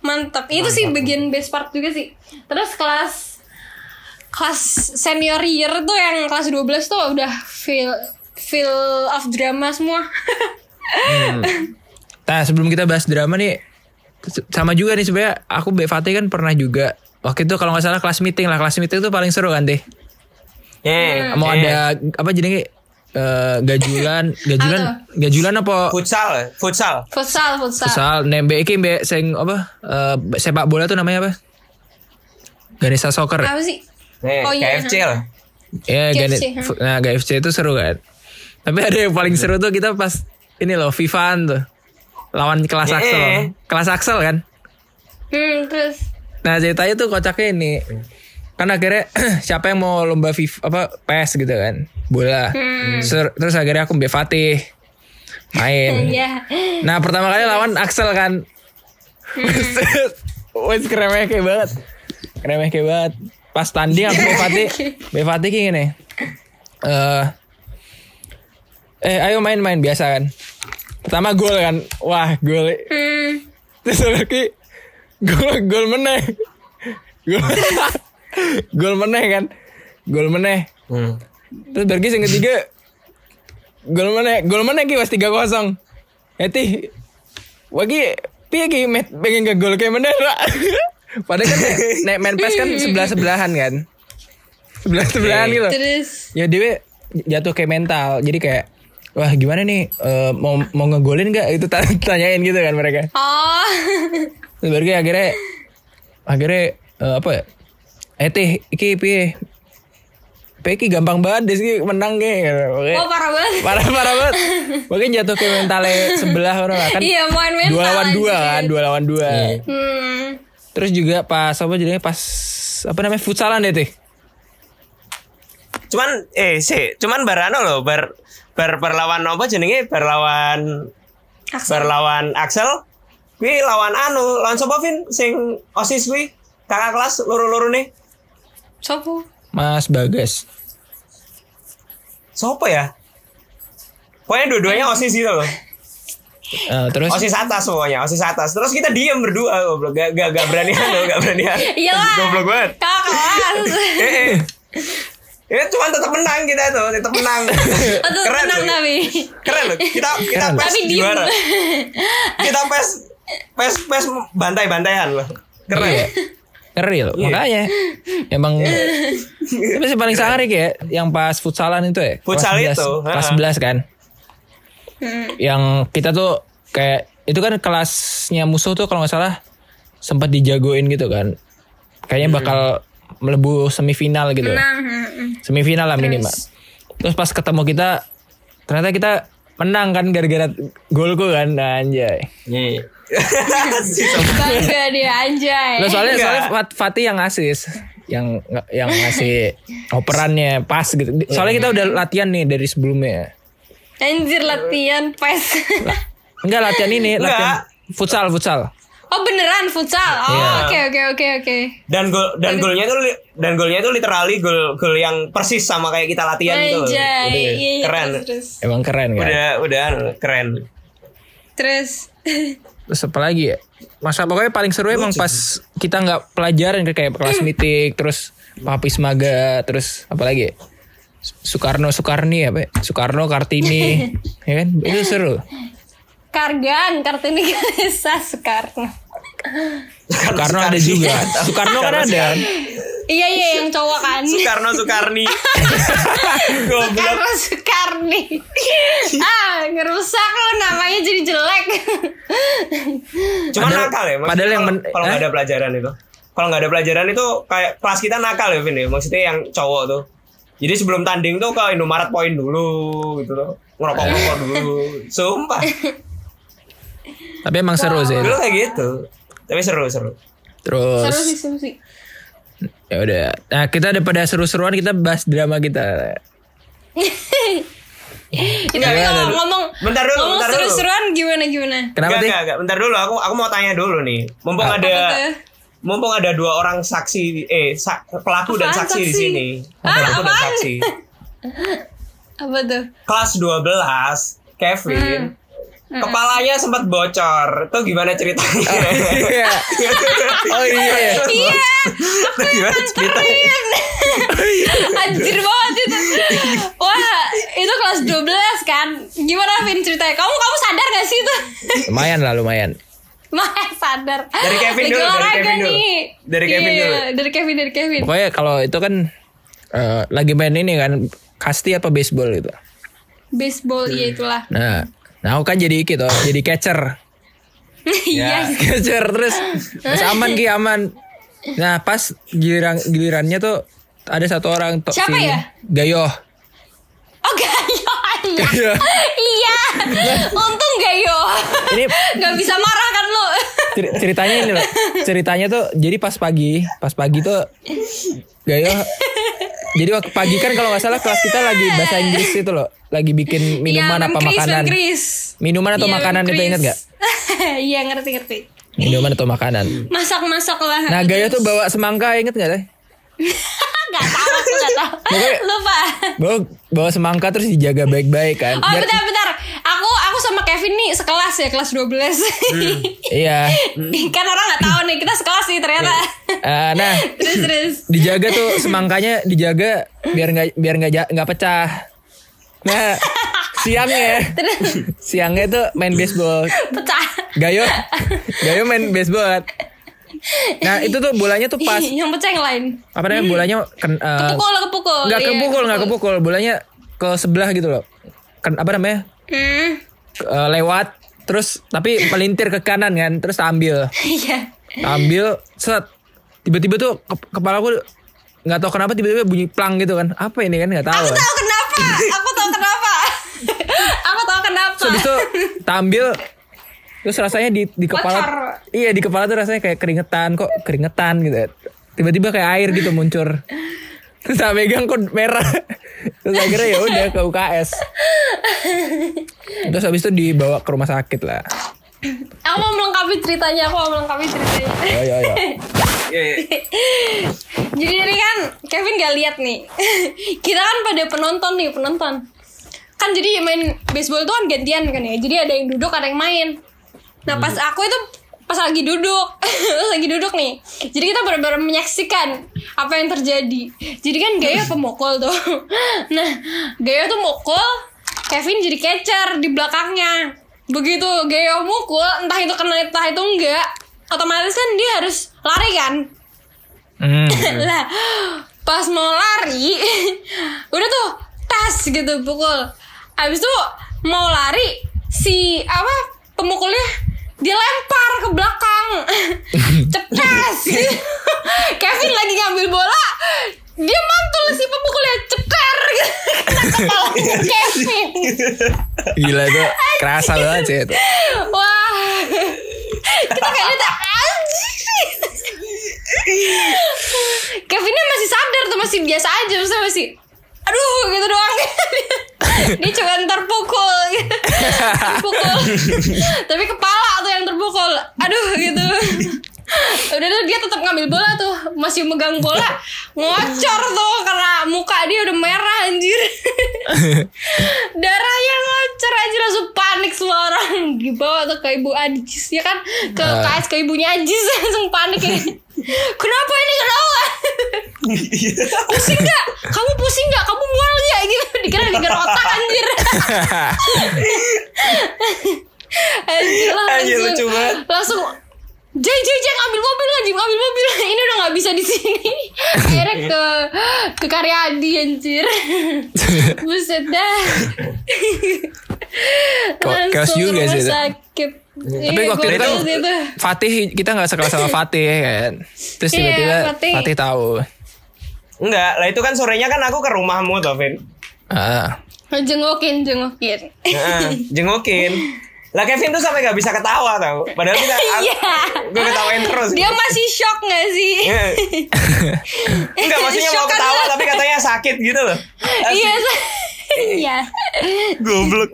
[SPEAKER 4] Mantap. Itu sih bagian best part juga sih. Terus kelas kelas senior year tuh yang kelas 12 tuh udah feel feel of drama semua.
[SPEAKER 3] Nah sebelum kita bahas drama nih s- sama juga nih sebenarnya aku Mbak Fatih kan pernah juga waktu itu kalau nggak salah kelas meeting lah kelas meeting itu paling seru kan deh
[SPEAKER 4] Hmm.
[SPEAKER 2] Iya,
[SPEAKER 3] mau
[SPEAKER 2] iya.
[SPEAKER 3] ada apa jadi gajulan gajulan gajulan apa
[SPEAKER 2] futsal, futsal.
[SPEAKER 4] futsal, futsal.
[SPEAKER 3] Soal nembek iki mbek sing apa eh, sepak bola tuh namanya apa? Ganesha Soccer.
[SPEAKER 4] Apa sih?
[SPEAKER 2] Nih,
[SPEAKER 4] Oh, iya.
[SPEAKER 2] KFC lah.
[SPEAKER 3] Ya, Ganes-
[SPEAKER 4] GFC,
[SPEAKER 3] fu- nah GFC itu seru kan. Tapi ada yang paling seru tuh kita pas ini loh Vivan tuh lawan kelas
[SPEAKER 2] Iya.
[SPEAKER 3] Axel. Kelas Axel kan.
[SPEAKER 4] Hmm, terus
[SPEAKER 3] Nah ceritanya tuh kocaknya ini kan akhirnya siapa yang mau lomba FIFA apa PES gitu kan bola Ser- terus akhirnya aku mbak Fatih main
[SPEAKER 4] ya.
[SPEAKER 3] Nah pertama kali lawan Axel kan Wes remeh kayak banget Remeh kayak banget Pas tanding aku Bevati Bevati kayak gini Eh, Eh ayo main-main biasa kan Pertama gol kan Wah gol
[SPEAKER 4] Hmm.
[SPEAKER 3] Terus lagi Gol gol meneh Gol Gol meneh kan Gol meneh
[SPEAKER 2] Hmm.
[SPEAKER 3] Terus Bergi yang ketiga Gol mana? Gol mana ki pas 3-0. Eti. Wagi piye ki met pengen ke gol kayak mana? Ra? Padahal kan nek- nek main PES kan sebelah-sebelahan kan. Sebelah-sebelahan gitu.
[SPEAKER 4] Terus
[SPEAKER 3] Ya dewe jatuh kayak mental. Jadi kayak wah gimana nih Eh, mau mau ngegolin gak itu ta- tanyain gitu kan mereka.
[SPEAKER 4] oh.
[SPEAKER 3] Terus Bergi akhirnya akhirnya eh, apa ya? Eti iki piye? Peki gampang banget Deski menang kayak. Oke.
[SPEAKER 4] Wah, parah banget.
[SPEAKER 3] parah parah banget mungkin jatuh ke mentalnya sebelah orang lah kan
[SPEAKER 4] Iya, main mental.
[SPEAKER 3] dua lawan dua
[SPEAKER 4] anjir.
[SPEAKER 3] kan dua lawan dua
[SPEAKER 4] Hmm.
[SPEAKER 3] terus juga pas apa jadinya pas apa namanya futsalan deh teh
[SPEAKER 2] Cuman eh sih, cuman barano loh bar bar perlawan apa jenenge berlawan
[SPEAKER 4] Axel.
[SPEAKER 2] berlawan Axel. Kuwi lawan anu, lawan sapa Vin sing OSIS kuwi? Kakak kelas loro-loro nih.
[SPEAKER 4] Sopo?
[SPEAKER 3] mas bagas
[SPEAKER 2] Sopo ya? Pokoknya dua-duanya OSIS gitu loh.
[SPEAKER 3] Eh, terus
[SPEAKER 2] OSIS atas pokoknya, OSIS atas. Terus kita diem berdua, goblok. Gak, gak, gak berani anu, gak berani anu.
[SPEAKER 4] Iya lah.
[SPEAKER 2] Goblok banget.
[SPEAKER 4] Kakak.
[SPEAKER 2] Eh, eh. Ya cuman tetap menang kita tuh, tetap menang.
[SPEAKER 4] Aduh,
[SPEAKER 2] Keren
[SPEAKER 4] tenang
[SPEAKER 2] loh.
[SPEAKER 4] tapi.
[SPEAKER 2] Keren loh. Kita kita
[SPEAKER 3] Keren.
[SPEAKER 2] pes
[SPEAKER 4] Tapi diem.
[SPEAKER 2] juara. Kita pes pes pes bantai-bantaian loh. Keren.
[SPEAKER 3] iya. ngeri
[SPEAKER 2] Iya.
[SPEAKER 3] loh makanya emang tapi sih paling sangar ya yang pas futsalan itu ya
[SPEAKER 2] Futsal
[SPEAKER 3] kelas
[SPEAKER 2] itu,
[SPEAKER 3] 11, kelas
[SPEAKER 2] ha-ha.
[SPEAKER 3] 11 kan yang kita tuh kayak itu kan kelasnya musuh tuh kalau nggak salah sempat dijagoin gitu kan
[SPEAKER 2] Hmm.
[SPEAKER 3] kayaknya bakal melebu semifinal gitu
[SPEAKER 4] Tenang. hmm.
[SPEAKER 3] semifinal lah minimal terus pas ketemu kita ternyata kita menang kan gara-gara golku kan anjay
[SPEAKER 2] Iya. Si sombong.
[SPEAKER 4] Bangga dia anjay.
[SPEAKER 3] Lah soalnya
[SPEAKER 2] Enggak.
[SPEAKER 3] soalnya Fat- Fatih yang asis yang yang ngasih operannya pas gitu. Soalnya kita udah latihan nih dari sebelumnya.
[SPEAKER 4] Anjir latihan pes.
[SPEAKER 3] Enggak latihan ini,
[SPEAKER 2] Enggak.
[SPEAKER 3] latihan futsal, futsal.
[SPEAKER 4] oh beneran futsal.
[SPEAKER 3] Iya.
[SPEAKER 4] Oh oke oke oke oke.
[SPEAKER 2] dan gol dan golnya itu li- dan golnya itu literally gol gol yang persis sama kayak kita latihan gitu. loh.
[SPEAKER 4] Anjay.
[SPEAKER 2] Udah,
[SPEAKER 4] Iya, iya,
[SPEAKER 2] keren.
[SPEAKER 4] Terus
[SPEAKER 2] anu,
[SPEAKER 3] Emang keren kan?
[SPEAKER 2] Udah udah keren.
[SPEAKER 4] terus
[SPEAKER 3] Terus apa lagi ya? Masa pokoknya paling seru emang pas kita nggak pelajaran kayak kelas mitik, terus Papis Maga, terus apa lagi? ya? Soekarno Soekarni apa? ya? Soekarno Kartini, ya kan? Itu seru.
[SPEAKER 4] Kargan, Kartini Ganesha Soekarno.
[SPEAKER 3] Soekarno ada juga. Soekarno kan ada.
[SPEAKER 4] Iya iya yang cowok kan.
[SPEAKER 2] Soekarno Soekarni Goblok
[SPEAKER 4] Soekarno Soekarni. ah, ngerusak lo namanya jadi jelek.
[SPEAKER 2] Cuman
[SPEAKER 3] Padahal-
[SPEAKER 2] nakal ya maksudnya
[SPEAKER 3] padahal yang
[SPEAKER 2] kalau-
[SPEAKER 3] men-
[SPEAKER 2] Kalau nggak
[SPEAKER 3] eh?
[SPEAKER 2] ada pelajaran itu Kalau nggak ada pelajaran itu Kayak kelas kita nakal ya Vin ya Maksudnya yang cowok tuh Jadi sebelum tanding tuh ke Indomaret poin dulu gitu loh Ngerokok-ngerokok dulu Sumpah
[SPEAKER 3] Iya. Tapi emang seru sih.
[SPEAKER 2] Dulu kayak gitu Tapi seru-seru
[SPEAKER 3] Terus
[SPEAKER 4] Seru sih seru sih.
[SPEAKER 3] ya udah. Nah kita daripada seru-seruan kita bahas drama kita.
[SPEAKER 4] Tapi kalau ngomong
[SPEAKER 2] Bentar dulu,
[SPEAKER 4] ngomong
[SPEAKER 2] bentar dulu.
[SPEAKER 4] seru-seruan gimana gimana?
[SPEAKER 2] Enggak,
[SPEAKER 3] Kenapa sih?
[SPEAKER 2] enggak, enggak. Bentar dulu aku aku mau tanya dulu nih. Mumpung ada
[SPEAKER 4] Apa tuh?
[SPEAKER 2] mumpung ada dua orang saksi eh sa- pelaku dan
[SPEAKER 4] Apaan
[SPEAKER 2] saksi, di
[SPEAKER 4] saksi?
[SPEAKER 2] sini.
[SPEAKER 4] Ah,
[SPEAKER 2] Pelaku dan
[SPEAKER 4] apaan?
[SPEAKER 2] saksi.
[SPEAKER 4] Apa tuh?
[SPEAKER 2] Kelas 12 Kevin Kepalanya sempat bocor. Itu gimana ceritanya?
[SPEAKER 3] Iya. Oh iya.
[SPEAKER 4] Iya,
[SPEAKER 2] Itu gimana ceritanya?
[SPEAKER 4] anjir banget itu. Wah, itu kelas 12 kan. Gimana Vin ceritanya? Kamu kamu sadar gak sih itu?
[SPEAKER 3] Lumayan lah lumayan.
[SPEAKER 4] Mah sadar.
[SPEAKER 2] Dari Kevin
[SPEAKER 4] Lagi
[SPEAKER 2] dulu, dari
[SPEAKER 4] olahraga
[SPEAKER 2] Kevin dulu.
[SPEAKER 4] nih.
[SPEAKER 2] Dari Kevin
[SPEAKER 4] Iya,
[SPEAKER 2] dulu.
[SPEAKER 4] Dari Kevin, dari Kevin.
[SPEAKER 3] Pokoknya kalau itu kan eh, lagi main ini kan kasti apa baseball gitu.
[SPEAKER 4] Baseball ya itulah.
[SPEAKER 3] Nah, nah aku kan jadi gitu, jadi catcher. Ya,
[SPEAKER 4] Iya.
[SPEAKER 3] Catcher terus, terus aman ki aman. Nah, pas giliran gilirannya tuh ada satu orang tuh
[SPEAKER 4] Siapa ya?
[SPEAKER 3] Gayo.
[SPEAKER 4] Oh gayo
[SPEAKER 3] Gayo.
[SPEAKER 4] Iya Untung gayo
[SPEAKER 3] Ini
[SPEAKER 4] Gak bisa marah kan lo
[SPEAKER 3] Cer- ceritanya ini loh ceritanya tuh jadi pas pagi pas pagi tuh Gayo jadi waktu pagi kan kalau nggak salah kelas kita lagi bahasa Inggris itu loh lagi bikin minuman
[SPEAKER 4] Iya,
[SPEAKER 3] apa
[SPEAKER 4] Mem Kris,
[SPEAKER 3] makanan
[SPEAKER 4] Mem Kris.
[SPEAKER 3] minuman atau
[SPEAKER 4] Iya, Mem
[SPEAKER 3] makanan itu
[SPEAKER 4] Kris.
[SPEAKER 3] inget gak
[SPEAKER 4] Iya ngerti ngerti
[SPEAKER 3] minuman atau makanan
[SPEAKER 4] Masak-masak lah
[SPEAKER 3] nah Gayo tuh bawa semangka inget gak deh
[SPEAKER 4] Ah, Gak tau aku gak tau
[SPEAKER 3] Pokoknya-
[SPEAKER 4] Lupa
[SPEAKER 3] bawa bawa semangka terus dijaga baik-baik kan
[SPEAKER 4] Oh
[SPEAKER 3] Biar-
[SPEAKER 4] bentar bentar Aku aku sama Kevin nih sekelas ya Kelas 12
[SPEAKER 3] iya
[SPEAKER 4] Kan orang gak tahu nih Kita sekelas nih ternyata
[SPEAKER 3] Eh, nah
[SPEAKER 4] Terus terus
[SPEAKER 3] dijaga tuh semangkanya dijaga biar nggak biar nggak ja- nggak pecah nah siangnya siangnya tuh main baseball
[SPEAKER 4] Pecah
[SPEAKER 3] Gayo Gayo main baseball nah itu tuh bolanya tuh pas
[SPEAKER 4] Yang pecah yang lain
[SPEAKER 3] apa namanya bolanya ken, eh,
[SPEAKER 4] Kepukul kepukul
[SPEAKER 3] nggak
[SPEAKER 4] iya,
[SPEAKER 3] kepukul nggak kepukul bolanya ke sebelah gitu loh kan apa namanya
[SPEAKER 4] Hmm,
[SPEAKER 3] Ke- eh, lewat terus tapi pelintir ke kanan kan terus ambil
[SPEAKER 4] Iya
[SPEAKER 3] ambil set tiba-tiba tuh ke- kepala aku nggak tahu kenapa tiba-tiba bunyi plang gitu kan apa ini kan nggak tahu
[SPEAKER 4] Aku
[SPEAKER 3] kan.
[SPEAKER 4] tahu kenapa. Aku tahu kenapa. Aku tahu kenapa.
[SPEAKER 3] Terus habis itu tampil terus rasanya di di kepala
[SPEAKER 4] Bocor.
[SPEAKER 3] iya di kepala tuh rasanya kayak keringetan kok keringetan gitu ya. tiba-tiba kayak air gitu muncul terus saya megang kok merah terus akhirnya ya udah ke UKS terus habis itu dibawa ke rumah sakit lah
[SPEAKER 4] Aku mau melengkapi ceritanya. Aku mau melengkapi ceritanya.
[SPEAKER 3] yo yo yo
[SPEAKER 2] Iya, iya.
[SPEAKER 4] Jadi ini kan Kevin gak lihat nih. Kita kan pada penonton nih penonton. Kan jadi main baseball tuh kan gantian kan ya. Jadi ada yang duduk ada yang main. Nah pas aku itu pas lagi duduk, pas lagi duduk nih. Jadi kita benar-benar menyaksikan apa yang terjadi. Jadi kan Gaya pemukul tuh. Nah Gaya tuh mukul, Kevin jadi catcher di belakangnya. Begitu Gaya mukul, entah itu kena entah itu enggak, otomatis kan dia harus lari kan
[SPEAKER 3] Hmm,
[SPEAKER 4] lah pas mau lari udah tuh tas gitu pukul abis itu mau lari si apa pemukulnya dia lempar ke belakang cepes gitu. Kevin lagi ngambil bola dia mantul si pemukulnya ceper gitu kena kepalanya Kevin
[SPEAKER 3] gila itu kerasa banget sih itu
[SPEAKER 4] Wah. Kita kayaknya udah anjir. Kevinnya masih sadar tuh masih biasa aja maksudnya masih aduh gitu doang dia cuma terpukul gitu. terpukul tapi kepala tuh yang terpukul aduh gitu udah tuh dia tetap ngambil bola tuh masih megang bola ngocor tuh karena muka dia udah merah anjir darahnya ngocor anjir langsung panik semua orang dibawa tuh ke ibu Ajis ya kan ke
[SPEAKER 2] Nah.
[SPEAKER 4] KS ke ibunya Ajis langsung panik ya kenapa ini kenapa pusing gak kamu pusing gak kamu mual gak gitu dikira dikira otak anjir anjir lah
[SPEAKER 2] Anjir,
[SPEAKER 4] langsung
[SPEAKER 2] lucu banget.
[SPEAKER 4] langsung Jay, Jay, Jay, ngambil mobil lah, Jay, ngambil mobil. Ini udah nggak bisa di sini. Akhirnya ke ke Karyadi anjir. Buset dah.
[SPEAKER 3] Kok chaos
[SPEAKER 4] Langsung
[SPEAKER 3] juga
[SPEAKER 4] rumah
[SPEAKER 3] sih itu.
[SPEAKER 4] Sakit.
[SPEAKER 3] Tapi
[SPEAKER 4] Iya,
[SPEAKER 3] waktu
[SPEAKER 4] gua
[SPEAKER 3] itu- kan-
[SPEAKER 4] tahu sih itu.
[SPEAKER 3] Fatih kita nggak sekelas sama Fatih kan. Terus
[SPEAKER 4] Iya,
[SPEAKER 3] tiba-tiba
[SPEAKER 4] Fatih.
[SPEAKER 3] Fatih. tahu.
[SPEAKER 2] Enggak, lah itu kan sorenya kan aku ke rumahmu tuh, Vin.
[SPEAKER 3] Ah.
[SPEAKER 4] Jengokin, jengokin.
[SPEAKER 2] Heeh, jengukin. Lah Kevin tuh sampai gak bisa ketawa tau. Padahal kita
[SPEAKER 4] Iya.
[SPEAKER 2] gue Ah, ketawain terus.
[SPEAKER 4] Dia masih shock gak sih?
[SPEAKER 2] Iya. Enggak maksudnya mau
[SPEAKER 4] Shock kan
[SPEAKER 2] ketawa
[SPEAKER 4] lu.
[SPEAKER 2] tapi katanya sakit gitu loh. Asli,
[SPEAKER 4] Iya. sa- Iya.
[SPEAKER 2] Goblok.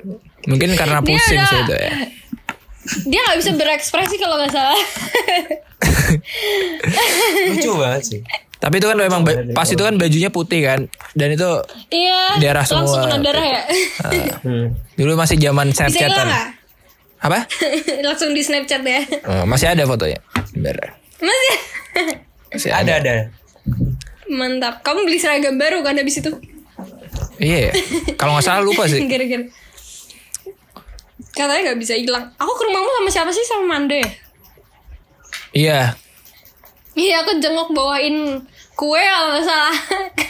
[SPEAKER 3] Mungkin karena
[SPEAKER 4] Dia
[SPEAKER 3] pusing
[SPEAKER 4] udah-
[SPEAKER 3] sih itu ya.
[SPEAKER 4] Dia nggak bisa berekspresi kalau nggak salah.
[SPEAKER 2] Lucu banget sih.
[SPEAKER 3] Tapi itu kan memang ba- pas itu kan bajunya putih kan. Dan itu
[SPEAKER 4] Iya.
[SPEAKER 3] Darah
[SPEAKER 4] Langsung
[SPEAKER 3] semua.
[SPEAKER 4] kena darah ya.
[SPEAKER 3] dulu masih zaman
[SPEAKER 4] Bisa hilang nggak?
[SPEAKER 3] Snapchatan. Apa?
[SPEAKER 4] Langsung di Snapchat ya.
[SPEAKER 3] Eh, masih ada fotonya. Bener.
[SPEAKER 4] Masih.
[SPEAKER 3] Masih
[SPEAKER 2] Ada
[SPEAKER 3] ada.
[SPEAKER 2] ada.
[SPEAKER 4] Mantap. Kamu beli seragam baru kan habis itu?
[SPEAKER 3] Iya. ya. Kalau nggak salah lupa sih.
[SPEAKER 4] Gara-gara. Katanya nggak bisa hilang. Aku ke rumahmu sama siapa sih? Sama Mande. ya?
[SPEAKER 3] Iya.
[SPEAKER 4] Iya, aku jenguk bawain kue kalau nggak salah.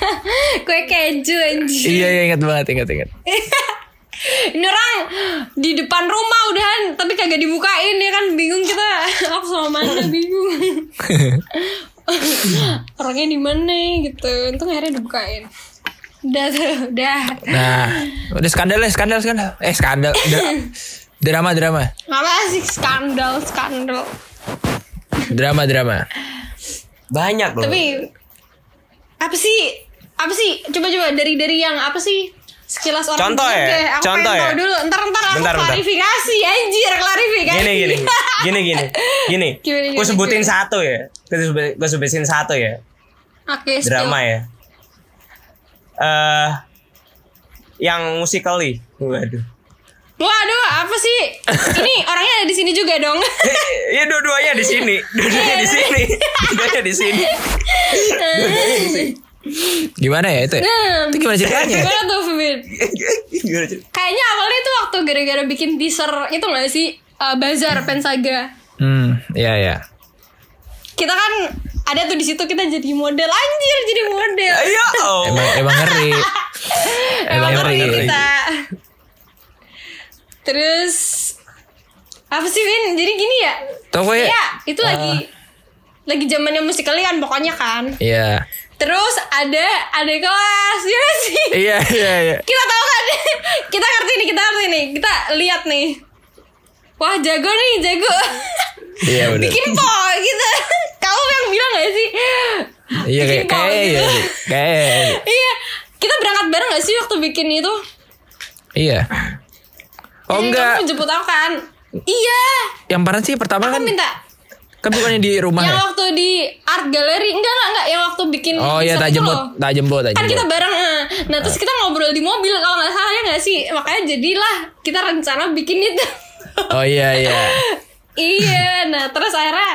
[SPEAKER 4] kue keju anjir.
[SPEAKER 3] Iya, iya ingat banget, ingat ingat.
[SPEAKER 4] Ini orang di depan rumah udahan tapi kagak dibukain ya kan bingung kita. Aku sama mana bingung. Orangnya di mana gitu. Untung akhirnya dibukain. Udah tuh, udah.
[SPEAKER 3] Nah, udah skandal ya, skandal skandal. Eh, skandal. Dra- drama drama.
[SPEAKER 4] Apa sih skandal, skandal.
[SPEAKER 3] Drama drama.
[SPEAKER 2] Banyak loh.
[SPEAKER 4] Tapi apa sih? Apa sih? Coba-coba dari dari yang apa sih? Sekilas orang
[SPEAKER 2] Contoh
[SPEAKER 4] dulu
[SPEAKER 2] ya?
[SPEAKER 4] deh. Aku
[SPEAKER 2] Contoh ya?
[SPEAKER 4] pengen tahu dulu. Ntar ntar aku
[SPEAKER 2] Bentar, bentar.
[SPEAKER 4] klarifikasi anjir, klarifikasi.
[SPEAKER 2] gini gini gini gini gini
[SPEAKER 4] iya.
[SPEAKER 2] gue
[SPEAKER 4] Gimana, gimana,
[SPEAKER 2] sebutin
[SPEAKER 4] gimana?
[SPEAKER 2] satu ya gue sebutin satu ya
[SPEAKER 4] Oke, spill.
[SPEAKER 2] drama ya eh yang musically waduh
[SPEAKER 4] Waduh, apa sih? Ini orangnya ada di sini juga dong.
[SPEAKER 2] Eh, ya dua-duanya di sini dua-duanya di sini dua-duanya di sini
[SPEAKER 3] Gimana ya itu? Ya?
[SPEAKER 4] Hmm.
[SPEAKER 3] Itu gimana ceritanya? ya?
[SPEAKER 4] Gimana tuh, Febin?
[SPEAKER 2] Gimana, Cuk?
[SPEAKER 4] Kayaknya awalnya tuh waktu gara-gara bikin teaser itu gak sih? Eh, bazar Pensaga.
[SPEAKER 3] Hmm, iya ya.
[SPEAKER 4] Kita kan ada tuh di situ kita jadi model anjir jadi model.
[SPEAKER 2] ayo oh.
[SPEAKER 3] Emang emang ngeri.
[SPEAKER 4] Emang
[SPEAKER 3] ngeri.
[SPEAKER 4] ngeri kita. Terus apa sih Vin? Jadi gini ya?
[SPEAKER 3] Tau gue-
[SPEAKER 4] Iya, itu
[SPEAKER 3] Ah,
[SPEAKER 4] lagi lagi zamannya musikal kan pokoknya kan.
[SPEAKER 3] Iya.
[SPEAKER 4] Terus ada ada kelas ya nggak sih.
[SPEAKER 3] Iya, iya, iya.
[SPEAKER 4] Kita tahu kan? kita ngerti nih, kita ngerti nih. Kita lihat nih. Wah jago nih, jago.
[SPEAKER 3] Iya benar.
[SPEAKER 4] Bikin po gitu. Kamu yang bilang gak sih?
[SPEAKER 3] Iya kayak kayak
[SPEAKER 4] bikin pol
[SPEAKER 3] iya.
[SPEAKER 4] gitu.
[SPEAKER 3] Kayak
[SPEAKER 4] Iya, kita berangkat bareng gak sih waktu bikin itu?
[SPEAKER 3] iya. Oh
[SPEAKER 4] Jadi
[SPEAKER 3] enggak,
[SPEAKER 4] Iya, Kamu jemput aku kan? Iya.
[SPEAKER 3] yang parah sih pertama
[SPEAKER 4] Aku
[SPEAKER 3] kan
[SPEAKER 4] minta
[SPEAKER 3] kan bukannya di rumah
[SPEAKER 4] yang
[SPEAKER 3] ya?
[SPEAKER 4] waktu di art gallery enggak enggak enggak yang waktu bikin
[SPEAKER 3] Oh iya,
[SPEAKER 4] desain
[SPEAKER 3] tak
[SPEAKER 4] itu
[SPEAKER 3] jemput,
[SPEAKER 4] loh.
[SPEAKER 3] tak jemput, tak
[SPEAKER 4] Kan kita
[SPEAKER 3] jemput.
[SPEAKER 4] bareng. eh. Nah, terus kita ngobrol di mobil kalau nggak salah ya nggak sih? Makanya jadilah kita rencana bikin itu.
[SPEAKER 3] Oh iya, iya.
[SPEAKER 4] iya, nah terus akhirnya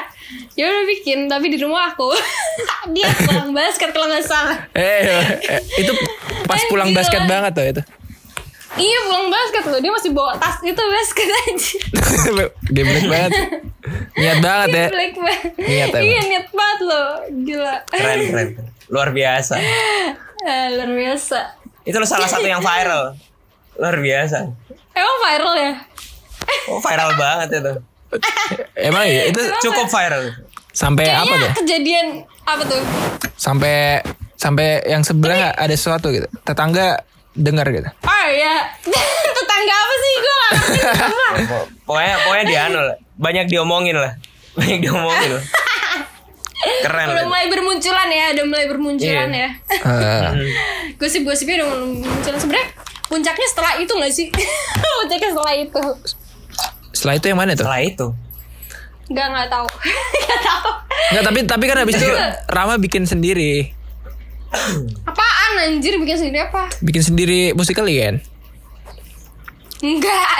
[SPEAKER 4] ya udah bikin tapi di rumah aku. Dia pulang basket kalau nggak salah.
[SPEAKER 3] Eh, eh, itu pas
[SPEAKER 4] Anjir,
[SPEAKER 3] pulang basket
[SPEAKER 4] lah.
[SPEAKER 3] banget tuh itu.
[SPEAKER 4] Iya, pulang basket loh. Dia masih bawa tas itu basket aja.
[SPEAKER 3] Geblek banget. Niat banget ya.
[SPEAKER 4] Black banget.
[SPEAKER 3] Niat emang.
[SPEAKER 4] Iya, niat banget loh. Gila.
[SPEAKER 2] keren keren keren. luar biasa
[SPEAKER 4] Eh, luar biasa.
[SPEAKER 2] itu loh salah satu yang viral luar biasa
[SPEAKER 4] Emang viral ya?
[SPEAKER 2] oh viral banget itu
[SPEAKER 3] Emang ya itu
[SPEAKER 2] cukup viral
[SPEAKER 3] sampai Eh, apa
[SPEAKER 4] Kayaknya
[SPEAKER 3] tuh?
[SPEAKER 4] kejadian apa tuh?
[SPEAKER 3] Sampai sampai yang sebelah ada sesuatu gitu. Tetangga dengar gitu.
[SPEAKER 4] Oh ya, tetangga apa sih gue gak ngerti apa.
[SPEAKER 2] Pok- pokoknya pokoknya di anu lah banyak diomongin lah banyak diomongin lah keren
[SPEAKER 4] Udah mulai bermunculan ya, udah mulai bermunculan
[SPEAKER 2] Iya.
[SPEAKER 4] ya.
[SPEAKER 3] Ah.
[SPEAKER 4] Gosip-gosipnya udah mulai bermunculan sebenarnya. Puncaknya setelah itu gak sih? puncaknya setelah itu.
[SPEAKER 3] setelah itu yang mana tuh?
[SPEAKER 2] setelah itu
[SPEAKER 4] Gak nggak tahu. Gak tahu.
[SPEAKER 3] Nggak, tapi tapi kan habis itu Rama bikin sendiri.
[SPEAKER 4] Apaan anjir bikin sendiri apa?
[SPEAKER 3] Bikin sendiri musikal kan?
[SPEAKER 4] Enggak,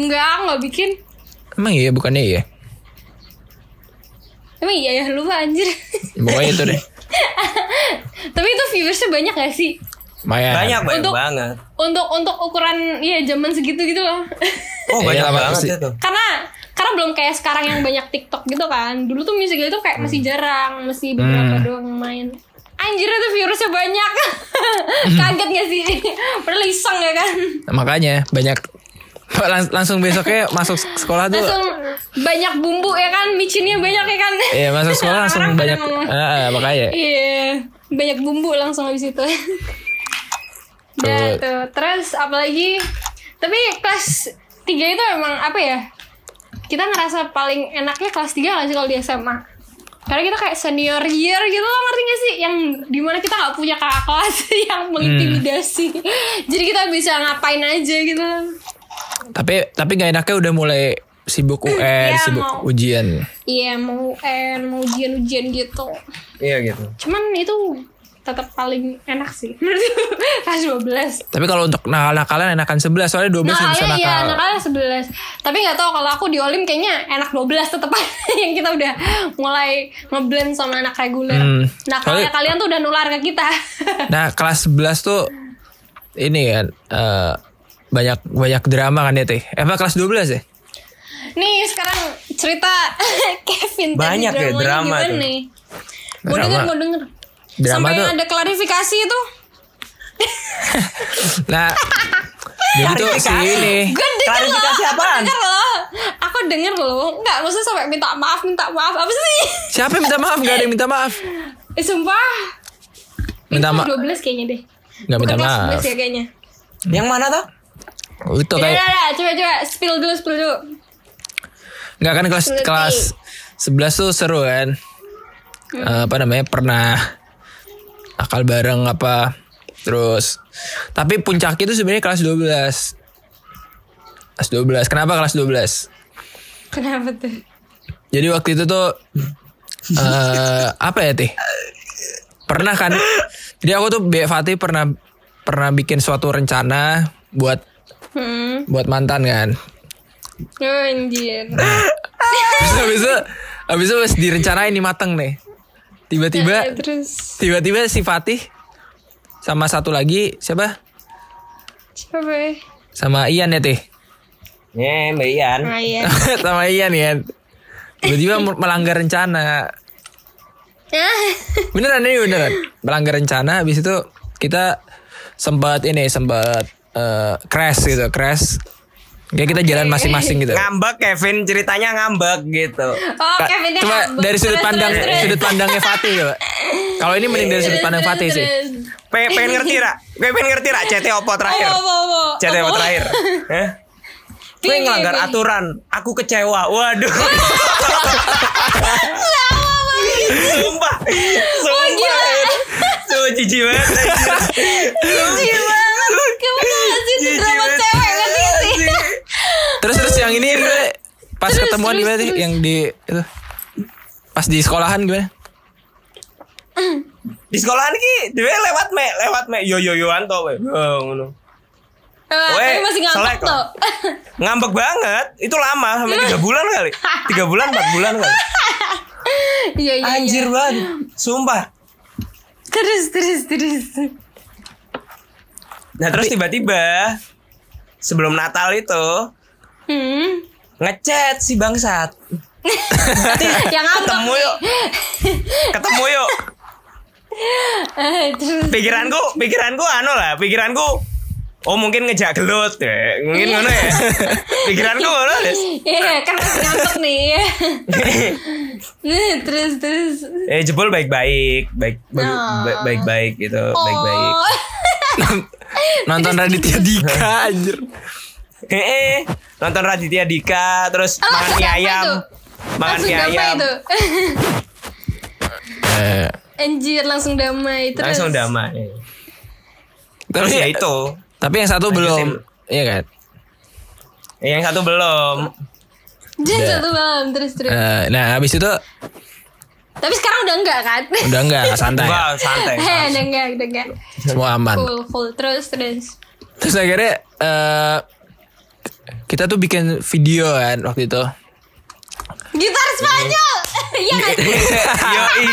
[SPEAKER 4] enggak, enggak bikin.
[SPEAKER 3] Emang iya bukannya iya.
[SPEAKER 4] Emang iya ya lupa anjir.
[SPEAKER 3] Ya, Pokoknya itu deh.
[SPEAKER 4] Tapi itu viewersnya banyak gak sih?
[SPEAKER 3] Maya.
[SPEAKER 2] Banyak banyak
[SPEAKER 4] Untuk-
[SPEAKER 2] banget.
[SPEAKER 4] Untuk untuk ukuran ya zaman segitu gitu loh.
[SPEAKER 2] Oh,
[SPEAKER 3] Iya,
[SPEAKER 2] banyak
[SPEAKER 3] apa
[SPEAKER 2] banget
[SPEAKER 3] sih?
[SPEAKER 2] itu.
[SPEAKER 4] karena karena belum kayak sekarang yang banyak TikTok gitu kan. Dulu tuh musical itu kayak masih
[SPEAKER 3] Hmm.
[SPEAKER 4] jarang, masih beberapa doang yang main. Anjir itu virusnya banyak.
[SPEAKER 3] Hmm.
[SPEAKER 4] Kaget gak sih? Padahal iseng ya kan.
[SPEAKER 3] Makanya banyak Lang- langsung besoknya masuk sekolah tuh
[SPEAKER 4] Langsung banyak bumbu ya kan, micinnya banyak ya kan.
[SPEAKER 3] Iya masuk sekolah langsung
[SPEAKER 4] Orang-orang
[SPEAKER 3] banyak
[SPEAKER 4] pada ngomong.
[SPEAKER 3] Ah, ah,
[SPEAKER 2] Eh.
[SPEAKER 3] makanya
[SPEAKER 4] Iya, banyak bumbu langsung habis itu. Dan tuh, terus apalagi tapi kelas 3 itu emang apa ya? Kita ngerasa paling enaknya kelas 3 gak sih kalau di SMA? Karena kita kayak senior year gitu loh ngerti gak sih? Yang dimana kita gak punya kakak kelas yang
[SPEAKER 2] Hmm.
[SPEAKER 4] mengintimidasi Jadi kita bisa ngapain aja gitu
[SPEAKER 3] Tapi tapi gak enaknya udah mulai sibuk UN,
[SPEAKER 4] Iya,
[SPEAKER 3] sibuk
[SPEAKER 4] mau.
[SPEAKER 3] ujian.
[SPEAKER 4] Iya mau UN, mau ujian-ujian gitu
[SPEAKER 2] Iya gitu.
[SPEAKER 4] Cuman itu tetap paling enak sih Menurut kelas 12
[SPEAKER 3] Tapi kalau untuk nakal-nakalan enakan 11 soalnya 12 nah, bisa
[SPEAKER 4] Nakalnya
[SPEAKER 3] nakal.
[SPEAKER 4] iya, nakalnya 11 Tapi gak tahu kalau aku di Olim kayaknya enak 12 tetep Yang kita udah mulai ngeblend sama anak reguler
[SPEAKER 3] Hmm.
[SPEAKER 4] Nakalnya
[SPEAKER 3] Soalnya-
[SPEAKER 4] kalian tuh udah nular ke kita
[SPEAKER 3] Nah, kelas 11 tuh ini kan eh, banyak banyak drama kan ya teh. Eh, apa kelas 12 ya?
[SPEAKER 4] Nih sekarang cerita Kevin tadi
[SPEAKER 2] Banyak ya,
[SPEAKER 4] dramanya
[SPEAKER 2] drama
[SPEAKER 4] gimana
[SPEAKER 2] tuh.
[SPEAKER 4] nih Mau
[SPEAKER 3] Drama.
[SPEAKER 4] denger, mau denger
[SPEAKER 3] Drama
[SPEAKER 4] Sampai
[SPEAKER 3] tuh-
[SPEAKER 4] ada klarifikasi itu
[SPEAKER 3] Nah, jadi tuh si ini
[SPEAKER 4] Gue denger loh,
[SPEAKER 2] Klarifikasi apaan?
[SPEAKER 4] aku denger loh Aku denger loh, nggak maksudnya sampai minta maaf, minta maaf Apa sih?
[SPEAKER 3] Siapa yang minta maaf? Gak ada yang minta maaf.
[SPEAKER 4] Eh sumpah
[SPEAKER 3] Minta
[SPEAKER 4] Itu
[SPEAKER 3] maaf.
[SPEAKER 4] 12 kayaknya deh
[SPEAKER 3] Gak minta
[SPEAKER 4] Bukan kelas
[SPEAKER 3] maaf.
[SPEAKER 4] 11 ya Iya. kayaknya
[SPEAKER 2] Yang mana tuh?
[SPEAKER 3] Itu
[SPEAKER 4] Ya Udah, udah,
[SPEAKER 3] kayak
[SPEAKER 4] udah. coba coba spill dulu spill dulu.
[SPEAKER 3] nggak kan kelas
[SPEAKER 4] Ngerti.
[SPEAKER 3] kelas 11 tuh seru kan.
[SPEAKER 4] Hmm.
[SPEAKER 3] Eh, apa namanya? Pernah akal bareng apa terus tapi puncaknya itu sebenarnya kelas 12. Kelas 12. Kenapa kelas 12?
[SPEAKER 4] Kenapa tuh?
[SPEAKER 3] Jadi waktu itu tuh eh apa ya teh? Pernah kan? Jadi aku tuh Be Fatih pernah pernah bikin suatu rencana buat
[SPEAKER 4] Hmm,
[SPEAKER 3] buat mantan kan.
[SPEAKER 4] oh, anjir.
[SPEAKER 3] Terus habis itu habis itu wes direncanain nih mateng nih.
[SPEAKER 4] Eh,
[SPEAKER 3] Tiba-tiba
[SPEAKER 4] terus
[SPEAKER 3] tiba-tiba si Fatih sama satu lagi siapa?
[SPEAKER 4] coba ya.
[SPEAKER 3] Sama Ian ya teh.
[SPEAKER 2] Ya, Mbak Ian.
[SPEAKER 4] Ah, iya.
[SPEAKER 3] sama Ian ya. Tiba-tiba melanggar rencana.
[SPEAKER 4] Ah,
[SPEAKER 3] beneran ini beneran melanggar rencana habis itu kita sempat ini sempat eh, crash gitu crash kayak kita jalan masing-masing gitu
[SPEAKER 2] Ngambek Kevin ceritanya ngambek gitu.
[SPEAKER 4] Oh,
[SPEAKER 3] Ka-
[SPEAKER 4] Kevin dia
[SPEAKER 3] coba
[SPEAKER 4] ngambek.
[SPEAKER 3] dari sudut
[SPEAKER 4] Terus,
[SPEAKER 3] pandang
[SPEAKER 4] terus, terus.
[SPEAKER 3] sudut pandangnya Fatih coba kalau ini mending dari sudut pandang
[SPEAKER 4] Terus,
[SPEAKER 3] Fatih sih
[SPEAKER 4] terus.
[SPEAKER 2] Pe- pengen ngerti Ra? Gue pengen ngerti Ra CT opo terakhir.
[SPEAKER 4] Apa, apa, apa?
[SPEAKER 2] CT
[SPEAKER 4] Oh, Apa?
[SPEAKER 2] opo terakhir. Heh. Gue
[SPEAKER 4] Gini,
[SPEAKER 2] ngelanggar
[SPEAKER 4] gini.
[SPEAKER 2] aturan. Aku kecewa. Waduh. Sumpah.
[SPEAKER 4] Oh,
[SPEAKER 2] Sumpah. Sumpah jijik banget.
[SPEAKER 4] Jijik banget. Kamu tau gak sih itu
[SPEAKER 2] Jijik
[SPEAKER 4] drama
[SPEAKER 2] banget.
[SPEAKER 4] cewek ngerti gak sih?
[SPEAKER 3] terus terus yang ini gue pas
[SPEAKER 4] Terus,
[SPEAKER 3] ketemuan
[SPEAKER 4] terus,
[SPEAKER 3] gimana sih
[SPEAKER 4] terus.
[SPEAKER 3] yang di itu pas di sekolahan gimana
[SPEAKER 2] Di sekolahan ki dia lewat me, lewat me. Yo yo yoan to we. Oh, ngono.
[SPEAKER 4] Eh,
[SPEAKER 2] Weh,
[SPEAKER 4] tapi masih ngambek
[SPEAKER 2] selek
[SPEAKER 4] tuh.
[SPEAKER 2] lah. Ngambek banget. Itu lama sampai 3 bulan kali. 3 bulan 4 bulan kali.
[SPEAKER 4] Iya, iya.
[SPEAKER 2] Anjir
[SPEAKER 4] iya.
[SPEAKER 2] banget. Sumpah.
[SPEAKER 4] Terus, terus, terus.
[SPEAKER 2] Nah terus tiba-tiba sebelum Natal itu
[SPEAKER 4] Hmm.
[SPEAKER 2] ngechat si bangsat.
[SPEAKER 4] Yang ngambek.
[SPEAKER 2] Ketemu yuk. Ketemu yuk.
[SPEAKER 4] Eh, terus.
[SPEAKER 2] Pikiranku, pikiranku anu lah, pikiranku Oh mungkin ngejak gelut ya. Mungkin
[SPEAKER 4] Iya.
[SPEAKER 2] ngono ya. Pikiranku ngono Des.
[SPEAKER 4] Iya, kan masih ngambek nih. Nih, terus, terus.
[SPEAKER 2] Eh jebol baik-baik, baik
[SPEAKER 4] Oh.
[SPEAKER 2] baik- baik-baik gitu, baik-baik.
[SPEAKER 4] Oh.
[SPEAKER 3] nonton Raditya Dika anjir
[SPEAKER 2] Heeh. Nonton Raditya Dika, terus makan mie
[SPEAKER 4] apa
[SPEAKER 2] ayam.
[SPEAKER 4] itu?
[SPEAKER 2] Makan
[SPEAKER 4] langsung
[SPEAKER 2] mie
[SPEAKER 4] damai
[SPEAKER 2] ayam.
[SPEAKER 4] tuh.
[SPEAKER 3] Eh,
[SPEAKER 4] Anjir langsung damai terus.
[SPEAKER 2] Langsung damai. Terus ya
[SPEAKER 3] tapi
[SPEAKER 2] itu.
[SPEAKER 3] tapi yang satu belum iya kan
[SPEAKER 2] Yang satu belum.
[SPEAKER 4] Jadi satu malam terus terus.
[SPEAKER 3] Eh, nah habis itu
[SPEAKER 4] Tapi sekarang udah enggak kan?
[SPEAKER 3] Udah enggak santai. ya?
[SPEAKER 2] Enggak, santai.
[SPEAKER 4] Eh, udah enggak, udah enggak.
[SPEAKER 3] Semua aman.
[SPEAKER 4] Full, full terus terus.
[SPEAKER 3] Terus akhirnya eh kita tuh bikin video kan waktu itu.
[SPEAKER 4] Gitar Spanyol. Iya kan?
[SPEAKER 2] Yoi.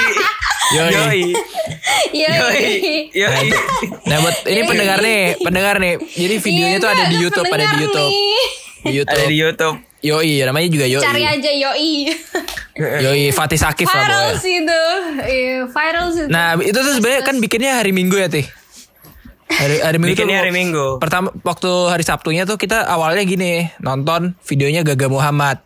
[SPEAKER 3] Yoi.
[SPEAKER 2] Yoi.
[SPEAKER 4] Iya.
[SPEAKER 2] Yoi. Yoi.
[SPEAKER 3] Nah buat ini pendengar nih, pendengar nih. Jadi videonya
[SPEAKER 4] Iya,
[SPEAKER 3] tuh ada di YouTube, ada di YouTube, di
[SPEAKER 2] Ada
[SPEAKER 3] YouTube.
[SPEAKER 2] di YouTube.
[SPEAKER 3] Yoi, namanya juga Yoi.
[SPEAKER 4] Cari aja Yoi.
[SPEAKER 3] Yoi Fatih Sakif lah
[SPEAKER 4] viral
[SPEAKER 3] pokoknya.
[SPEAKER 4] sih itu. Iya, viral sih. itu.
[SPEAKER 3] Nah itu tuh sebenarnya kan bikinnya hari Minggu ya tih. Hari, hari Minggu
[SPEAKER 2] Bikinnya
[SPEAKER 3] tuh-
[SPEAKER 2] hari Minggu.
[SPEAKER 3] Pertama waktu hari Sabtunya tuh kita awalnya gini nonton videonya Gaga Muhammad.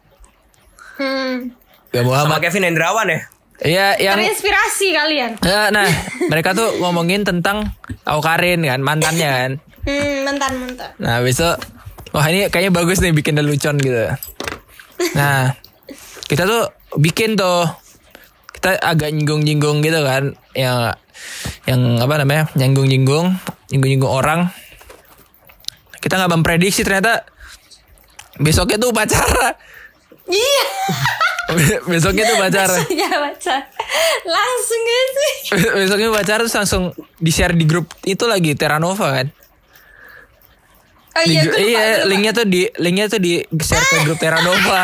[SPEAKER 4] Hmm.
[SPEAKER 3] Gaga
[SPEAKER 2] Sama
[SPEAKER 3] Muhammad.
[SPEAKER 2] Kevin Hendrawan ya.
[SPEAKER 3] Iya yang
[SPEAKER 4] Terinspirasi kalian.
[SPEAKER 3] Eh, nah mereka tuh ngomongin tentang Aukarin kan mantannya kan.
[SPEAKER 4] Hmm, mentan mentan.
[SPEAKER 3] Nah besok wah ini kayaknya bagus nih bikin lelucon gitu. Nah kita tuh bikin tuh kita agak nyinggung-nyinggung gitu kan yang yang apa namanya nyinggung-nyinggung nyinggung-nyinggung orang kita nggak memprediksi ternyata besoknya tuh upacara
[SPEAKER 4] Iya.
[SPEAKER 3] besoknya tuh upacara
[SPEAKER 4] Iya baca. Langsung gak sih?
[SPEAKER 3] besoknya upacara terus langsung di share di grup itu lagi Teranova kan
[SPEAKER 4] Oh
[SPEAKER 3] Di
[SPEAKER 4] iya,
[SPEAKER 3] gru-
[SPEAKER 4] gue lupa,
[SPEAKER 3] iya,
[SPEAKER 4] gue lupa.
[SPEAKER 3] linknya tuh di linknya tuh di share ke grup Teranova.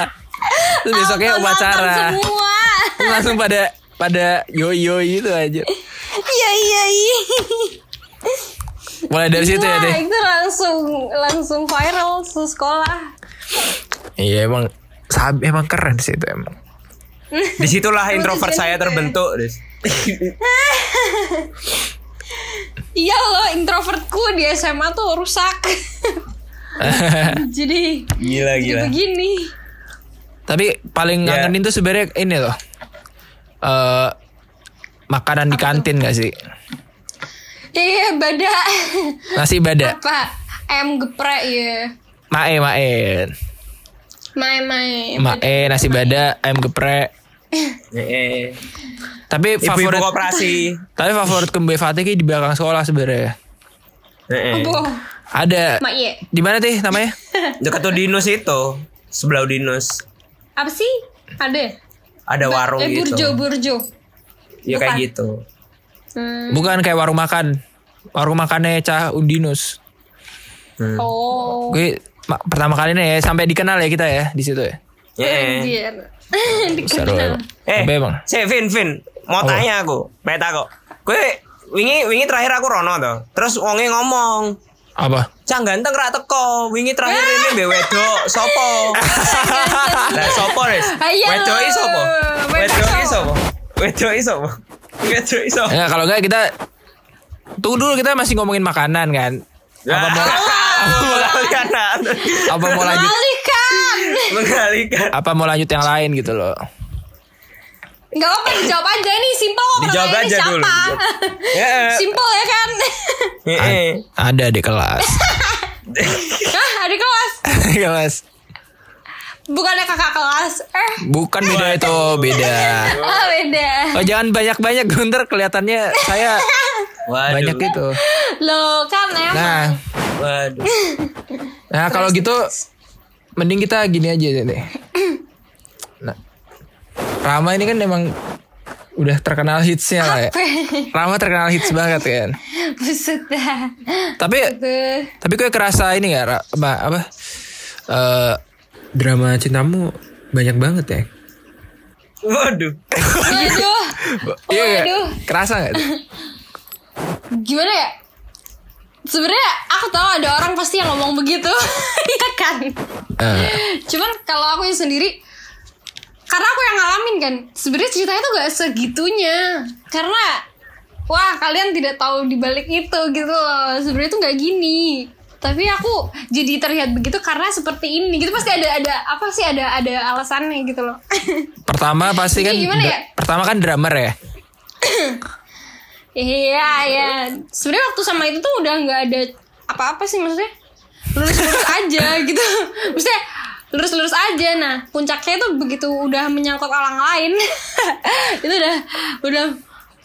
[SPEAKER 3] Terus besoknya
[SPEAKER 4] Ampun,
[SPEAKER 3] upacara.
[SPEAKER 4] nonton Semua.
[SPEAKER 3] Terus langsung pada pada yoi yoi gitu aja.
[SPEAKER 4] Iya iya iya.
[SPEAKER 3] Mulai dari situ ya
[SPEAKER 4] Wah,
[SPEAKER 3] deh.
[SPEAKER 4] itu langsung langsung viral sekolah.
[SPEAKER 3] Iya emang sab emang keren sih itu emang.
[SPEAKER 2] Disitulah
[SPEAKER 4] Emang
[SPEAKER 2] introvert
[SPEAKER 4] tujuannya
[SPEAKER 2] saya
[SPEAKER 4] gitu ya?
[SPEAKER 2] terbentuk. Des.
[SPEAKER 4] Iya loh, introvertku di SMA tuh rusak. jadi
[SPEAKER 2] Gila
[SPEAKER 4] jadi
[SPEAKER 2] gila.
[SPEAKER 4] begini.
[SPEAKER 3] Tapi paling
[SPEAKER 2] Ya.
[SPEAKER 3] ngangenin tuh sebenarnya ini loh. Eh makanan di kantin gak sih?
[SPEAKER 4] Iya, badak.
[SPEAKER 3] Nasi badak.
[SPEAKER 4] Apa? Ayam geprek ya.
[SPEAKER 3] Mae mae.
[SPEAKER 4] Main-main.
[SPEAKER 3] Mae nasi badak, ayam geprek.
[SPEAKER 2] Eh,
[SPEAKER 3] Tapi
[SPEAKER 2] Ibu-ibu
[SPEAKER 3] favorit
[SPEAKER 2] koperasi.
[SPEAKER 3] tapi favorit kembe Fatih kayak di belakang sekolah sebenarnya.
[SPEAKER 2] Eh, eh.
[SPEAKER 4] Boh,
[SPEAKER 3] Ada
[SPEAKER 4] Mak Ye.
[SPEAKER 3] di mana teh namanya?
[SPEAKER 2] Dekat tuh Dinus itu. Sebelah Dinus
[SPEAKER 4] Apa sih? Ada ya?
[SPEAKER 2] ada warung
[SPEAKER 4] eh,
[SPEAKER 2] gitu.
[SPEAKER 4] burjo, burjo.
[SPEAKER 2] Ya
[SPEAKER 4] Bukan.
[SPEAKER 2] kayak gitu.
[SPEAKER 4] Hmm.
[SPEAKER 3] Bukan kayak warung makan. Warung makannya Cah Undinus. Hmm.
[SPEAKER 4] Oh.
[SPEAKER 3] Gue ma- pertama kali nih ya sampai dikenal ya kita ya di situ ya.
[SPEAKER 2] Eh,
[SPEAKER 4] Anjir. Dikenal.
[SPEAKER 2] eh.
[SPEAKER 3] Sampai emang.
[SPEAKER 2] Si Vin Vin, mau
[SPEAKER 3] Apa?
[SPEAKER 2] tanya aku, meta kok. Gue wingi wingi terakhir aku Rono tuh. Terus wonge ngomong,
[SPEAKER 3] Apa?
[SPEAKER 2] Cang ganteng ra teko, wingi terakhir ini mbek wedok sopo? Lah sopo, Res?
[SPEAKER 4] Ayo.
[SPEAKER 2] Wedok i sopo?
[SPEAKER 4] Ah, iya, Wedok
[SPEAKER 2] Wedok i
[SPEAKER 4] sopo?
[SPEAKER 2] sopo? Wedok i sopo? Wedok i sopo?
[SPEAKER 3] Enggak, kalau enggak kita tunggu dulu kita masih ngomongin makanan kan. Apa mau
[SPEAKER 2] Mengalihkan.
[SPEAKER 3] apa mau lanjut
[SPEAKER 4] Alihkan.
[SPEAKER 2] Mengalihkan.
[SPEAKER 3] apa mau lanjut yang lain gitu loh.
[SPEAKER 4] Gak apa-apa dijawab aja nih simple kok
[SPEAKER 2] Dijawab
[SPEAKER 4] pertanyaannya
[SPEAKER 2] aja dulu,
[SPEAKER 4] siapa?
[SPEAKER 2] Ya.
[SPEAKER 4] simple ya kan?
[SPEAKER 2] Heeh.
[SPEAKER 3] Ada di kelas. Iya,
[SPEAKER 4] Hah, adik kelas.
[SPEAKER 3] Di kelas.
[SPEAKER 4] Bukannya kakak kelas. Eh,
[SPEAKER 3] Bukan beda itu, beda.
[SPEAKER 4] ah
[SPEAKER 2] Nah.
[SPEAKER 4] beda.
[SPEAKER 3] Oh jangan banyak-banyak Gunter kelihatannya saya
[SPEAKER 2] Waduh.
[SPEAKER 3] banyak itu.
[SPEAKER 4] Loh, kan emang.
[SPEAKER 3] Nah,
[SPEAKER 2] Waduh.
[SPEAKER 3] Nah kalau gitu mending kita gini aja deh. Nah, Rama ini kan emang udah terkenal hitsnya lah ya. Rama terkenal hits banget kan.
[SPEAKER 4] Buset dah.
[SPEAKER 3] Tapi
[SPEAKER 4] Tuh.
[SPEAKER 3] tapi gue kerasa ini ya Ra- apa, apa eh, drama cintamu banyak banget ya.
[SPEAKER 2] Waduh.
[SPEAKER 4] Waduh.
[SPEAKER 3] Iya nggak?
[SPEAKER 4] Waduh.
[SPEAKER 3] Kerasa nggak? tuh?
[SPEAKER 4] Gimana ya? Sebenarnya aku tahu ada orang pasti yang ngomong begitu. Iya kan?
[SPEAKER 3] Eh,
[SPEAKER 4] Cuman kalau aku yang sendiri karena aku yang ngalamin kan. Sebenarnya ceritanya tuh gak segitunya. Karena wah, kalian tidak tahu di balik itu gitu loh. Sebenarnya tuh gak gini. Tapi aku jadi terlihat begitu karena seperti ini. Gitu pasti ada ada apa sih ada ada alasannya gitu loh.
[SPEAKER 3] pertama pasti kan
[SPEAKER 4] Jadi gimana ya?
[SPEAKER 3] pertama kan drummer ya.
[SPEAKER 4] Iya, iya. Sebenarnya waktu sama itu tuh udah nggak ada apa-apa sih maksudnya. Lurus-lurus aja gitu. Maksudnya lurus-lurus aja. Nah, puncaknya itu begitu udah menyangkut orang lain. itu udah udah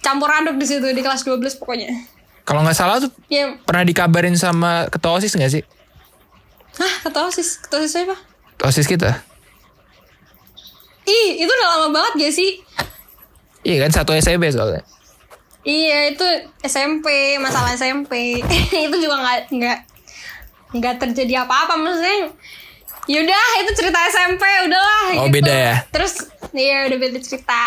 [SPEAKER 4] campur aduk di situ di kelas 12 pokoknya.
[SPEAKER 3] Kalau nggak salah tuh
[SPEAKER 4] Ya,
[SPEAKER 3] pernah dikabarin sama ketua osis nggak sih?
[SPEAKER 4] hah, ketua sis, ketua sis apa?
[SPEAKER 3] Ketua osis kita.
[SPEAKER 4] Ih, itu udah lama banget gak sih?
[SPEAKER 3] Iya kan satu SMP soalnya.
[SPEAKER 4] Iya itu SMP masalah SMP itu juga nggak nggak nggak terjadi apa-apa maksudnya yaudah itu cerita SMP udahlah
[SPEAKER 3] Oh,
[SPEAKER 4] gitu.
[SPEAKER 3] beda ya?
[SPEAKER 4] terus iya udah beda cerita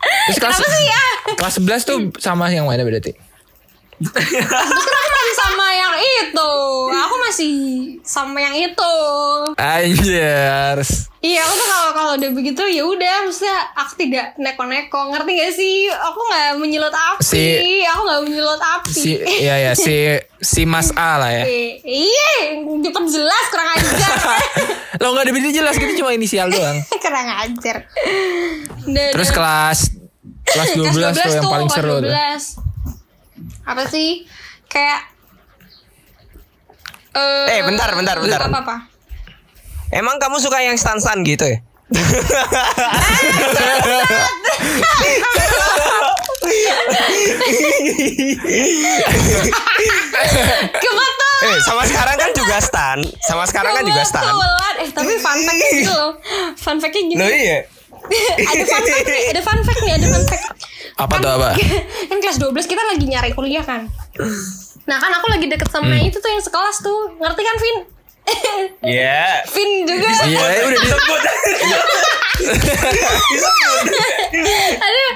[SPEAKER 3] Terus kelas,
[SPEAKER 4] Kenapa sih ya?
[SPEAKER 3] kelas 11 tuh sama yang mana berarti?
[SPEAKER 4] terus kan aku masih sama yang itu aku masih sama yang itu
[SPEAKER 3] Anjir.
[SPEAKER 4] iya aku tuh kalau kalau udah begitu ya udah maksudnya aku tidak neko-neko ngerti gak sih aku nggak menyulut api
[SPEAKER 3] Si-
[SPEAKER 4] aku nggak menyulut api
[SPEAKER 3] Si ya ya si si Mas A lah ya.
[SPEAKER 4] Eh, Iya, diperjelas kurang ajar.
[SPEAKER 3] Lo nggak ada beda jelas kita cuma inisial doang.
[SPEAKER 4] kurang ajar. Udah,
[SPEAKER 3] Terus
[SPEAKER 4] udah.
[SPEAKER 3] kelas kelas 12, tuh yang paling
[SPEAKER 4] kelas
[SPEAKER 3] seru tuh.
[SPEAKER 4] 12. Apa sih? Kayak
[SPEAKER 2] Eh, bentar, bentar, bentar.
[SPEAKER 4] Apa apa?
[SPEAKER 2] Emang kamu suka yang stan-stan gitu ya?
[SPEAKER 4] Kebetulan.
[SPEAKER 2] Eh, sama sekarang kan juga stan. Sama sekarang kan juga stan.
[SPEAKER 4] Kebetulan. Eh, tapi fun fact-nya gitu loh. Fun fact-nya gini.
[SPEAKER 2] Loh iya.
[SPEAKER 4] ada fun fact nih, ada fun fact nih, ada fun fact.
[SPEAKER 3] Apa
[SPEAKER 4] Kan-
[SPEAKER 3] tuh, apa?
[SPEAKER 4] kan kelas 12 kita lagi nyari kuliah kan. Nah, kan aku lagi deket sama
[SPEAKER 2] Hmm.
[SPEAKER 4] yang itu tuh yang sekelas tuh. Ngerti kan, Vin?
[SPEAKER 2] Iya.
[SPEAKER 4] Vin juga.
[SPEAKER 3] Iya, ya udah
[SPEAKER 2] disebut.
[SPEAKER 4] Aduh,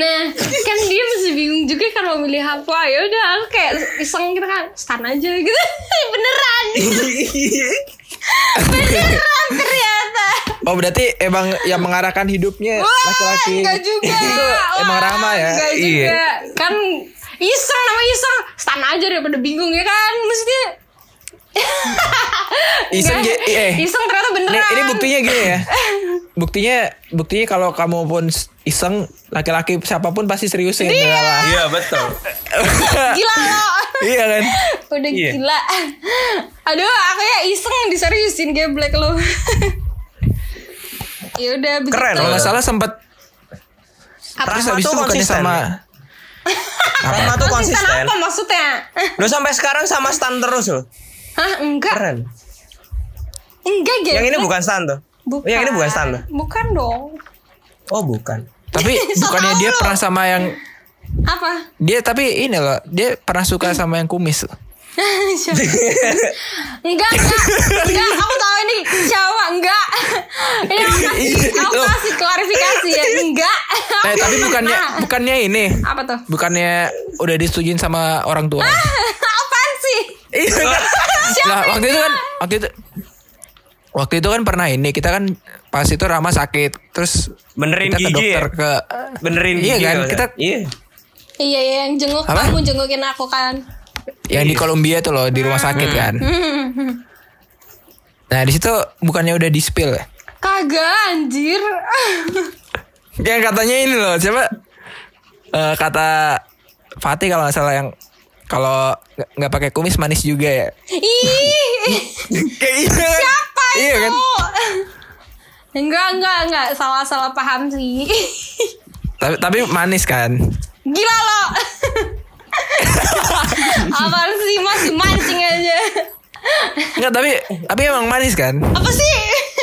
[SPEAKER 4] nah kan dia masih bingung juga kan mau milih apa ya udah aku kayak iseng gitu kan stan aja gitu beneran
[SPEAKER 3] Iya.
[SPEAKER 4] beneran ternyata
[SPEAKER 3] Oh berarti emang yang mengarahkan hidupnya
[SPEAKER 4] wah
[SPEAKER 3] laki-laki.
[SPEAKER 4] enggak juga
[SPEAKER 3] Itu emang
[SPEAKER 4] Wah,
[SPEAKER 3] Rama ya?
[SPEAKER 4] enggak
[SPEAKER 2] Iya.
[SPEAKER 4] juga kan iseng nama iseng stan aja daripada bingung ya kan mesti
[SPEAKER 3] Iseng je- eh.
[SPEAKER 4] iseng ternyata
[SPEAKER 3] Nih,
[SPEAKER 4] beneran
[SPEAKER 3] ini buktinya gini ya. Buktinya buktinya kalau kamu pun iseng laki-laki siapapun pasti seriusin
[SPEAKER 4] Iya.
[SPEAKER 3] lah.
[SPEAKER 2] Iya, betul.
[SPEAKER 4] gila lo
[SPEAKER 3] Iya kan?
[SPEAKER 4] Udah
[SPEAKER 2] Iya.
[SPEAKER 4] gila Aduh aku ya iseng diseriusin geblek lu Ya udah begitu
[SPEAKER 2] Keren
[SPEAKER 3] Kalau nggak salah sempat
[SPEAKER 4] Apa?
[SPEAKER 3] terus
[SPEAKER 2] Rahma
[SPEAKER 3] habis
[SPEAKER 2] tuh
[SPEAKER 3] itu bukannya
[SPEAKER 2] konsisten.
[SPEAKER 3] sama
[SPEAKER 2] Rahma tuh
[SPEAKER 4] Konsisten
[SPEAKER 2] konsisten.
[SPEAKER 4] apa maksudnya? Eh,
[SPEAKER 2] Lo sampai sekarang sama stan terus loh.
[SPEAKER 4] Hah enggak
[SPEAKER 2] Keren.
[SPEAKER 4] Enggak geblek
[SPEAKER 2] Yang ini bukan stan tuh.
[SPEAKER 4] Iya, Bukan.
[SPEAKER 2] Yang ini bukan stan tuh.
[SPEAKER 4] Bukan dong
[SPEAKER 2] Oh, bukan.
[SPEAKER 3] tapi bukannya dia
[SPEAKER 4] lu.
[SPEAKER 3] pernah sama yang
[SPEAKER 4] Apa?
[SPEAKER 3] dia tapi ini loh, dia pernah suka sama yang kumis.
[SPEAKER 4] Siapa? enggak enggak Enggak aku tahu ini siapa Enggak Ini aku kasih,
[SPEAKER 2] Iya,
[SPEAKER 4] aku
[SPEAKER 3] Loh.
[SPEAKER 4] kasih klarifikasi ya Enggak
[SPEAKER 3] Eh, tapi
[SPEAKER 4] iya,
[SPEAKER 3] bukannya bukannya ini.
[SPEAKER 4] Apa tuh?
[SPEAKER 3] Bukannya udah disetujuin sama orang tua.
[SPEAKER 4] Ah! Apaan sih?
[SPEAKER 3] Iya, Nah, waktu itu kan waktu itu waktu itu kan pernah ini kita kan pas itu Rama sakit terus
[SPEAKER 2] Benerin
[SPEAKER 3] kita ke
[SPEAKER 2] gigi ya?
[SPEAKER 3] dokter ke
[SPEAKER 2] Benerin
[SPEAKER 3] Iya
[SPEAKER 2] gigi
[SPEAKER 3] kan,
[SPEAKER 2] kalau
[SPEAKER 3] kita-
[SPEAKER 2] saya. Iya.
[SPEAKER 4] Iya iya yang jenguk
[SPEAKER 3] Apa?
[SPEAKER 4] kamu jengukin aku kan
[SPEAKER 3] yang
[SPEAKER 2] Iya.
[SPEAKER 3] di Kolombia tuh loh di rumah sakit kan nah di situ bukannya udah di spill ya
[SPEAKER 4] Kagak anjir
[SPEAKER 3] yang katanya ini loh siapa Eh, kata Fatih kalau nggak salah yang kalau nggak- nggak pakai kumis manis juga ya
[SPEAKER 4] Ih
[SPEAKER 3] kayak iya kan?
[SPEAKER 4] Siapa itu?
[SPEAKER 3] iya kan
[SPEAKER 4] Enggak enggak enggak Salah-salah paham sih
[SPEAKER 3] tapi tapi manis kan
[SPEAKER 4] Gila lo Apaan sih masih mancing aja
[SPEAKER 3] Enggak tapi tapi emang manis kan
[SPEAKER 4] Apa sih?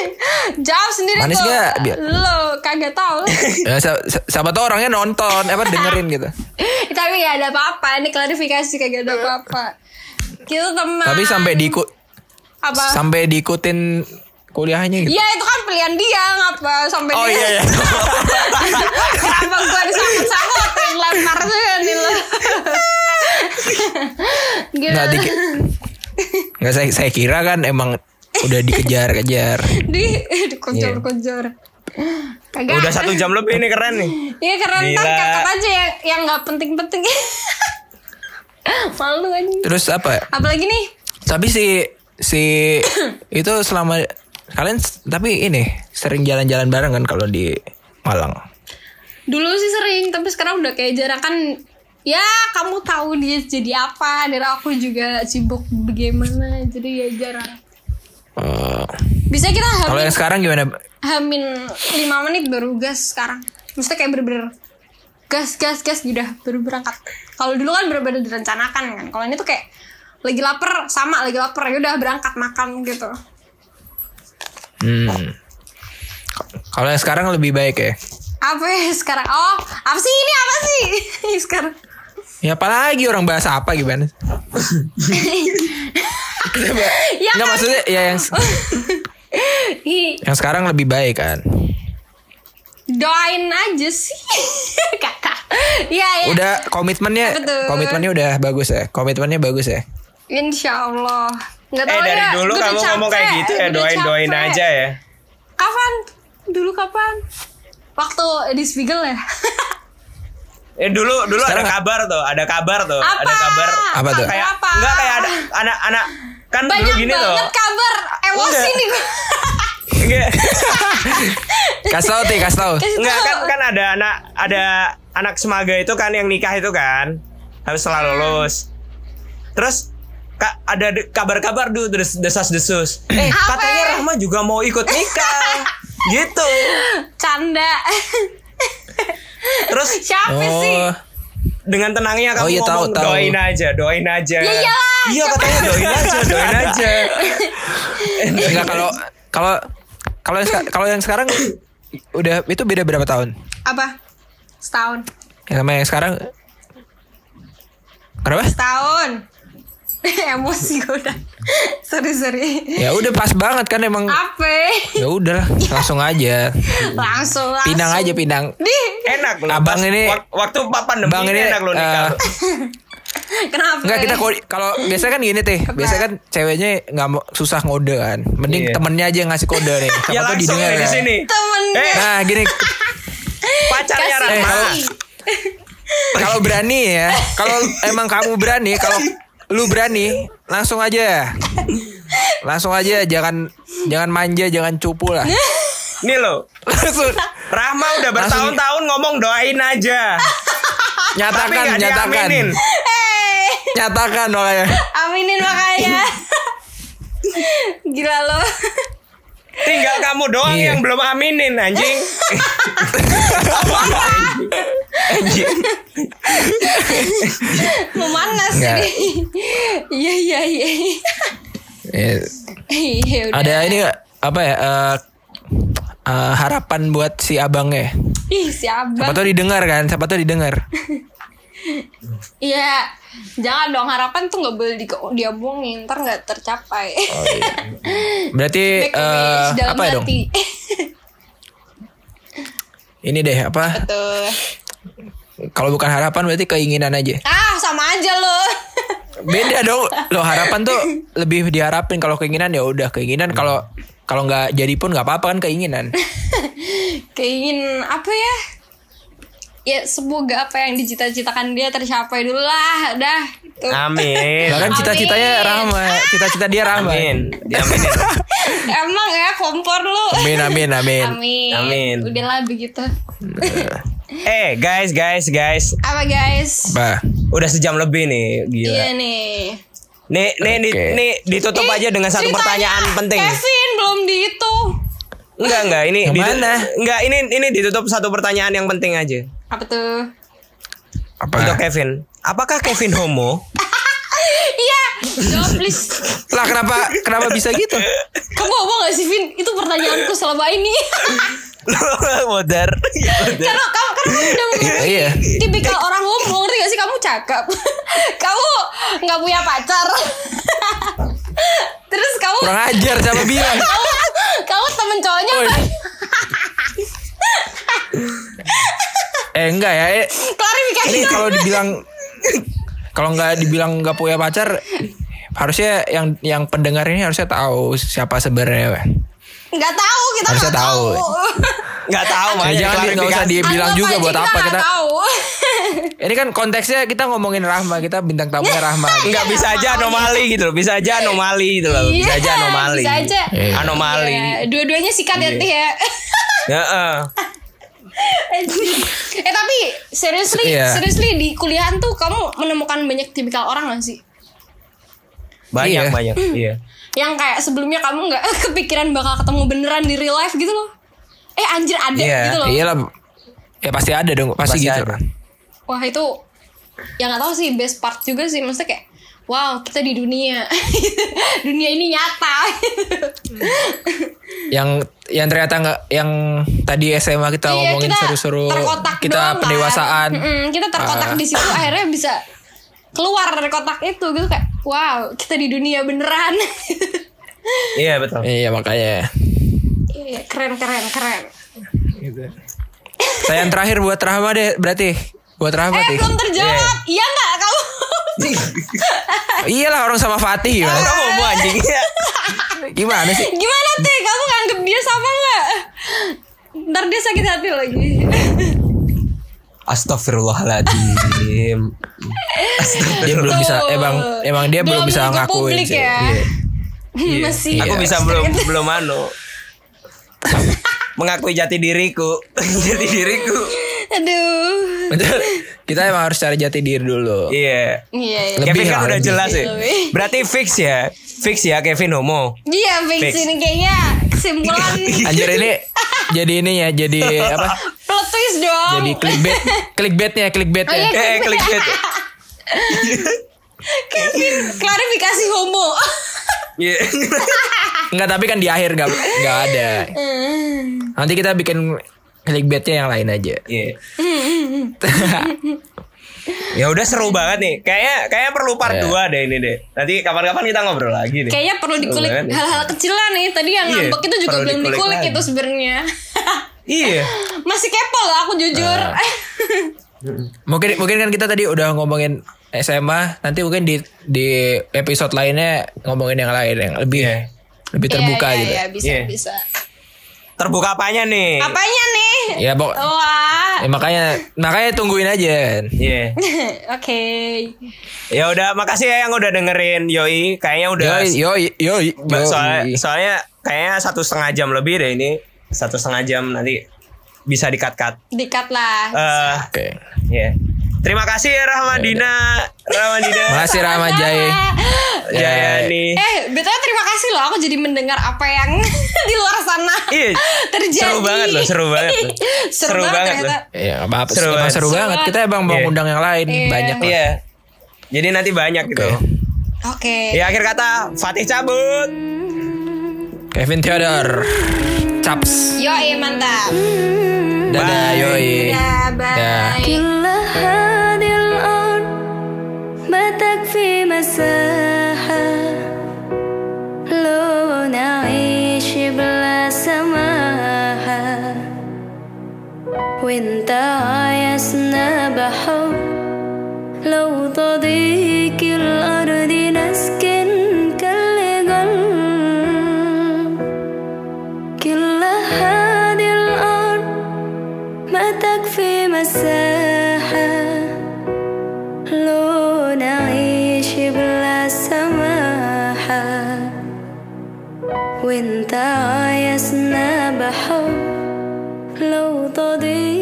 [SPEAKER 4] Jawab sendiri
[SPEAKER 3] Manis
[SPEAKER 4] lo.
[SPEAKER 3] nggak? Biar-
[SPEAKER 4] Lo kagak tahu
[SPEAKER 3] ya, sa- sa- siapa tau orangnya nonton apa dengerin gitu
[SPEAKER 4] Tapi gak ada apa-apa Ini klarifikasi kagak ada apa-apa Kita teman
[SPEAKER 3] tapi sampai diikut
[SPEAKER 4] Apa?
[SPEAKER 3] sampai diikutin kuliahnya gitu
[SPEAKER 4] Ya itu kan pilihan dia ngapa sampai
[SPEAKER 3] oh
[SPEAKER 4] dia
[SPEAKER 3] iya iya
[SPEAKER 4] Kenapa gue disangkut-sangkut yang lempar tuh ya nih lo. Gila.
[SPEAKER 3] nggak dikit nggak saya saya kira kan emang udah dikejar-kejar
[SPEAKER 4] Di dikojor-kojor. Kagak.
[SPEAKER 2] Udah satu jam lebih nih keren nih.
[SPEAKER 4] Iya keren ntar
[SPEAKER 2] Gila.
[SPEAKER 4] kakak aja yang yang nggak penting-penting. Malu aja.
[SPEAKER 3] terus apa ya?
[SPEAKER 4] Apalagi nih
[SPEAKER 3] tapi si si itu selama kalian s- tapi ini sering jalan-jalan bareng kan kalau di Malang
[SPEAKER 4] dulu sih sering tapi sekarang udah kayak jarang kan ya kamu tahu dia jadi apa dari aku juga sibuk bagaimana jadi ya jarang
[SPEAKER 3] Eh,
[SPEAKER 4] bisa kita
[SPEAKER 3] kalau
[SPEAKER 4] hamin
[SPEAKER 3] yang sekarang gimana
[SPEAKER 4] Hamin 5 menit baru gas sekarang. Maksudnya kayak bener-bener gas gas gas udah baru berangkat. Kalau dulu kan bener-bener direncanakan kan. Kalau ini tuh kayak lagi lapar sama lagi lapar ya udah berangkat makan gitu.
[SPEAKER 3] hmm. kalau yang sekarang lebih baik ya
[SPEAKER 4] apa ya sekarang oh apa sih ini apa sih Ini sekarang
[SPEAKER 3] Ya apalagi orang bahasa apa gimana? Coba.
[SPEAKER 4] Ya
[SPEAKER 3] Nggak
[SPEAKER 4] kan?
[SPEAKER 3] maksudnya ya yang
[SPEAKER 4] Ih,
[SPEAKER 3] yang sekarang lebih baik kan.
[SPEAKER 4] doain aja sih kakak ya ya
[SPEAKER 3] Udah komitmennya
[SPEAKER 4] Betul.
[SPEAKER 3] komitmennya udah bagus ya. Komitmennya bagus ya.
[SPEAKER 4] insya Allah nggak
[SPEAKER 2] Eh
[SPEAKER 4] tahu
[SPEAKER 2] dari
[SPEAKER 4] ya
[SPEAKER 2] dulu
[SPEAKER 4] gua udah
[SPEAKER 2] kamu ngomong kayak
[SPEAKER 4] capek,
[SPEAKER 2] gitu ya
[SPEAKER 4] gua udah
[SPEAKER 2] doain doain
[SPEAKER 4] capek.
[SPEAKER 2] aja ya.
[SPEAKER 4] kapan dulu kapan waktu di Spiegel ya
[SPEAKER 2] Eh dulu dulu ada kabar tuh, ada kabar tuh,
[SPEAKER 4] Apa?
[SPEAKER 2] ada kabar.
[SPEAKER 3] Apa tuh?
[SPEAKER 2] Kayak
[SPEAKER 4] Apa?
[SPEAKER 2] enggak kayak ada anak-anak kan dulu
[SPEAKER 4] banyak
[SPEAKER 2] gini tuh.
[SPEAKER 4] banget kabar emosi
[SPEAKER 2] Enggak.
[SPEAKER 4] nih gua
[SPEAKER 2] Enggak,
[SPEAKER 3] Kasih tahu Ti, kasih tahu.
[SPEAKER 4] Kasih
[SPEAKER 2] enggak
[SPEAKER 4] tahu.
[SPEAKER 2] kan kan ada anak ada anak semaga itu kan yang nikah itu kan harus setelah
[SPEAKER 4] Hmm.
[SPEAKER 2] lulus. Terus ka- ada de- kabar-kabar dulu des- desas-desus. Eh,
[SPEAKER 4] Apa?
[SPEAKER 2] katanya Rahma juga mau ikut nikah. gitu.
[SPEAKER 4] canda
[SPEAKER 2] Terus
[SPEAKER 4] siapa sih
[SPEAKER 3] Oh,
[SPEAKER 2] dengan tenangnya kamu
[SPEAKER 3] Oh, iya, tahu,
[SPEAKER 2] ngomong
[SPEAKER 3] tahu.
[SPEAKER 2] doain aja, doain aja.
[SPEAKER 4] Ya iyalah,
[SPEAKER 2] Iya
[SPEAKER 4] siapa-
[SPEAKER 2] katanya doain aja, doain aja.
[SPEAKER 3] enggak kalau kalau kalau yang seka- kalau yang sekarang udah itu beda berapa tahun?
[SPEAKER 4] apa setahun
[SPEAKER 3] Yang sama yang sekarang Kenapa?
[SPEAKER 4] setahun emosi gue udah sorry sorry
[SPEAKER 3] Ya udah pas banget kan emang.
[SPEAKER 4] apa
[SPEAKER 3] Ya udahlah, langsung aja.
[SPEAKER 4] langsung langsung
[SPEAKER 3] Pinang aja pinang.
[SPEAKER 4] di
[SPEAKER 2] Enak loh.
[SPEAKER 3] Abang
[SPEAKER 2] pas
[SPEAKER 3] ini-
[SPEAKER 2] wak- waktu pa- pandemi
[SPEAKER 3] Bang
[SPEAKER 2] ini
[SPEAKER 3] ini,
[SPEAKER 2] enak loh nikah.
[SPEAKER 3] eh,
[SPEAKER 2] loh.
[SPEAKER 4] kenapa
[SPEAKER 3] Enggak kita kode- kalau biasanya kan gini teh, biasanya kan ceweknya nggak mau susah ngode kan, mending
[SPEAKER 2] Iya.
[SPEAKER 3] temennya aja yang ngasih kode nih. Siapa
[SPEAKER 2] ya
[SPEAKER 3] tahu
[SPEAKER 2] langsung
[SPEAKER 3] didengar
[SPEAKER 2] ya di
[SPEAKER 3] kan.
[SPEAKER 2] sini.
[SPEAKER 4] temennya
[SPEAKER 2] Eh,
[SPEAKER 3] Nah gini,
[SPEAKER 2] pacarnya
[SPEAKER 4] kasih
[SPEAKER 2] ya, Rahma.
[SPEAKER 4] tahu.
[SPEAKER 3] kalau berani ya, kalau emang kamu berani, kalau lu berani, langsung aja, langsung aja, jangan jangan manja, jangan cupu lah,
[SPEAKER 2] Nih loh.
[SPEAKER 3] langsung
[SPEAKER 2] Rahma udah bertahun-tahun ngomong doain aja. Tapi
[SPEAKER 3] nyatakan,
[SPEAKER 2] nggak
[SPEAKER 3] nyatakan,
[SPEAKER 2] diaminin.
[SPEAKER 4] Eh,
[SPEAKER 3] nyatakan makanya.
[SPEAKER 4] aminin makanya gila lo
[SPEAKER 2] Tinggal kamu doang
[SPEAKER 3] Iya.
[SPEAKER 2] yang belum aminin anjing. anjing.
[SPEAKER 4] memanas
[SPEAKER 3] Enggak.
[SPEAKER 4] ini iya iya iya
[SPEAKER 3] Ya,
[SPEAKER 4] Iya, udah.
[SPEAKER 3] Ada ini nggak? apa ya? eh, eh, harapan buat si abangnya.
[SPEAKER 4] ih si
[SPEAKER 3] Siapa
[SPEAKER 4] abang
[SPEAKER 3] tahu didengar kan? Siapa tahu didengar.
[SPEAKER 4] iya jangan dong harapan tuh nggak boleh di diomongin ntar nggak tercapai
[SPEAKER 3] Berarti
[SPEAKER 4] Make a wish
[SPEAKER 3] eh,
[SPEAKER 4] dalam
[SPEAKER 3] apa ya dong?
[SPEAKER 4] hati
[SPEAKER 3] Ini deh apa?
[SPEAKER 4] betul
[SPEAKER 3] Kalau bukan harapan berarti keinginan aja.
[SPEAKER 4] ah sama aja lo
[SPEAKER 3] Beda dong. Lo harapan tuh lebih diharapin kalau keinginan ya udah keinginan kalau kalau nggak jadi pun nggak apa-apa kan keinginan.
[SPEAKER 4] keingin apa ya ya semoga apa yang dicita-citakan dia tercapai dulu lah dah Itu.
[SPEAKER 3] Ah.
[SPEAKER 2] Amin.
[SPEAKER 3] Bahkan cita-citanya Rahma, cita-cita dia Rahma.
[SPEAKER 2] Iya. Amin. Diaminin.
[SPEAKER 4] emang ya kompor lu
[SPEAKER 3] Amin amin amin.
[SPEAKER 4] amin
[SPEAKER 2] Amin.
[SPEAKER 4] udahlah begitu
[SPEAKER 2] Eh, guys, guys, guys.
[SPEAKER 4] apa guys
[SPEAKER 3] Bah.
[SPEAKER 2] Udah sejam lebih nih, gila.
[SPEAKER 4] iya nih
[SPEAKER 2] Nih, nih, nih,
[SPEAKER 3] Oke.
[SPEAKER 2] nih, ditutup
[SPEAKER 4] Ih,
[SPEAKER 2] aja dengan satu
[SPEAKER 4] ceritanya
[SPEAKER 2] pertanyaan penting.
[SPEAKER 4] iya. Kevin belum dihitung
[SPEAKER 2] Enggak, enggak, ini
[SPEAKER 3] Yang
[SPEAKER 2] ditu-
[SPEAKER 3] mana?
[SPEAKER 2] Enggak, ini ini ditutup satu pertanyaan yang penting aja
[SPEAKER 4] apa tuh
[SPEAKER 2] untuk
[SPEAKER 3] Apa?
[SPEAKER 2] Kevin. Apakah Kevin homo?
[SPEAKER 4] iya jawab please
[SPEAKER 3] Lah kenapa kenapa bisa gitu?
[SPEAKER 4] kamu apa gak sih Vin itu pertanyaanku selama ini
[SPEAKER 2] Modar.
[SPEAKER 4] karena kamu karena kamu udah
[SPEAKER 3] Iya, iya.
[SPEAKER 4] tipikal orang homo ngerti gak sih kamu cakep kamu nggak punya pacar terus kamu
[SPEAKER 3] Kurang ajar siapa bilang.
[SPEAKER 4] kamu kamu temen cowoknya
[SPEAKER 3] Oi.
[SPEAKER 4] banyak.
[SPEAKER 3] Eh enggak ya. Eh,
[SPEAKER 4] klarifikasi
[SPEAKER 3] ini kalau dibilang kalau nggak dibilang nggak punya pacar harusnya yang yang pendengar ini harusnya tahu siapa sebenarnya. weh.
[SPEAKER 4] nggak tahu kita
[SPEAKER 3] Harusnya
[SPEAKER 4] nggak
[SPEAKER 3] tahu.
[SPEAKER 4] tahu,
[SPEAKER 2] Enggak tahu
[SPEAKER 3] Ya,
[SPEAKER 2] makanya
[SPEAKER 3] jangan di- nggak usah
[SPEAKER 2] diklarifikasi.
[SPEAKER 3] dibilang
[SPEAKER 4] Anggap
[SPEAKER 3] juga
[SPEAKER 4] aja
[SPEAKER 3] buat
[SPEAKER 4] kita
[SPEAKER 3] apa
[SPEAKER 4] nggak
[SPEAKER 3] kita.
[SPEAKER 4] tahu
[SPEAKER 3] Ini kan konteksnya kita ngomongin Rahma, kita bintang tamunya Rahma. gitu.
[SPEAKER 2] Enggak bisa aja anomali gitu loh. Bisa aja anomali gitu loh. Bisa
[SPEAKER 4] Iya,
[SPEAKER 2] aja anomali.
[SPEAKER 4] bisa aja.
[SPEAKER 3] Iya.
[SPEAKER 2] Anomali.
[SPEAKER 4] Iya, dua-duanya sikat ya Tih ya
[SPEAKER 2] Heeh.
[SPEAKER 4] eh tapi seriously
[SPEAKER 3] Iya.
[SPEAKER 4] seriously di kuliahan tuh kamu menemukan banyak tipikal orang gak sih
[SPEAKER 2] Banyak
[SPEAKER 3] Iya.
[SPEAKER 2] banyak. Iya.
[SPEAKER 4] yang kayak sebelumnya kamu nggak kepikiran bakal ketemu beneran di real life gitu loh eh anjir ada
[SPEAKER 2] Iya,
[SPEAKER 4] gitu loh
[SPEAKER 3] Iyalah. Ya pasti ada dong,
[SPEAKER 2] Pasti
[SPEAKER 3] pasti, gitu.
[SPEAKER 2] ada.
[SPEAKER 3] kan.
[SPEAKER 4] wah itu ya nggak tahu sih best part juga sih maksudnya kayak wow kita di dunia dunia ini nyata
[SPEAKER 3] yang yang ternyata nggak yang tadi SMA kita
[SPEAKER 4] Iya,
[SPEAKER 3] ngomongin seru-seru
[SPEAKER 4] terkotak doang,
[SPEAKER 3] kita
[SPEAKER 4] kan.
[SPEAKER 3] pendewasaan
[SPEAKER 4] Mm-mm, kita
[SPEAKER 3] Ah.
[SPEAKER 4] terkotak di situ akhirnya bisa keluar dari kotak itu gitu kayak wow kita di dunia beneran
[SPEAKER 2] Iya betul.
[SPEAKER 3] iya makanya
[SPEAKER 4] Iya, keren keren keren
[SPEAKER 3] saya yang terakhir buat Rahma deh berarti buat Rahma
[SPEAKER 4] eh
[SPEAKER 3] Tih.
[SPEAKER 4] belum terjawab iya nggak kamu
[SPEAKER 3] iyalah orang sama
[SPEAKER 4] Eh.
[SPEAKER 3] Fatih gimana
[SPEAKER 2] Kamu mau anjing.
[SPEAKER 3] gimana sih
[SPEAKER 4] gimana teh kamu nganggep dia sama nggak ntar dia sakit hati lagi
[SPEAKER 2] Astagfirullahaladzim.
[SPEAKER 3] dia belum bisa
[SPEAKER 4] Tuh.
[SPEAKER 3] emang emang dia belum, bisa
[SPEAKER 4] ke
[SPEAKER 3] ngakuin
[SPEAKER 4] publik
[SPEAKER 3] sih
[SPEAKER 4] ya
[SPEAKER 3] Iya.
[SPEAKER 4] masih
[SPEAKER 2] Aku bisa belum belum anu. Mengakui jati diriku. jati diriku.
[SPEAKER 4] aduh
[SPEAKER 3] Betul. kita emang harus cari jati diri dulu
[SPEAKER 2] Iya.
[SPEAKER 4] iya iya
[SPEAKER 2] Kevin
[SPEAKER 3] Lebih
[SPEAKER 2] kan
[SPEAKER 3] lah,
[SPEAKER 2] udah
[SPEAKER 3] lebih.
[SPEAKER 2] jelas ya.
[SPEAKER 4] Lebih.
[SPEAKER 2] Berarti fix ya. Fix ya Kevin homo.
[SPEAKER 4] iya fix
[SPEAKER 2] Fix.
[SPEAKER 4] ini kayaknya kesimpulan
[SPEAKER 2] Iya.
[SPEAKER 3] anjir ini jadi ini ya jadi apa
[SPEAKER 4] plot twist dong
[SPEAKER 3] jadi clickbait ya? clickbaitnya clickbaitnya
[SPEAKER 4] Oh, iya,
[SPEAKER 2] Eh klik chat.
[SPEAKER 3] ya?
[SPEAKER 4] Kevin klarifikasi homo
[SPEAKER 2] Iya.
[SPEAKER 3] Enggak tapi kan di akhir enggak enggak ada. Nanti kita bikin clickbaitnya yang lain aja.
[SPEAKER 2] Iya. Ya udah seru banget nih. Kayaknya kayaknya perlu part 2 deh ini deh. Nanti kapan-kapan kita ngobrol lagi deh.
[SPEAKER 4] kayaknya perlu dikulik
[SPEAKER 2] banget ya.
[SPEAKER 4] hal-hal kecil lah nih tadi yang
[SPEAKER 2] Iya,
[SPEAKER 4] ngambek itu juga
[SPEAKER 2] perlu
[SPEAKER 4] belum
[SPEAKER 2] dikulik
[SPEAKER 4] dikulik
[SPEAKER 2] lagi.
[SPEAKER 4] itu sebenarnya
[SPEAKER 2] Iya.
[SPEAKER 4] masih kepo lah aku jujur
[SPEAKER 2] Ah.
[SPEAKER 3] Mungkin mungkin kan kita tadi udah ngomongin SMA, nanti mungkin di di episode lainnya ngomongin yang lain yang lebih
[SPEAKER 2] Iya.
[SPEAKER 3] lebih terbuka
[SPEAKER 4] Iya, iya,
[SPEAKER 3] gitu.
[SPEAKER 4] iya, bisa
[SPEAKER 2] Iya.
[SPEAKER 4] bisa
[SPEAKER 2] Terbuka apanya nih?
[SPEAKER 4] apanya nih
[SPEAKER 3] Ya pok
[SPEAKER 4] Oh, wah
[SPEAKER 3] ya, makanya makanya tungguin aja.
[SPEAKER 2] Iya.
[SPEAKER 4] Oke.
[SPEAKER 2] Ya udah, makasih ya yang udah dengerin Yoi. Kayaknya udah
[SPEAKER 3] Yo yo yo. yo.
[SPEAKER 2] Ba- soalnya, soalnya kayaknya satu setengah jam lebih deh ini. Satu setengah jam nanti bisa dikat-kat.
[SPEAKER 4] Dikat lah.
[SPEAKER 2] Eh,
[SPEAKER 3] Oke.
[SPEAKER 2] ya. Terima kasih ya Rahmadina. Rahmadina.
[SPEAKER 3] Makasih Rama Jai.
[SPEAKER 2] Jayani.
[SPEAKER 4] Eh, betulnya terima kasih loh aku jadi mendengar apa yang di luar sana
[SPEAKER 2] Iya.
[SPEAKER 4] terjadi.
[SPEAKER 2] Seru banget loh, seru banget loh.
[SPEAKER 4] seru,
[SPEAKER 2] Seru
[SPEAKER 4] banget,
[SPEAKER 2] banget
[SPEAKER 4] ternyata.
[SPEAKER 3] Ya, apa apa
[SPEAKER 2] Seru
[SPEAKER 3] seru,
[SPEAKER 2] banget.
[SPEAKER 3] seru
[SPEAKER 4] Seru
[SPEAKER 3] banget.
[SPEAKER 4] banget.
[SPEAKER 3] Kita emang mau
[SPEAKER 2] Iya.
[SPEAKER 3] undang yang lain
[SPEAKER 4] Iya.
[SPEAKER 3] banyak lah.
[SPEAKER 2] Iya. Jadi nanti banyak gitu.
[SPEAKER 4] Oke.
[SPEAKER 2] Ya akhir kata Fatih cabut.
[SPEAKER 3] Kevin Theodore. Caps.
[SPEAKER 4] Yo, eh, mantap.
[SPEAKER 3] Dadah yoi. Ya.
[SPEAKER 4] Dadah,
[SPEAKER 3] Dah.
[SPEAKER 4] bye.
[SPEAKER 7] لكن لهذه الأرض ما تكفي مساحة لو نعيش بلا سماحة وانت عايزنا بحب لو تضيق الأرض نسكن كالجل كل هذه الأرض ما تكفي مساحة لو نعيش بلا سماحة وانت عايزنا بحب لو تضيق